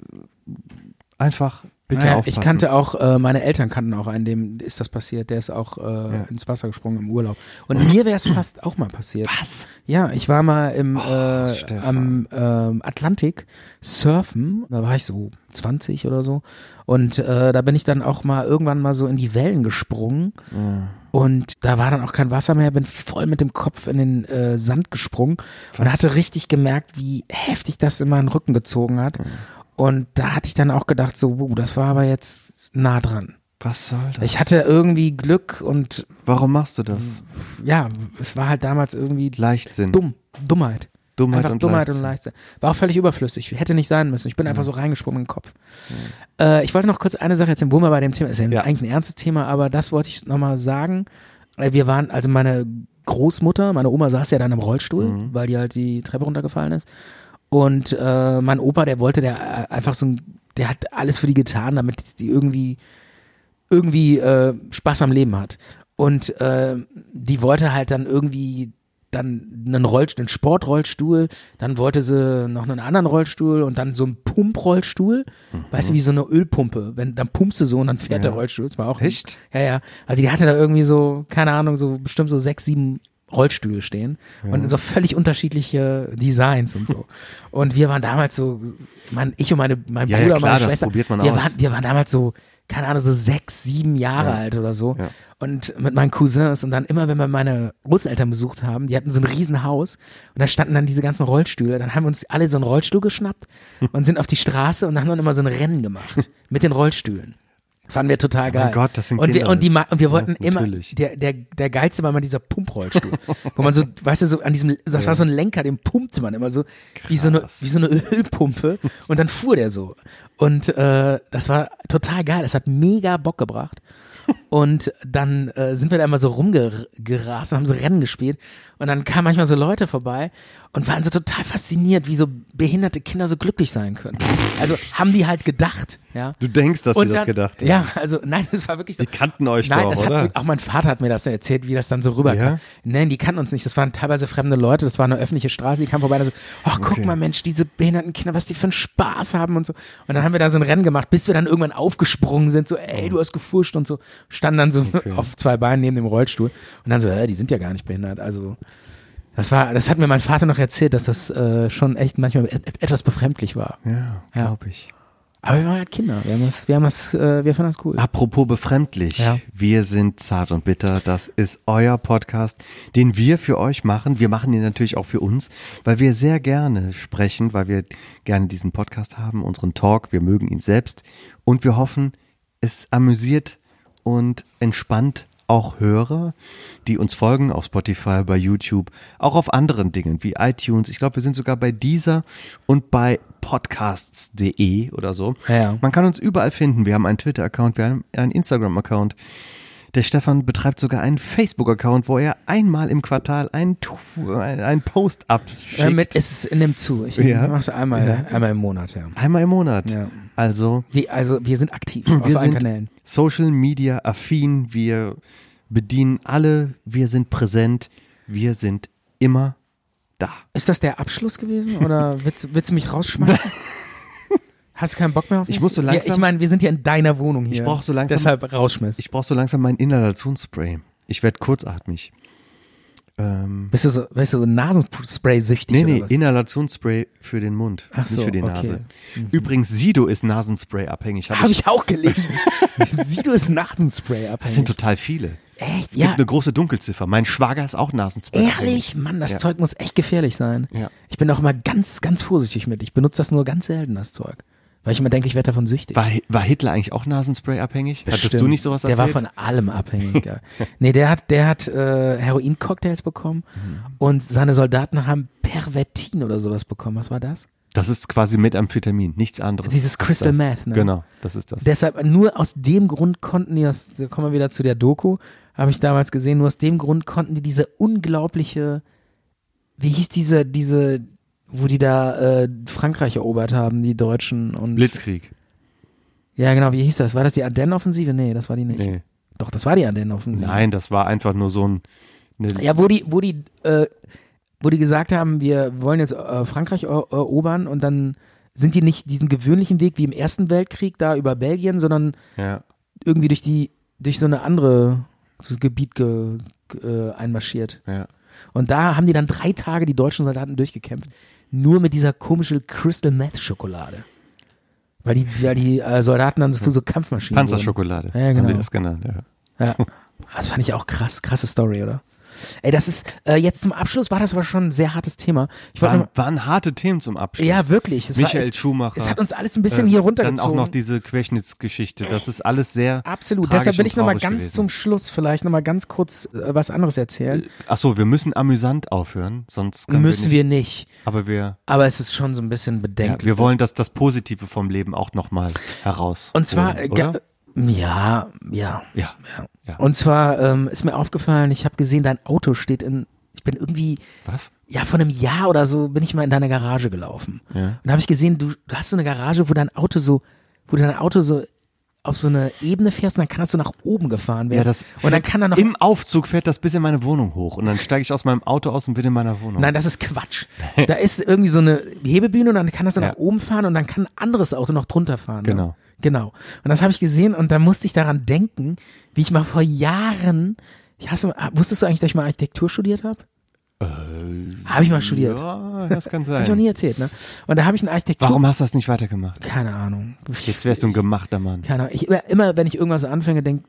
S3: einfach bitte
S4: Naja,
S3: aufpassen.
S4: Ich kannte auch, äh, meine Eltern kannten auch einen, dem ist das passiert, der ist auch äh, ins Wasser gesprungen im Urlaub. Und mir wäre es fast auch mal passiert.
S3: was?
S4: Ja, ich war mal im äh, am
S3: Oh, Stefan.
S4: ähm, Atlantik surfen, da war ich so 20 oder so und äh, da bin ich dann auch mal irgendwann mal so in die Wellen gesprungen und da war dann auch kein Wasser mehr, bin voll mit dem Kopf in den äh, Sand gesprungen und
S3: Was?
S4: hatte richtig gemerkt, wie heftig das in meinen Rücken gezogen hat und da hatte ich dann auch gedacht so, wow, das war aber jetzt nah dran.
S3: Was soll das?
S4: Ich hatte irgendwie Glück und
S3: Warum machst du das?
S4: ja, es war halt damals irgendwie
S3: Leichtsinn.
S4: dumm, Dummheit.
S3: Dummheit
S4: einfach
S3: und
S4: Dummheit und
S3: Leichtsinn.
S4: Leichtsinn. War auch völlig überflüssig. Hätte nicht sein müssen. Ich bin einfach so reingesprungen in den Kopf. Äh, ich wollte noch kurz eine Sache erzählen, wo wir bei dem Thema, ist ja,
S3: Ja.
S4: eigentlich ein ernstes Thema, aber das wollte ich nochmal sagen. Äh, Wir waren, also meine Großmutter, meine Oma saß ja dann im Rollstuhl,
S3: Mhm.
S4: weil die halt die Treppe runtergefallen ist. Und äh, mein Opa, der wollte, der äh, einfach so ein, der hat alles für die getan, damit die irgendwie irgendwie äh, Spaß am Leben hat. Und äh, die wollte halt dann irgendwie dann einen, Rollstuhl, einen Sportrollstuhl, dann wollte sie noch einen anderen Rollstuhl und dann so einen Pumprollstuhl. Weißt
S3: Mhm.
S4: du, wie so eine Ölpumpe. Wenn, dann pumpst du so und dann fährt der Rollstuhl. Das war auch
S3: Echt?
S4: Ja, ja. Also die hatte da irgendwie so, keine Ahnung, so bestimmt so sechs, sieben Rollstühle stehen und so völlig unterschiedliche Designs und so. und wir waren damals so, mein, ich und meine, mein
S3: Ja, ja,
S4: Bruder und
S3: klar,
S4: meine
S3: das
S4: Schwester,
S3: probiert man
S4: wir,
S3: aus.
S4: Waren, wir waren damals so, keine Ahnung, so sechs, sieben Jahre
S3: Ja.
S4: alt oder so.
S3: Ja.
S4: Und mit meinen Cousins und dann immer, wenn wir meine Großeltern besucht haben, die hatten so ein Riesenhaus und da standen dann diese ganzen Rollstühle. Dann haben wir uns alle so einen Rollstuhl geschnappt und sind auf die Straße und haben dann immer so ein Rennen gemacht mit den Rollstühlen. Fanden wir total geil.
S3: Oh Gott, das sind
S4: und wir,
S3: Kinder.
S4: und, die, ma- und wir
S3: Ja,
S4: wollten immer,
S3: natürlich.
S4: der, der, der geilste war immer dieser Pumprollstuhl, wo man so, weißt du, so an diesem, das war so ein Lenker, den pumpte man immer so, wie so, eine, wie so eine Ölpumpe und dann fuhr der so. Und äh, das war total geil, das hat mega Bock gebracht. Und dann äh, sind wir da immer so rumgerast und haben so Rennen gespielt. Und dann kamen manchmal so Leute vorbei und waren so total fasziniert, wie so behinderte Kinder so glücklich sein können. Also haben die halt gedacht, ja.
S3: Du denkst, dass
S4: Und
S3: du das
S4: dann-
S3: gedacht hast.
S4: Ja, also nein, das war wirklich so.
S3: Die kannten euch
S4: Nein,
S3: doch,
S4: das
S3: oder?
S4: Hat, auch mein Vater hat mir das erzählt, wie das dann so rüberkam.
S3: Ja?
S4: Nein, die kannten uns nicht. Das waren teilweise fremde Leute. Das war eine öffentliche Straße. Die kamen vorbei und so, ach, guck
S3: Okay.
S4: mal, Mensch, diese behinderten Kinder, was die für einen Spaß haben und so. Und dann haben wir da so ein Rennen gemacht, bis wir dann irgendwann aufgesprungen sind. So, ey, du hast gefuscht und so. Standen dann so auf zwei Beinen neben dem Rollstuhl. Und dann so, äh, die sind ja gar nicht behindert. Also, das war, das hat mir mein Vater noch erzählt, dass das äh, schon echt manchmal et etwas befremdlich war.
S3: Ja,
S4: Ja.
S3: glaube ich.
S4: Aber wir waren halt Kinder. Wir haben das, wir haben das, äh, wir fanden das cool.
S3: Apropos befremdlich,
S4: Ja.
S3: wir sind zart und bitter. Das ist euer Podcast, den wir für euch machen. Wir machen ihn natürlich auch für uns, weil wir sehr gerne sprechen, weil wir gerne diesen Podcast haben, unseren Talk. Wir mögen ihn selbst und wir hoffen, es amüsiert und entspannt auch Hörer, die uns folgen auf Spotify, bei YouTube, auch auf anderen Dingen wie iTunes. Ich glaube, wir sind sogar bei dieser und bei podcasts.de oder so.
S4: Ja.
S3: Man kann uns überall finden. Wir haben einen Twitter-Account, wir haben einen Instagram-Account. Der Stefan betreibt sogar einen Facebook-Account, wo er einmal im Quartal einen, Tu- ein- einen Post abschickt.
S4: Ja, Äh, mit ist es in dem zu. Ich
S3: Ja.
S4: mach's einmal, einmal im Monat, ja.
S3: einmal im Monat.
S4: Ja.
S3: Also,
S4: Die, also wir sind aktiv auf
S3: wir
S4: allen
S3: sind
S4: Kanälen.
S3: Social Media affin, wir bedienen alle, wir sind präsent, wir sind immer da.
S4: Ist das der Abschluss gewesen oder willst, willst du mich rausschmeißen? Hast du keinen Bock mehr auf mich?
S3: Ich muss so langsam-
S4: Ja, ich meine, wir sind ja in deiner Wohnung hier.
S3: Ich brauch so langsam-
S4: Deshalb rausschmeißen.
S3: Ich brauche so langsam mein Inhalationsspray. Ich werde kurzatmig. Ähm,
S4: bist du so, bist du so Nasenspray-süchtig
S3: Nee,
S4: oder
S3: nee,
S4: was?
S3: Inhalationsspray für den Mund,
S4: Ach so,
S3: nicht für die
S4: okay. Mhm.
S3: Nase. Übrigens, Sido ist Nasenspray abhängig. Hab
S4: Habe
S3: ich,
S4: ich auch gelesen. Sieh du es Nasenspray ab.
S3: das sind total viele.
S4: echt?
S3: Gibt
S4: Ja,
S3: eine große Dunkelziffer. Mein Schwager ist auch Nasenspray
S4: ehrlich? Mann, das
S3: Ja.
S4: Zeug muss echt gefährlich sein.
S3: Ja.
S4: Ich bin auch immer ganz, ganz vorsichtig mit. Ich benutze das nur ganz selten, das Zeug. Weil ich immer denke, ich werde davon süchtig.
S3: War, Hi- war Hitler eigentlich auch Nasenspray abhängig? Hattest
S4: Bestimmt.
S3: du nicht sowas
S4: Der
S3: erzählt?
S4: war von allem abhängig. ja. nee, der hat, der hat äh, Heroin-Cocktails bekommen
S3: Mhm.
S4: und seine Soldaten haben Pervertin oder sowas bekommen. Was war das?
S3: das ist quasi Methamphetamin, nichts anderes.
S4: Dieses
S3: als
S4: Crystal
S3: das.
S4: Meth, ne?
S3: Genau, das ist das.
S4: Deshalb, nur aus dem Grund konnten die, das, da kommen wir wieder zu der Doku, habe ich damals gesehen, nur aus dem Grund konnten die diese unglaubliche, wie hieß diese, diese, wo die da äh, Frankreich erobert haben, die Deutschen und.
S3: Blitzkrieg.
S4: Ja, genau, wie hieß das? War das die Ardennenoffensive? Nee, das war die nicht.
S3: Nee.
S4: Doch, das war die Ardennenoffensive.
S3: Nein, das war einfach nur so ein. ne, Eine,
S4: Ja, wo die, wo die, äh, wo die gesagt haben, wir wollen jetzt äh, Frankreich er- erobern und dann sind die nicht diesen gewöhnlichen Weg wie im Ersten Weltkrieg da über Belgien, sondern
S3: ja.
S4: irgendwie durch die, durch so eine andere so Gebiet ge, ge, äh, einmarschiert.
S3: Ja.
S4: Und da haben die dann drei Tage die deutschen Soldaten durchgekämpft, nur mit dieser komischen Crystal Meth Schokolade. Weil die, weil die äh, Soldaten dann so, so Kampfmaschinen.
S3: Panzerschokolade.
S4: Ja, genau.
S3: Haben die das genannt, ja.
S4: Ja. Ah, Das fand ich auch krass, krasse Story, oder? Ey, das ist, äh, jetzt zum Abschluss war das aber schon ein sehr hartes Thema. Ich wollte
S3: Waren,
S4: noch-
S3: waren harte Themen zum Abschluss.
S4: ja, wirklich. Es war,
S3: Michael
S4: es,
S3: Schumacher.
S4: Es hat uns alles ein bisschen hier
S3: Ähm,
S4: runtergezogen.
S3: Dann auch noch diese Querschnittsgeschichte. Das ist alles sehr.
S4: Absolut.
S3: tragisch
S4: Deshalb will
S3: und
S4: ich nochmal
S3: traurig
S4: ganz
S3: gewesen.
S4: zum Schluss vielleicht nochmal ganz kurz äh, was anderes erzählen.
S3: Ach so, wir müssen amüsant aufhören, sonst können
S4: Müssen
S3: wir.
S4: wir nicht.
S3: Nicht, aber wir,
S4: Aber es ist schon so ein bisschen
S3: ja,
S4: bedenklich.
S3: wir wollen das, das Positive vom Leben auch nochmal heraus.
S4: Und zwar, äh,
S3: holen,
S4: ga-
S3: oder?
S4: ja, ja.
S3: ja, ja.
S4: Und zwar ähm, ist mir aufgefallen, ich habe gesehen, dein Auto steht in, ich bin irgendwie
S3: was?
S4: ja, vor einem Jahr oder so bin ich mal in deine Garage gelaufen. Und da habe ich gesehen, du, du hast so eine Garage, wo dein Auto so, wo dein Auto so auf so eine Ebene fährst und dann kann das so nach oben gefahren werden.
S3: Ja, das
S4: und dann
S3: fährt-
S4: kann da noch.
S3: Im Aufzug fährt das bis in meine Wohnung hoch und dann steige ich aus meinem Auto aus und bin in meiner Wohnung.
S4: Nein, das ist Quatsch. Da ist irgendwie so eine Hebebühne und dann kann das so
S3: Ja.
S4: nach oben fahren und dann kann ein anderes Auto noch drunter fahren. Ne?
S3: Genau.
S4: Genau. Und das habe ich gesehen und da musste ich daran denken, wie ich mal vor Jahren, ich hasse, wusstest du eigentlich, dass ich mal Architektur studiert habe? Äh, habe ich mal studiert.
S3: Ja, das kann
S4: Habe ich noch
S3: sein.
S4: nie erzählt, ne? Und da habe ich einen Architektur.
S3: Warum hast du das nicht weitergemacht?
S4: Keine Ahnung.
S3: Jetzt wärst du ein gemachter Mann.
S4: Keine Ahnung. Ich, immer, immer, wenn ich irgendwas anfange, denk,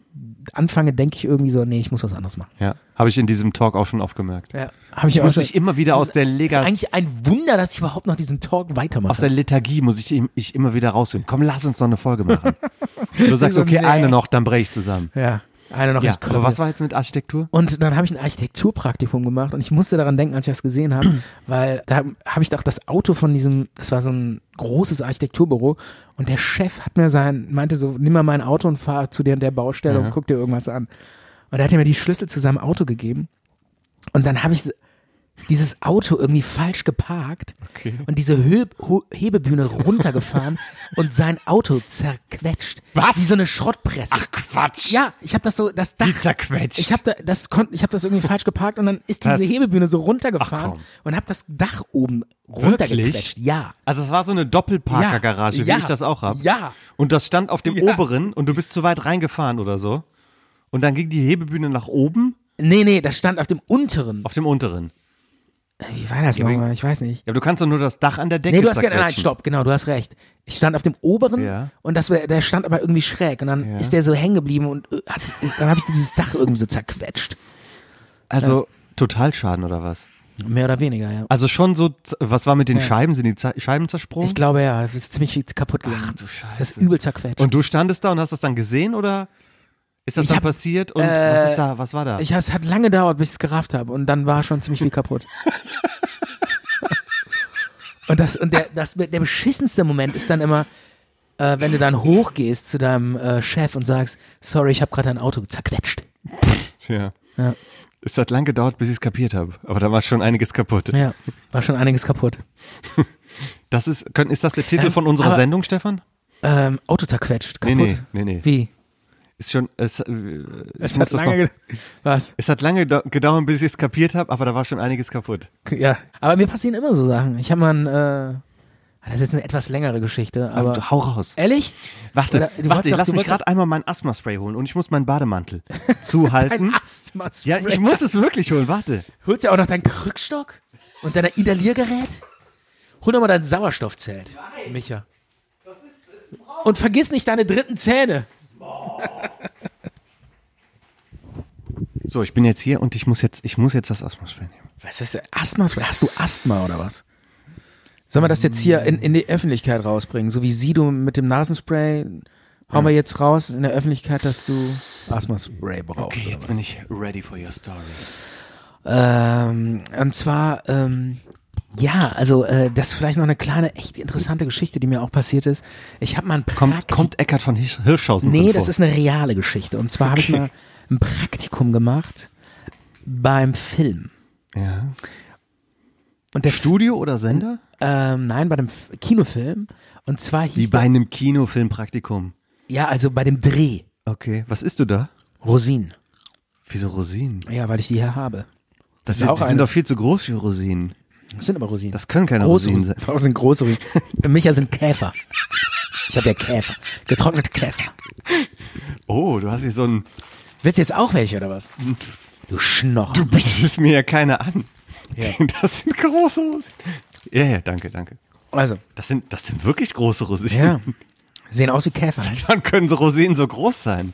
S4: anfange, denke ich irgendwie so, nee, ich muss was anderes machen.
S3: Ja, habe ich in diesem Talk auch schon oft gemerkt.
S4: Ja. Habe ich, auch
S3: Muss
S4: schon-
S3: ich immer wieder
S4: Es
S3: aus der
S4: ist
S3: Lega
S4: eigentlich ein Wunder, dass ich überhaupt noch diesen Talk weitermache.
S3: aus der Lethargie muss ich, im- ich immer wieder rausholen. Komm, lass uns noch eine Folge machen. Du sagst,
S4: So,
S3: okay,
S4: nee.
S3: eine noch, dann breche ich zusammen.
S4: ja. Einer noch
S3: Ja,
S4: ich
S3: aber was war jetzt mit Architektur?
S4: Und dann habe ich ein Architekturpraktikum gemacht und ich musste daran denken, als ich das gesehen habe, weil da habe ich doch das Auto von diesem, das war so ein großes Architekturbüro und der Chef hat mir sein, meinte so, nimm mal mein Auto und fahr zu der und der Baustelle und guck dir irgendwas an. Und er hat mir die Schlüssel zu seinem Auto gegeben und dann habe ich dieses Auto irgendwie falsch geparkt und diese Hö Ho- Hebebühne runtergefahren und sein Auto zerquetscht.
S3: Was?
S4: Wie so eine Schrottpresse.
S3: Quatsch!
S4: ja, ich habe das so, das Dach
S3: Die zerquetscht.
S4: ich habe da, das kon- ich hab das irgendwie falsch geparkt und dann ist diese
S3: Das-
S4: Hebebühne so runtergefahren
S3: Ach, komm.
S4: und habe das Dach oben runtergequetscht.
S3: Wirklich?
S4: Ja.
S3: also es war so eine Doppelparkergarage,
S4: Ja.
S3: wie ich das auch habe.
S4: Ja.
S3: Und das stand auf dem
S4: Ja.
S3: oberen und du bist zu weit reingefahren oder so. Und dann ging die Hebebühne nach oben
S4: Nee, nee, das stand auf dem unteren.
S3: auf dem unteren.
S4: Wie war das
S3: wegen-
S4: nochmal? Ich weiß nicht.
S3: Ja, aber du kannst doch nur das Dach an der Decke
S4: Nee, du hast
S3: zerquetschen.
S4: nein, stopp, genau, du hast recht. Ich stand auf dem oberen
S3: Ja.
S4: und das war, der stand aber irgendwie schräg und dann
S3: Ja.
S4: ist der so hängen geblieben und äh, hat, dann habe ich dieses Dach irgendwie so zerquetscht.
S3: Also Totalschaden oder was?
S4: Mehr oder weniger, ja.
S3: Also schon so, z- was war mit den Scheiben? Sind die Z Scheiben zersprungen?
S4: Ich glaube ja, es ist ziemlich viel kaputt gegangen.
S3: du Scheiße.
S4: Das ist übel zerquetscht.
S3: und du standest da und hast das dann gesehen oder ist das
S4: Ich
S3: dann
S4: hab- äh,
S3: passiert? Und was ist da? Was war da?
S4: Ich, es hat lange gedauert, bis ich es gerafft habe und dann war schon ziemlich viel kaputt. und das, und der, das, der beschissenste Moment ist dann immer, äh, wenn du dann hochgehst zu deinem äh, Chef und sagst, sorry, ich habe gerade dein Auto zerquetscht.
S3: ja.
S4: Ja.
S3: Es hat lang gedauert, bis ich es kapiert habe. Aber da war schon einiges kaputt.
S4: Ja, war schon einiges kaputt.
S3: Das ist, können, ist das der Titel von unserer
S4: Äh, aber-
S3: Sendung, Stefan?
S4: Ähm, Auto zerquetscht, kaputt.
S3: Nee, nee, nee, nee.
S4: Wie?
S3: Ist schon, es, äh, ich
S4: Es
S3: muss das noch,
S4: ged- Was?
S3: es hat lange gedau- gedauert, bis ich es kapiert habe, aber da war schon einiges kaputt.
S4: Ja. Aber mir passieren immer so Sachen. Ich habe mal ein, äh, das ist jetzt eine etwas längere Geschichte, aber.
S3: du, Also hau raus.
S4: ehrlich?
S3: Warte,
S4: Oder- du wolltest
S3: warte,
S4: doch-
S3: lass
S4: du
S3: mich
S4: wolltest
S3: gerade einmal meinen Asthma-Spray holen und ich muss meinen Bademantel zuhalten.
S4: Ein Asthma.
S3: Ja, ich muss es wirklich holen, warte.
S4: Holst du auch noch deinen Krückstock und dein Inhaliergerät? Hol doch mal dein Sauerstoffzelt, Micha. Und vergiss nicht deine dritten Zähne.
S3: So, ich bin jetzt hier und ich muss jetzt, ich muss jetzt das Asthma-Spray nehmen.
S4: Was ist denn? Asthma? Hast du Asthma oder was? Sollen wir das jetzt hier in, in die Öffentlichkeit rausbringen? So wie Sido mit dem Nasenspray. Hauen wir jetzt raus in der Öffentlichkeit, dass du Asthma-Spray brauchst.
S3: Okay,
S4: oder
S3: jetzt bin ich ready for your story.
S4: Ähm, und zwar, ähm, ja, also äh, das ist vielleicht noch eine kleine, echt interessante Geschichte, die mir auch passiert ist. Ich habe mal ein
S3: Kommt,
S4: Praktik-
S3: kommt Eckart von Hirsch- Hirschhausen drin
S4: Nee,
S3: vor?
S4: das ist eine reale Geschichte. Und zwar habe ich
S3: Okay.
S4: mal ein Praktikum gemacht beim Film.
S3: Ja.
S4: Und der
S3: Studio oder Sender?
S4: ähm, nein, bei dem F- Kinofilm. Und zwar
S3: Wie
S4: hieß
S3: bei
S4: der,
S3: einem Kinofilmpraktikum.
S4: ja, also bei dem Dreh
S3: Okay, was isst du da?
S4: Rosinen.
S3: Wieso Rosinen?
S4: Ja, weil ich die hier habe.
S3: Das
S4: Ist
S3: sind,
S4: auch
S3: die sind
S4: eine.
S3: doch viel zu groß für Rosinen.
S4: Das sind aber Rosinen.
S3: Das können keine
S4: große
S3: Rosinen sein.
S4: Das sind große Rosinen. Micha sind Käfer. Ich habe ja Käfer. Getrocknete Käfer.
S3: Oh, du hast hier so ein.
S4: Willst du jetzt auch welche oder was? Du Schnorrer.
S3: Hm. Du bietest mir ja keine an.
S4: Ja.
S3: Das sind große Rosinen. Ja, ja, danke, danke.
S4: Also,
S3: Das sind, das sind wirklich große Rosinen.
S4: ja. Sehen aus wie Käfer. ne?
S3: Seit wann können so Rosinen so groß sein?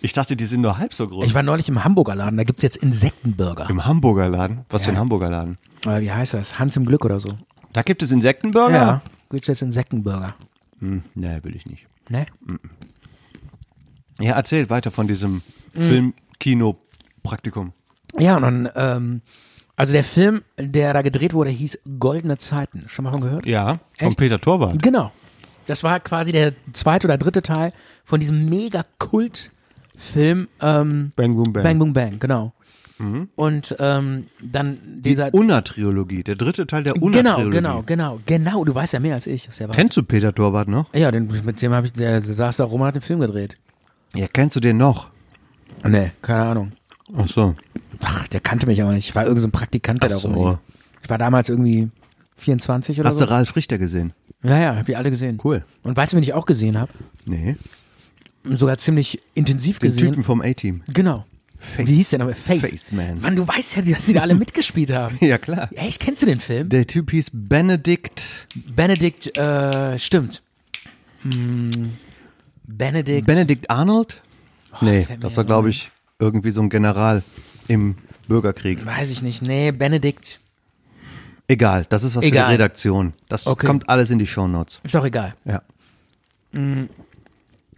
S3: Ich dachte, die sind nur halb so groß.
S4: Ich war neulich im Hamburger Laden, da gibt's jetzt Insektenburger.
S3: Im Hamburger Laden? Was für ein
S4: Ja.
S3: Hamburger Laden?
S4: Äh, wie heißt das? Hans im Glück oder so.
S3: Da gibt es Insektenburger?
S4: Ja. Gibt's jetzt Insektenburger.
S3: Hm, nee, will ich nicht.
S4: Ne?
S3: Ja, erzähl weiter von diesem Mhm. Film-Kino-Praktikum.
S4: Ja, und dann, ähm, also der Film, der da gedreht wurde, hieß Goldene Zeiten. Schon mal von gehört?
S3: Ja, von
S4: Echt?
S3: Peter Torwart.
S4: Genau. Das war quasi der zweite oder dritte Teil von diesem mega Kult-Film ähm,
S3: Bang Boom Bang.
S4: Bang Boom Bang, genau. Und ähm, dann dieser.
S3: Die Unna-Trilogie, der dritte Teil der
S4: genau,
S3: Unna-Trilogie.
S4: genau, genau, genau. Du weißt ja mehr als ich. Ist ja Wahnsinn.
S3: Kennst du Peter Torwart noch?
S4: ja, den, mit dem habe ich, der saß da rum und hat den Film gedreht.
S3: Ja, kennst du den noch?
S4: Nee, keine Ahnung.
S3: Ach so.
S4: Ach, der kannte mich auch nicht. Ich war irgendein so ein Praktikant, der
S3: Ach
S4: da
S3: so.
S4: rumlief. Ich war damals irgendwie 24 oder
S3: Hast
S4: so.
S3: du Ralf Richter gesehen?
S4: Ja, ja, hab die alle gesehen.
S3: Cool.
S4: Und weißt du, wen ich auch gesehen habe?
S3: Nee.
S4: Sogar ziemlich intensiv
S3: Den
S4: gesehen.
S3: Typen vom A-Team.
S4: Genau.
S3: Face-
S4: Wie hieß der nochmal? Face.
S3: Face Man.
S4: Mann, du weißt ja, dass die da alle mitgespielt haben.
S3: Ja, klar.
S4: Echt, kennst du den Film?
S3: Der Typ hieß Benedikt.
S4: Benedict, äh, stimmt. Hm, Benedict.
S3: Benedict Arnold? nee,
S4: fällt mir
S3: das
S4: ja
S3: war,
S4: auch
S3: glaube ich, irgendwie so ein General im Bürgerkrieg.
S4: weiß ich nicht. Nee, Benedict.
S3: Egal, das ist was für
S4: Egal.
S3: die Redaktion. Das
S4: Okay.
S3: kommt alles in die Shownotes.
S4: Ist auch egal.
S3: Ja.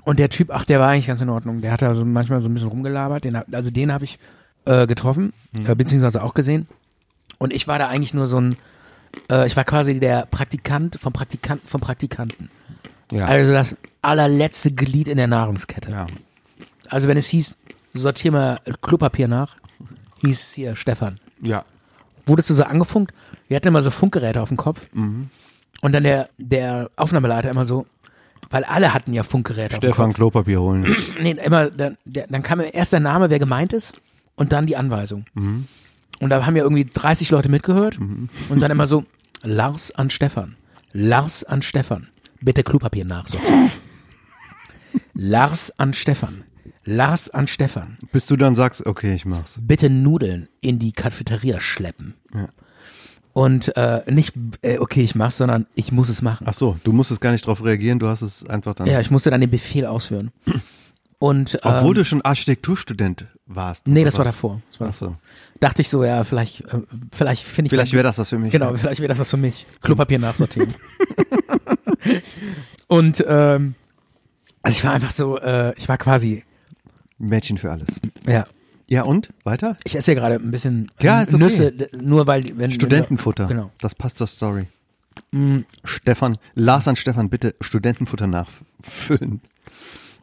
S4: Und der Typ, ach, der war eigentlich ganz in Ordnung. Der hat da so manchmal so ein bisschen rumgelabert. Den, hab- also den habe ich äh, getroffen,
S3: Mhm.
S4: äh, beziehungsweise auch gesehen. Und ich war da eigentlich nur so ein, äh, ich war quasi der Praktikant vom Praktikanten vom Praktikanten.
S3: Ja.
S4: Also das allerletzte Glied in der Nahrungskette.
S3: ja.
S4: Also wenn es hieß, sortier mal Klopapier nach, hieß es hier Stefan.
S3: Ja.
S4: Wurdest du so angefunkt? Wir hatten immer so Funkgeräte auf dem Kopf.
S3: Mhm.
S4: Und dann der, der Aufnahmeleiter immer so, weil alle hatten ja Funkgeräte auf dem
S3: Stefan Klopapier holen.
S4: Nee, immer, dann, der, dann kam erst der Name, wer gemeint ist, und dann die Anweisung.
S3: Mhm.
S4: Und da haben ja irgendwie 30 Leute mitgehört und dann immer so, Lars an Stefan, Lars an Stefan, bitte Klopapier nachsortieren. Lars an Stefan, Lars an Stefan,
S3: Bis du dann sagst, okay, ich mach's.
S4: bitte Nudeln in die Cafeteria schleppen. Und äh, nicht, äh, okay, ich mach's, sondern ich muss es machen.
S3: Ach so, du musstest gar nicht drauf reagieren, du hast es einfach dann.
S4: Ja, ich musste dann den Befehl ausführen. Und,
S3: Obwohl
S4: ähm,
S3: du schon Architekturstudent warst.
S4: Nee,
S3: oder
S4: das war
S3: was?
S4: davor. Das war
S3: Ach so.
S4: dachte ich so, ja, vielleicht, äh, vielleicht finde ich.
S3: Vielleicht wäre das was für mich.
S4: Genau, vielleicht wäre das was für mich. Klopapier nachsortieren. Und ähm, also ich war einfach so, äh, ich war quasi,
S3: Mädchen für alles.
S4: ja,
S3: Ja, und? Weiter?
S4: ich esse ja gerade ein bisschen
S3: Ja, ist okay.
S4: Nüsse, d- nur weil wenn
S3: Studentenfutter.
S4: Wenn, genau. Mm.
S3: Das passt zur Story. Stefan, Lars an Stefan, bitte Studentenfutter nachfüllen.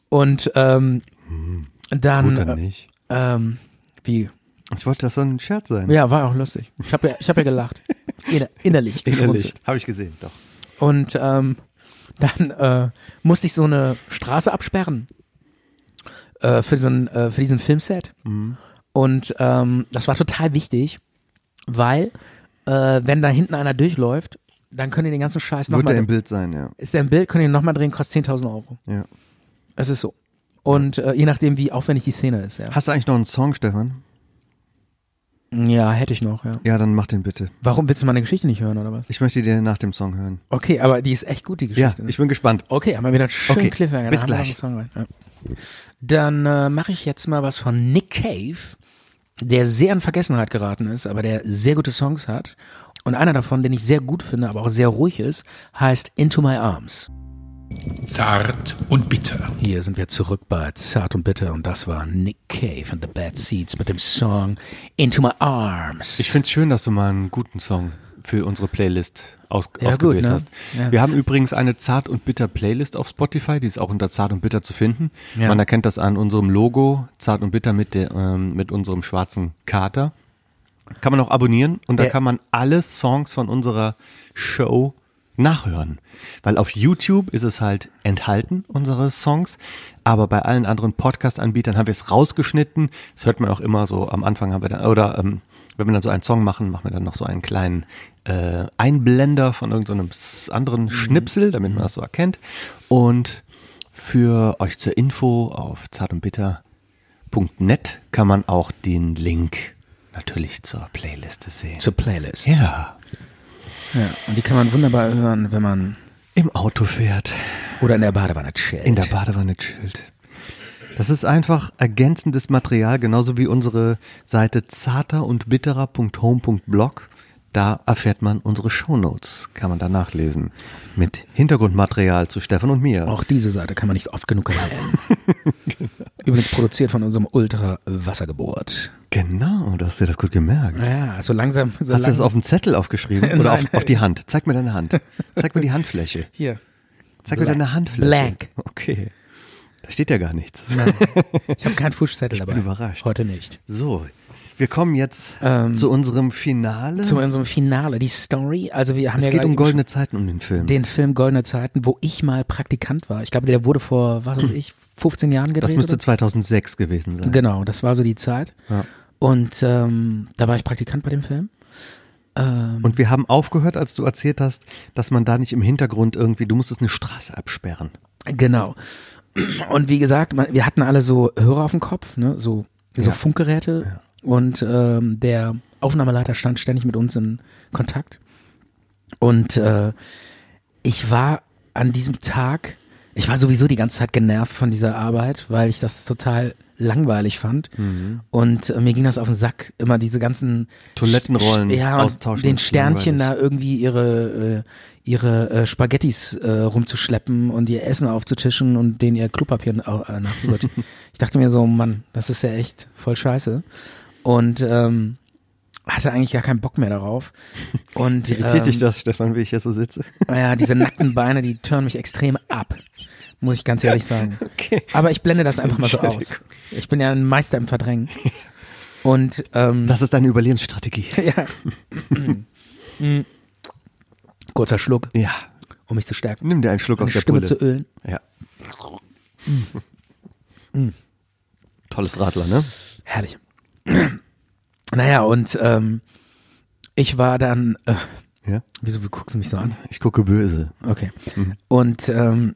S4: Und ähm,
S3: Hm,
S4: dann,
S3: Gut, dann
S4: äh,
S3: nicht.
S4: ähm, wie,
S3: Ich wollte, das soll ein Scherz sein.
S4: ja, war auch lustig. Ich habe ja, ich habe ja gelacht, Inner, innerlich,
S3: Innerlich.
S4: geschmunzelt.
S3: Habe ich gesehen, doch.
S4: Und ähm, dann äh, musste ich so eine Straße absperren äh, für, so ein, äh, für diesen Filmset.
S3: Mhm.
S4: Und ähm, das war total wichtig, weil äh, wenn da hinten einer durchläuft, dann könnt ihr den ganzen Scheiß
S3: Wird er im
S4: nochmal.
S3: Bild sein, ja.
S4: Ist der im Bild, könnt ihr ihn nochmal drehen, kostet 10.000 Euro.
S3: ja.
S4: Es ist so. Und äh, je nachdem, wie aufwendig die Szene ist, ja.
S3: Hast du eigentlich noch einen Song, Stefan?
S4: Ja, hätte ich noch, ja.
S3: Ja, dann mach den bitte.
S4: Warum willst du meine Geschichte nicht hören, oder was?
S3: Ich möchte dir nach dem Song hören.
S4: Okay, aber die ist echt gut, die
S3: Ja,
S4: Geschichte. ne?
S3: ich bin gespannt.
S4: Okay, haben wir wieder einen schönen
S3: Okay,
S4: Cliffhanger.
S3: bis
S4: Dann haben wir
S3: gleich.
S4: noch einen Song rein. Ja. Dann äh, mache ich jetzt mal was von Nick Cave, der sehr in Vergessenheit geraten ist, aber der sehr gute Songs hat. Und einer davon, den ich sehr gut finde, aber auch sehr ruhig ist, heißt Into My Arms.
S5: Zart und bitter.
S4: Hier sind wir zurück bei Zart und Bitter und das war Nick Cave and the Bad Seeds mit dem Song Into My Arms.
S3: Ich finde es schön, dass du mal einen guten Song für unsere Playlist aus
S4: Ja,
S3: ausgewählt
S4: gut, ne?
S3: hast.
S4: Ja.
S3: Wir haben übrigens eine Zart und Bitter Playlist auf Spotify, die ist auch unter Zart und Bitter zu finden.
S4: Ja.
S3: Man erkennt das an unserem Logo, Zart und Bitter mit, der, ähm, mit unserem schwarzen Kater. Kann man auch abonnieren und da
S4: Ja.
S3: kann man alle Songs von unserer Show nachhören. Weil auf YouTube ist es halt enthalten, unsere Songs, aber bei allen anderen Podcast-Anbietern haben wir es rausgeschnitten. Das hört man auch immer so, am Anfang haben wir da, oder ähm, wenn wir dann so einen Song machen, machen wir dann noch so einen kleinen äh, Einblender von irgendeinem s- anderen Schnipsel, damit man das so erkennt. Und für euch zur Info auf zart und bitter Net kann man auch den Link natürlich zur Playliste sehen.
S4: zur Playlist.
S3: ja,
S4: Ja, und die kann man wunderbar hören, wenn man
S3: im Auto fährt,
S4: oder in der Badewanne chillt.
S3: in der Badewanne chillt. Das ist einfach ergänzendes Material, genauso wie unsere Seite zarter und bitterer.home.blog. Da erfährt man unsere Shownotes, kann man da nachlesen. Mit Hintergrundmaterial zu Stefan und mir.
S4: Auch diese Seite kann man nicht oft genug erwähnen.
S3: Genau.
S4: Übrigens produziert von unserem Ultra Wassergeburt.
S3: Genau, du hast dir das gut gemerkt.
S4: Ja, so langsam. So
S3: Hast du das
S4: langsam-
S3: auf dem Zettel aufgeschrieben oder auf,
S4: Nein.
S3: auf die Hand? Zeig mir deine Hand. Zeig mir die Handfläche.
S4: Hier.
S3: Zeig mir
S4: Blank.
S3: deine Handfläche.
S4: Blank.
S3: Okay. Da steht ja gar nichts.
S4: Ich habe keinen Fußzettel
S3: Ich
S4: dabei.
S3: bin überrascht.
S4: Heute nicht.
S3: So, wir kommen jetzt
S4: Ähm,
S3: zu unserem Finale.
S4: Zu unserem Finale, die Story. Also wir haben
S3: es
S4: ja
S3: geht
S4: gerade
S3: um goldene Zeiten, um den Film.
S4: den Film Goldene Zeiten, wo ich mal Praktikant war. Ich glaube, der wurde vor, was weiß ich, 15 Jahren gedreht.
S3: das müsste
S4: oder?
S3: 2006 gewesen sein.
S4: Genau, das war so die Zeit. Und ähm, da war ich Praktikant bei dem Film. Genau.
S3: Und wir haben aufgehört, als du erzählt hast, dass man da nicht im Hintergrund irgendwie, du musstest eine Straße absperren.
S4: Genau. Und wie gesagt, man, wir hatten alle so Hörer auf dem Kopf, ne? so, so
S3: Ja.
S4: Funkgeräte. Und ähm, der Aufnahmeleiter stand ständig mit uns in Kontakt. Und äh, ich war an diesem Tag, ich war sowieso die ganze Zeit genervt von dieser Arbeit, weil ich das total langweilig fand.
S3: Mhm.
S4: Und äh, mir ging das auf den Sack, immer diese ganzen
S3: Toilettenrollen
S4: Sch- ja, und
S3: austauschen,
S4: den
S3: das ist
S4: Sternchen
S3: langweilig.
S4: da irgendwie ihre, äh, ihre äh, Spaghettis äh, rumzuschleppen und ihr Essen aufzutischen und denen ihr Klopapier au- äh, nachzusortieren. ich dachte mir so, Mann, das ist ja echt voll scheiße. Und ähm, hatte eigentlich gar keinen Bock mehr darauf. Und,
S3: Irritiert
S4: ähm,
S3: dich das, Stefan, wie ich hier so sitze?
S4: ja, diese nackten Beine, die turnen mich extrem ab. Muss ich ganz ehrlich sagen.
S3: Okay.
S4: Aber ich blende das einfach mal so aus. Ich bin ja ein Meister im Verdrängen. Und ähm,
S3: Das ist deine Überlebensstrategie.
S4: ja. Mm. kurzer Schluck,
S3: Ja.
S4: um mich zu stärken.
S3: Nimm dir einen Schluck
S4: Meine
S3: aus der
S4: Stimme
S3: Pulle.
S4: zu ölen. Mm.
S3: Ja. Tolles Radler, ne?
S4: Herrlich. Naja, und ähm, ich war dann. Äh,
S3: Ja.
S4: wieso guckst du mich so an?
S3: Ich gucke böse.
S4: Okay.
S3: Mhm.
S4: Und ähm,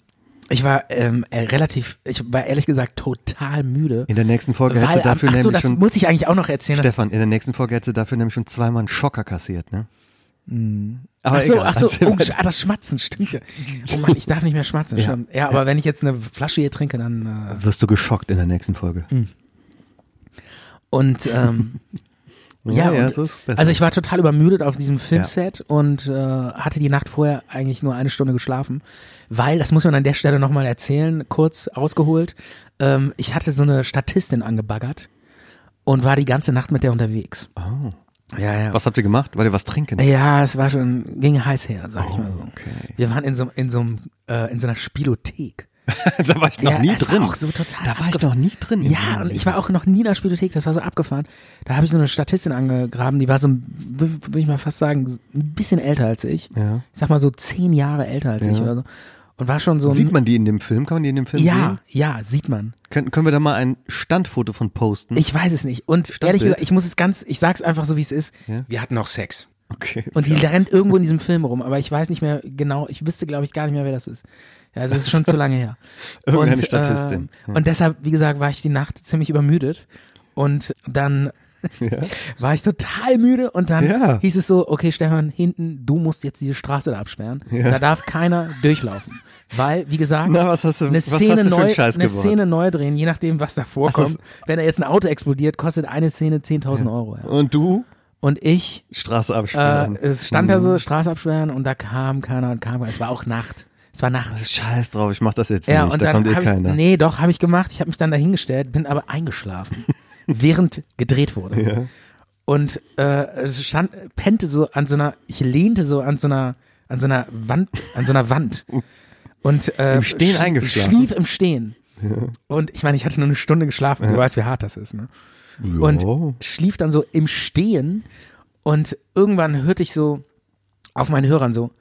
S4: ich war ähm, äh, relativ, ich war ehrlich gesagt total müde.
S3: In der nächsten Folge hättest
S4: Weil
S3: du dafür
S4: am, ach so,
S3: nämlich
S4: das
S3: schon
S4: muss ich eigentlich auch noch erzählen. dass-
S3: Stefan, in der nächsten Folge hättest du dafür nämlich schon zweimal einen Schocker kassiert, ne? Aber
S4: Hm. Ach so,
S3: egal,
S4: ach so,
S3: erzähl
S4: oh,
S3: weiter.
S4: ah, das Schmatzen, stimmt ja. Oh Mann, ich darf nicht mehr schmatzen,
S3: Ja.
S4: stimmt. Ja, aber wenn ich jetzt eine Flasche hier trinke, dann äh,
S3: wirst du geschockt in der nächsten Folge.
S4: Hm. und ähm, ja, und,
S3: ist besser.
S4: also ich war total übermüdet auf diesem Filmset und äh, hatte die Nacht vorher eigentlich nur eine Stunde geschlafen, weil, das muss man an der Stelle nochmal erzählen, kurz ausgeholt, ähm, ich hatte so eine Statistin angebaggert und war die ganze Nacht mit der unterwegs. Oh. Ja, ja.
S3: was habt ihr gemacht? Wollt ihr was trinken?
S4: Ja, es war schon, ging heiß her, sag ich mal so.
S3: Oh, okay.
S4: Wir waren in so, in so, einem, äh, in so einer Spielothek.
S3: da war ich noch
S4: Ja,
S3: nie
S4: es war
S3: drin.
S4: auch so total
S3: da war ich
S4: abgef-
S3: noch nie drin. in
S4: Ja,
S3: meinem
S4: und ich
S3: Leben.
S4: war auch noch nie in der Spielothek, das war so abgefahren. Da habe ich so eine Statistin angegraben, die war so, würde ich mal fast sagen, ein bisschen älter als ich.
S3: Ja.
S4: Ich sag mal so zehn Jahre älter als ich oder so. Und war schon so ein.
S3: Sieht man die in dem Film? Kann man die in dem Film
S4: ja,
S3: sehen?
S4: ja, sieht man.
S3: Können, können wir da mal ein Standfoto von posten?
S4: Ich weiß es nicht. Und
S3: Standbild.
S4: ehrlich gesagt, ich muss es ganz, ich sag's einfach so, wie es ist.
S3: Ja.
S4: Wir hatten auch Sex.
S3: okay.
S4: Und die rennt irgendwo in diesem Film rum, aber ich weiß nicht mehr genau, ich wüsste, glaube ich, gar nicht mehr, wer das ist. Ja, also es ist schon zu lange her.
S3: Irgendeine
S4: und,
S3: Statistin.
S4: ähm, und deshalb, wie gesagt, war ich die Nacht ziemlich übermüdet. Und dann war ich total müde und dann
S3: Ja.
S4: hieß es so, okay, Stefan, hinten, du musst jetzt diese Straße da absperren. Da darf keiner durchlaufen. Weil, wie gesagt,
S3: Na, was hast du-
S4: eine
S3: was hast
S4: Szene
S3: du für einen
S4: neu,
S3: Scheiß
S4: eine
S3: gebaut?
S4: Szene neu drehen, je nachdem, was da vorkommt. Wenn da jetzt ein Auto explodiert, kostet eine Szene 10.000 Euro. Ja.
S3: Und du?
S4: Und ich
S3: Straße
S4: äh,
S3: absperren. Mhm.
S4: es stand da so, Straße absperren und da kam keiner und kam keiner. Es war auch Nacht. Es war nachts.
S3: Scheiß drauf, ich mach das jetzt
S4: Ja,
S3: Ah, nicht.
S4: und
S3: da
S4: dann
S3: kommt eh
S4: habe ich,
S3: keiner.
S4: nee, doch, habe ich gemacht. Ich habe mich dann dahingestellt, bin aber eingeschlafen, während gedreht wurde. Und äh, es stand, pennte so an so einer, ich lehnte so an so einer, an so einer Wand, an so einer Wand. Und äh,
S3: Im Stehen
S4: schlie-
S3: eingeschlafen.
S4: Schlief im Stehen. Und ich meine, ich hatte nur eine Stunde geschlafen. Du weißt, wie hart das ist. Ne? Und
S3: Jo.
S4: schlief dann so im Stehen. Und irgendwann hörte ich so auf meinen Hörern so,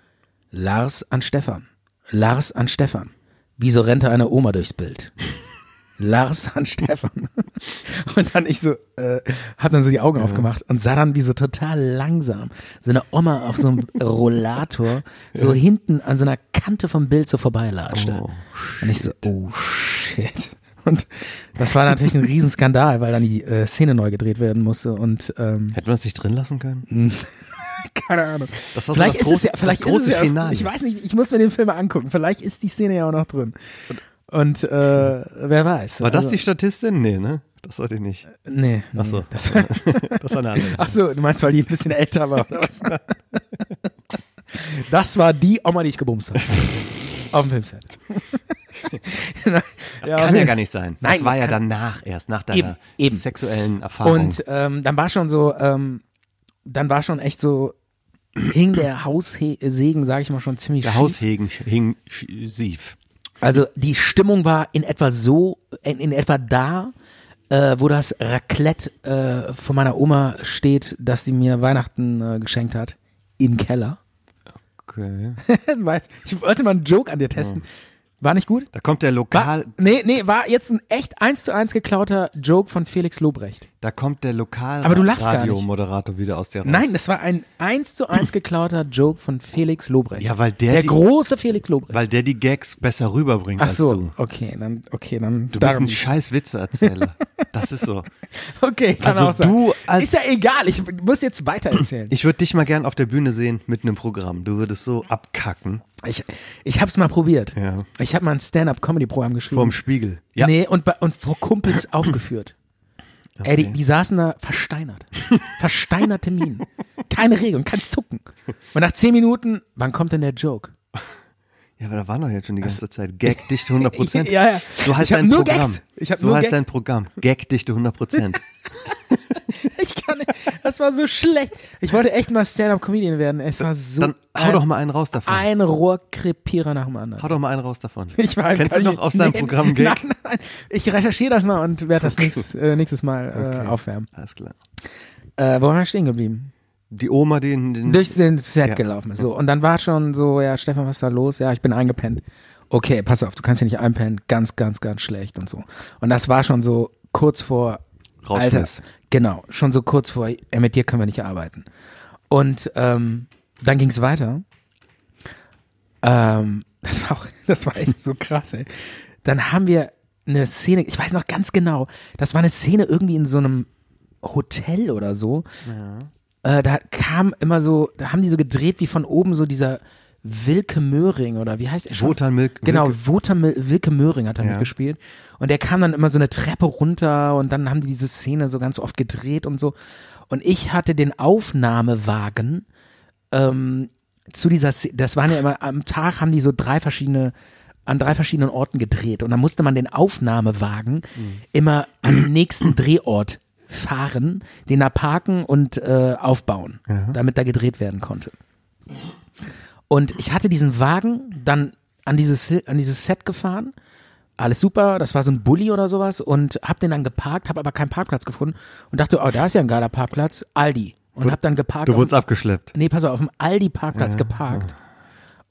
S4: Lars an Stefan. Lars an Stefan. Wieso rennt da eine Oma durchs Bild? Lars an Stefan. Und dann ich so, äh, hab dann so die Augen aufgemacht und sah dann, wie so total langsam so eine Oma auf so einem Rollator so hinten an so einer Kante vom Bild so vorbeilatschte. und ich so, oh shit. Und das war natürlich ein Riesenskandal, weil dann die äh, Szene neu gedreht werden musste und ähm,
S3: Hätten wir es nicht drin lassen können?
S4: keine Ahnung.
S3: Das war so
S4: vielleicht
S3: das
S4: ist es
S3: große-
S4: ja, vielleicht
S3: das große
S4: ist es ja,
S3: Finale.
S4: Ich weiß nicht, ich muss mir den Film mal angucken. Vielleicht ist die Szene ja auch noch drin. Und äh, wer weiß.
S3: War das
S4: Also,
S3: die Statistin? Nee, ne? Das wollte ich nicht.
S4: Nee. nee
S3: Ach so.
S4: Das,
S3: Das war eine andere.
S4: ach so, du meinst, weil die ein bisschen älter war oder was? Das war die Oma, die ich gebumst habe. Auf dem Filmset. das
S3: Das kann ja gar nicht sein.
S4: Nein,
S3: das war
S4: das
S3: ja
S4: kann-
S3: danach erst, nach deiner
S4: Eben, eben.
S3: sexuellen Erfahrung.
S4: Und ähm, dann war schon so, ähm, dann war schon echt so, hing der Haussegen, sage ich mal, schon ziemlich
S3: der
S4: schief.
S3: Haushegen hing sch- sief.
S4: Also die Stimmung war in etwa so, in, in etwa da, äh, wo das Raclette äh, von meiner Oma steht, das sie mir Weihnachten äh, geschenkt hat, im Keller.
S3: Okay.
S4: Weiß, ich wollte mal einen Joke an dir testen. War nicht gut?
S3: Da kommt der
S4: War,
S3: Lokal,
S4: nee, nee, war jetzt ein echt eins zu eins geklauter Joke von Felix Lobrecht.
S3: da kommt der Lokal
S4: Aber du lachst gar nicht.
S3: Radiomoderator wieder aus der raus.
S4: Nein, das war ein eins zu eins geklauter Joke von Felix Lobrecht.
S3: Ja, weil der
S4: Der
S3: die-
S4: große Felix Lobrecht.
S3: weil der die Gags besser rüberbringt
S4: Ach
S3: als
S4: so,
S3: du.
S4: okay, dann, okay, dann.
S3: Du bist
S4: darum
S3: ein scheiß Witzeerzähler. Das ist so.
S4: Okay, kann
S3: Also
S4: auch sein.
S3: du als-
S4: ist ja egal, ich muss jetzt weiter erzählen.
S3: Ich würde dich mal gern auf der Bühne sehen mit einem Programm. Du würdest so abkacken
S4: Ich, ich habe es mal probiert.
S3: Ja.
S4: Ich habe mal ein Stand-up-Comedy-Programm geschrieben.
S3: vorm Spiegel. Ja.
S4: Nee, und, bei- und vor Kumpels aufgeführt. Ey, die, die saßen da versteinert. Versteinerte Minen. Keine Regung, kein Zucken. Und nach zehn Minuten, wann kommt denn der Joke?
S3: ja, aber da waren doch jetzt schon die ganze Zeit Gagdichte 100 Prozent.
S4: Also Ja, ja.
S3: So heißt
S4: Ich hab
S3: dein
S4: nur
S3: Programm.
S4: Gags. Ich hab
S3: so
S4: nur
S3: heißt
S4: Gag-
S3: dein Programm. Gagdichte 100 Prozent.
S4: Ich kann nicht, das war so schlecht. Ich wollte echt mal Stand-up-Comedian werden. Es war so
S3: Dann hau
S4: ein,
S3: doch mal einen raus davon.
S4: ein Rohrkrepierer nach dem anderen.
S3: Hau doch mal einen raus davon.
S4: Ich war
S3: Kennst du noch aus deinem
S4: deinem
S3: Programm Gag?
S4: Nein, nein, ich recherchiere das mal und werde das nächstes, äh, nächstes Mal äh, aufwärmen.
S3: Alles klar.
S4: Äh, wo waren wir stehen geblieben?
S3: Die Oma, die in den
S4: Durch den Set
S3: Ja.
S4: gelaufen ist. So, und dann war schon so, ja, Stefan, was ist da los? Ja, ich bin eingepennt. Okay, pass auf, du kannst hier nicht einpennen. Ganz, ganz, ganz schlecht und so. Und das war schon so kurz vor Alter.
S3: Rausschmiss.
S4: Genau, schon so kurz vor, ey, mit dir können wir nicht arbeiten. Und ähm, dann ging es weiter. Ähm, das war auch, das war echt so krass, ey. Dann haben wir eine Szene, ich weiß noch ganz genau, das war eine Szene irgendwie in so einem Hotel oder so. Äh, da kam immer so, da haben die so gedreht wie von oben so dieser Wilke Möhring oder wie heißt er schon?
S3: Wotan Milk.
S4: Genau,
S3: Wilke-
S4: Wotan Mil- Wilke Möhring hat da
S3: Ja.
S4: mitgespielt. Und der kam dann immer so eine Treppe runter und dann haben die diese Szene so ganz oft gedreht und so. Und ich hatte den Aufnahmewagen ähm, zu dieser Szene. Das waren ja immer, am Tag haben die so drei verschiedene, an drei verschiedenen Orten gedreht. Und dann musste man den Aufnahmewagen
S3: Mhm.
S4: immer an den nächsten Drehort fahren, den da parken und äh, aufbauen, damit da gedreht werden konnte. Und ich hatte diesen Wagen dann an dieses, an dieses Set gefahren. Alles super, das war so ein Bulli oder sowas und hab den dann geparkt, hab aber keinen Parkplatz gefunden und dachte, oh, da ist ja ein geiler Parkplatz, Aldi. Und hab dann geparkt.
S3: Du
S4: auf dem-
S3: wurdest abgeschleppt.
S4: Nee, pass auf, auf dem Aldi-Parkplatz geparkt.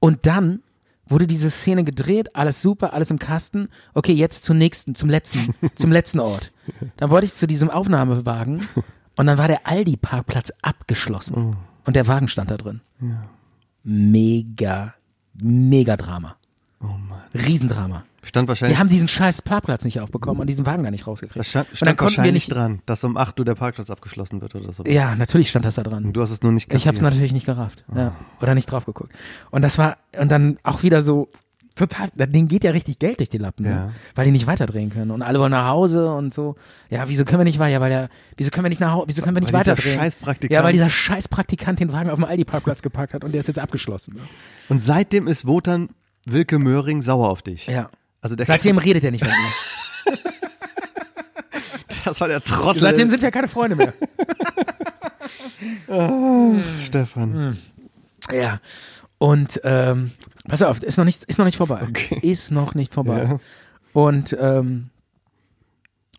S4: Und dann wurde diese Szene gedreht, alles super, alles im Kasten. Okay, jetzt zum nächsten, zum letzten, zum letzten Ort. Dann wollte ich zu diesem Aufnahmewagen und dann war der Aldi-Parkplatz abgeschlossen.
S3: Oh.
S4: Und der Wagen stand da drin. Mega, mega Drama.
S3: Oh
S4: Riesendrama.
S3: Stand wahrscheinlich.
S4: Wir haben diesen scheiß Parkplatz nicht aufbekommen und diesen Wagen da nicht rausgekriegt.
S3: da stand,
S4: und dann
S3: stand
S4: konnten wir
S3: wahrscheinlich
S4: nicht.
S3: dran, dass um 8 Uhr der Parkplatz abgeschlossen wird oder so.
S4: Ja, natürlich stand das da dran.
S3: Du hast es nur nicht
S4: Ich habe es
S3: kapiert. Ah.
S4: natürlich nicht gerafft. Ja. Oder nicht drauf geguckt. Und das war, und dann auch wieder so, total, denen geht ja richtig Geld durch die Lappen,
S3: Ja.
S4: ne? weil die nicht weiterdrehen können und alle wollen nach Hause und so. Ja, wieso können wir nicht weiter? Ja, weil der, wieso können wir nicht nach Hause, wieso können wir nicht
S3: Weil dieser
S4: weiterdrehen?
S3: scheiß Praktikant-
S4: Ja, weil dieser scheiß Praktikant den Wagen auf dem Aldi-Parkplatz geparkt hat und der ist jetzt abgeschlossen. Ne?
S3: Und seitdem ist Wotan Wilke Möhring sauer auf dich.
S4: Ja.
S3: Also der,
S4: Seitdem redet er nicht mit mir.
S3: das war der Trottel.
S4: Seitdem sind wir keine Freunde mehr.
S3: Stefan.
S4: Ja. Und ähm, pass auf, ist noch nicht, ist noch nicht vorbei. Ist noch nicht vorbei. Und ähm,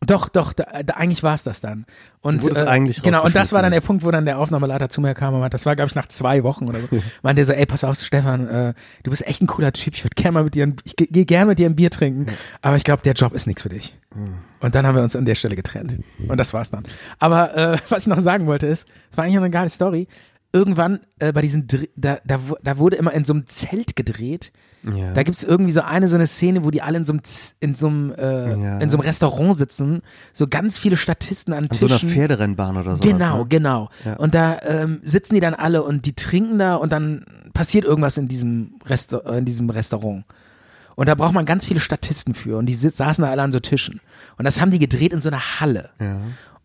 S4: doch, doch, da, da, eigentlich war es das dann. Und,
S3: Du wurdest eigentlich
S4: genau, und das war dann
S3: rausgeschmissen.
S4: der Punkt, wo dann der Aufnahmeleiter zu mir kam und meinte, das war, glaube ich, nach zwei Wochen oder so. meinte er so, ey, pass auf, Stefan, äh, du bist echt ein cooler Typ, ich würde gerne mal mit dir, ein, ich gehe gern mit dir ein Bier trinken, aber ich glaube, der Job ist nichts für dich. Und dann haben wir uns an der Stelle getrennt. Und das war's dann. Aber äh, was ich noch sagen wollte ist, es war eigentlich eine geile Story. Irgendwann äh, bei diesen, Dr- da, da, wu- da wurde immer in so einem Zelt gedreht.
S3: Ja.
S4: Da gibt's irgendwie so eine so eine Szene, wo die alle in so einem, Z- in so einem, äh,
S3: Ja.
S4: in so einem Restaurant sitzen, so ganz viele Statisten an,
S3: An so einer
S4: Tischen.
S3: Pferderennbahn oder so.
S4: Genau,
S3: Ne?
S4: genau. Und da ähm, sitzen die dann alle und die trinken da und dann passiert irgendwas in diesem, Resta äh, in diesem Restaurant. Und da braucht man ganz viele Statisten für. Und die sit- saßen da alle an so Tischen. Und das haben die gedreht in so einer Halle.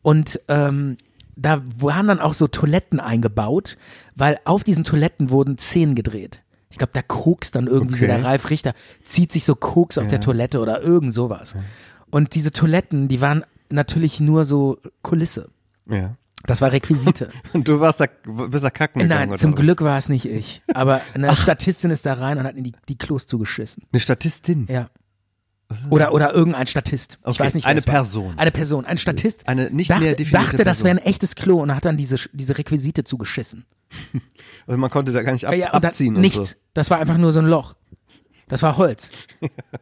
S4: Und ähm, da waren dann auch so Toiletten eingebaut, weil auf diesen Toiletten wurden Szenen gedreht. Ich glaube, da koks dann irgendwie so
S3: Okay.
S4: der Ralf Richter, zieht sich so Koks auf der Toilette oder irgend sowas. Und diese Toiletten, die waren natürlich nur so Kulisse.
S3: Ja.
S4: Das war Requisite.
S3: Und du warst da, bist da kacken gegangen.
S4: Nein,
S3: oder
S4: zum
S3: was?
S4: Glück war es nicht ich. Aber eine Statistin ist da rein und hat in die, die Klos zugeschissen.
S3: Eine Statistin.
S4: Ja. Oder, oder irgendein Statist. Ich
S3: Okay,
S4: weiß nicht, wer
S3: eine
S4: es war.
S3: Person.
S4: Eine Person. Ein Statist
S3: Eine nicht
S4: dachte,
S3: näher definierte
S4: dachte das wäre
S3: Person.
S4: ein echtes Klo und hat dann diese, diese Requisite zugeschissen.
S3: Also man konnte da gar nicht ab,
S4: Ja, und dann
S3: abziehen. und
S4: nichts. Das war einfach nur so ein Loch. Das war Holz.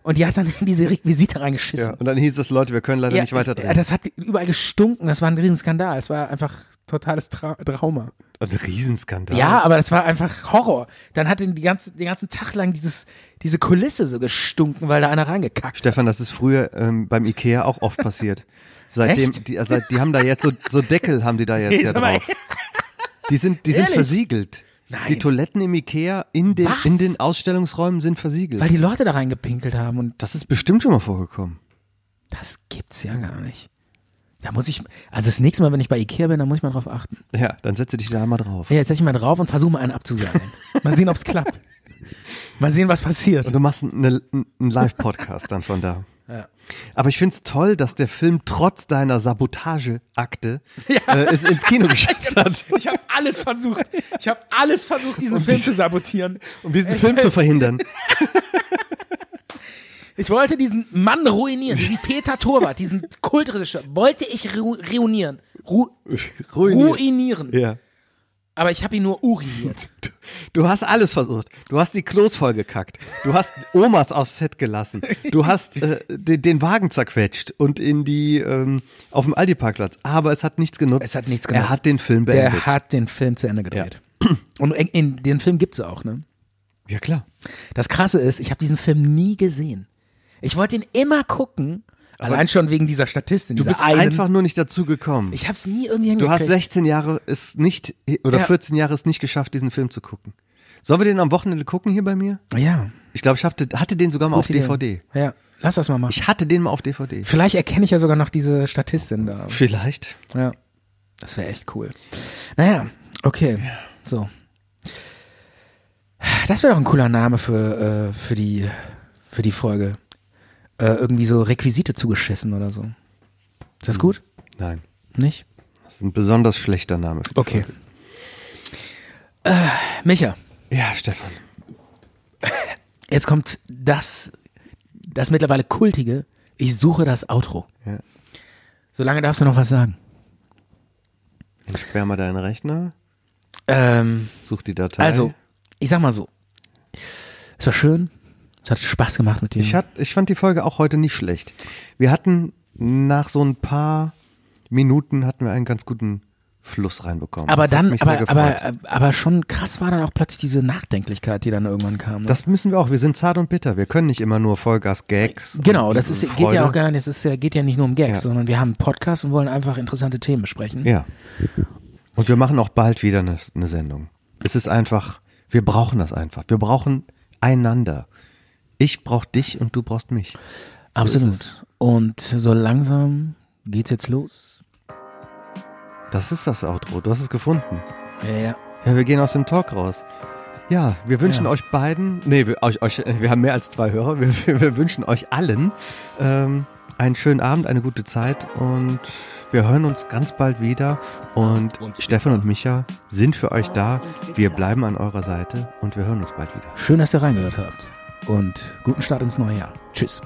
S4: Und die hat dann in diese Requisite
S3: So. Ja.
S4: reingeschissen.
S3: Und dann hieß es, Leute, wir können leider nicht weiterdrehen.
S4: ja, das hat überall gestunken. Das war ein Riesenskandal. Es war einfach totales Tra Trauma.
S3: Ein Riesenskandal.
S4: Ja, aber das war einfach Horror. Dann hat den, die ganze, den ganzen Tag lang dieses, diese Kulisse so gestunken, weil da einer reingekackt hat.
S3: Stefan, das ist früher ähm, beim Ikea auch oft passiert. Seitdem,
S4: Echt?
S3: die, äh, seit, die haben da jetzt so, so Deckel haben die da jetzt
S4: Nee,
S3: ja
S4: sag mal,
S3: drauf. Die sind, die sind
S4: Ehrlich?
S3: versiegelt.
S4: Nein.
S3: Die Toiletten im Ikea in den,
S4: Was?
S3: in den Ausstellungsräumen sind versiegelt.
S4: Weil die Leute da reingepinkelt haben und
S3: das ist bestimmt schon mal vorgekommen.
S4: das gibt's ja gar nicht. Da muss ich, also das nächste Mal, wenn ich bei Ikea bin, da muss ich mal drauf achten.
S3: Ja, dann setze dich da mal drauf.
S4: Ja, jetzt setz ich mal drauf und versuche mal einen abzuseilen. Mal sehen, ob's klappt. Mal sehen, was passiert.
S3: Und du machst eine, einen Live-Podcast dann von da. Aber ich find's toll, dass der Film trotz deiner Sabotageakte äh, es ins Kino geschafft hat,
S4: Ich habe alles versucht. Ich habe alles versucht, diesen Film zu sabotieren.
S3: um diesen Film zu verhindern.
S4: Ich wollte diesen Mann ruinieren, diesen Peter Torwart, diesen Kultregisseur, wollte ich ru ruinieren. Ru
S3: Ruiniert.
S4: ruinieren.
S3: Ja.
S4: Aber ich habe ihn nur uriniert.
S3: Du- Du hast alles versucht. Du hast die Klos vollgekackt. Du hast Omas aufs Set gelassen. Du hast äh, den, den Wagen zerquetscht und in die ähm, auf dem Aldi-Parkplatz. Aber es hat nichts genutzt.
S4: Es hat nichts genutzt.
S3: Er hat den Film beendet.
S4: Der hat den Film zu Ende gedreht. Und in, in den Film gibt's auch, ne?
S3: ja klar.
S4: Das krasse ist, ich habe diesen Film nie gesehen. Ich wollte ihn immer gucken, allein schon wegen dieser Statistin,
S3: Du
S4: dieser
S3: bist
S4: einen.
S3: einfach nur nicht dazu gekommen.
S4: ich hab's nie irgendwie
S3: du hast
S4: hingekriegt.
S3: 16 Jahre es nicht oder
S4: Ja.
S3: 14 Jahre es nicht geschafft, diesen Film zu gucken. Sollen wir den am Wochenende gucken hier bei mir?
S4: Ja.
S3: Ich glaube, ich hatte, hatte den sogar mal auf
S4: gute Idee.
S3: DVD.
S4: Ja, lass das mal machen.
S3: Ich hatte den mal auf DVD.
S4: Vielleicht erkenne ich ja sogar noch diese Statistin da.
S3: Vielleicht.
S4: Ja. Das wäre echt cool. Naja, okay. So. Das wäre doch ein cooler Name für, äh, für, die, für die Folge. Äh, irgendwie so Requisite zugeschissen oder so. Ist das gut?
S3: Nein.
S4: Nicht?
S3: Das ist ein besonders schlechter Name. für die
S4: Okay. Äh, Micha,
S3: Ja, Stefan.
S4: jetzt kommt das, das mittlerweile kultige. Ich suche das Outro.
S3: Ja.
S4: Solange darfst du noch was sagen.
S3: Ich sperre mal deinen Rechner,
S4: Ähm,
S3: such die Datei.
S4: also, ich sag mal so. Es war schön. Es hat Spaß gemacht mit dir.
S3: Ich, hat, ich fand die Folge auch heute nicht schlecht. Wir hatten nach so ein paar Minuten hatten wir einen ganz guten Fluss reinbekommen.
S4: aber
S3: Das hat
S4: dann,
S3: mich sehr
S4: aber,
S3: gefreut.
S4: aber, aber schon krass war dann auch plötzlich diese Nachdenklichkeit, die dann irgendwann kam. ne?
S3: das müssen wir auch. Wir sind zart und bitter. Wir können nicht immer nur Vollgas-Gags.
S4: genau,
S3: und-
S4: das
S3: und
S4: ist, geht
S3: Freude.
S4: ja auch gar nicht, das ist ja, geht ja nicht nur um Gags,
S3: Ja.
S4: sondern wir haben einen Podcast und wollen einfach interessante Themen besprechen.
S3: Ja. Und wir machen auch bald wieder eine, eine Sendung. Es ist einfach, wir brauchen das einfach. Wir brauchen einander. Ich brauch dich und du brauchst mich.
S4: Absolut. Und so langsam geht's jetzt los.
S3: Das ist das Outro. Du hast es gefunden.
S4: Ja, ja.
S3: Ja, wir gehen aus dem Talk raus. Ja, wir wünschen
S4: Ja.
S3: euch beiden, nee, wir, euch, euch, äh, wir haben mehr als zwei Hörer, wir, wir, wir wünschen euch allen ähm, einen schönen Abend, eine gute Zeit und wir hören uns ganz bald wieder und Stefan und Micha sind für euch da, wir bleiben an eurer Seite und wir hören uns bald wieder.
S4: Schön, dass ihr reingehört habt. Und guten Start ins neue Jahr. Tschüss.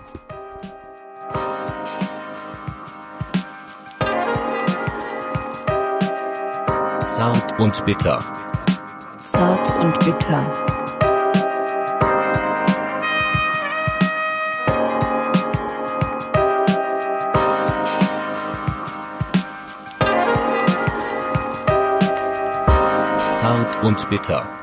S1: Zart und bitter.
S6: Zart und bitter.
S1: Zart und bitter.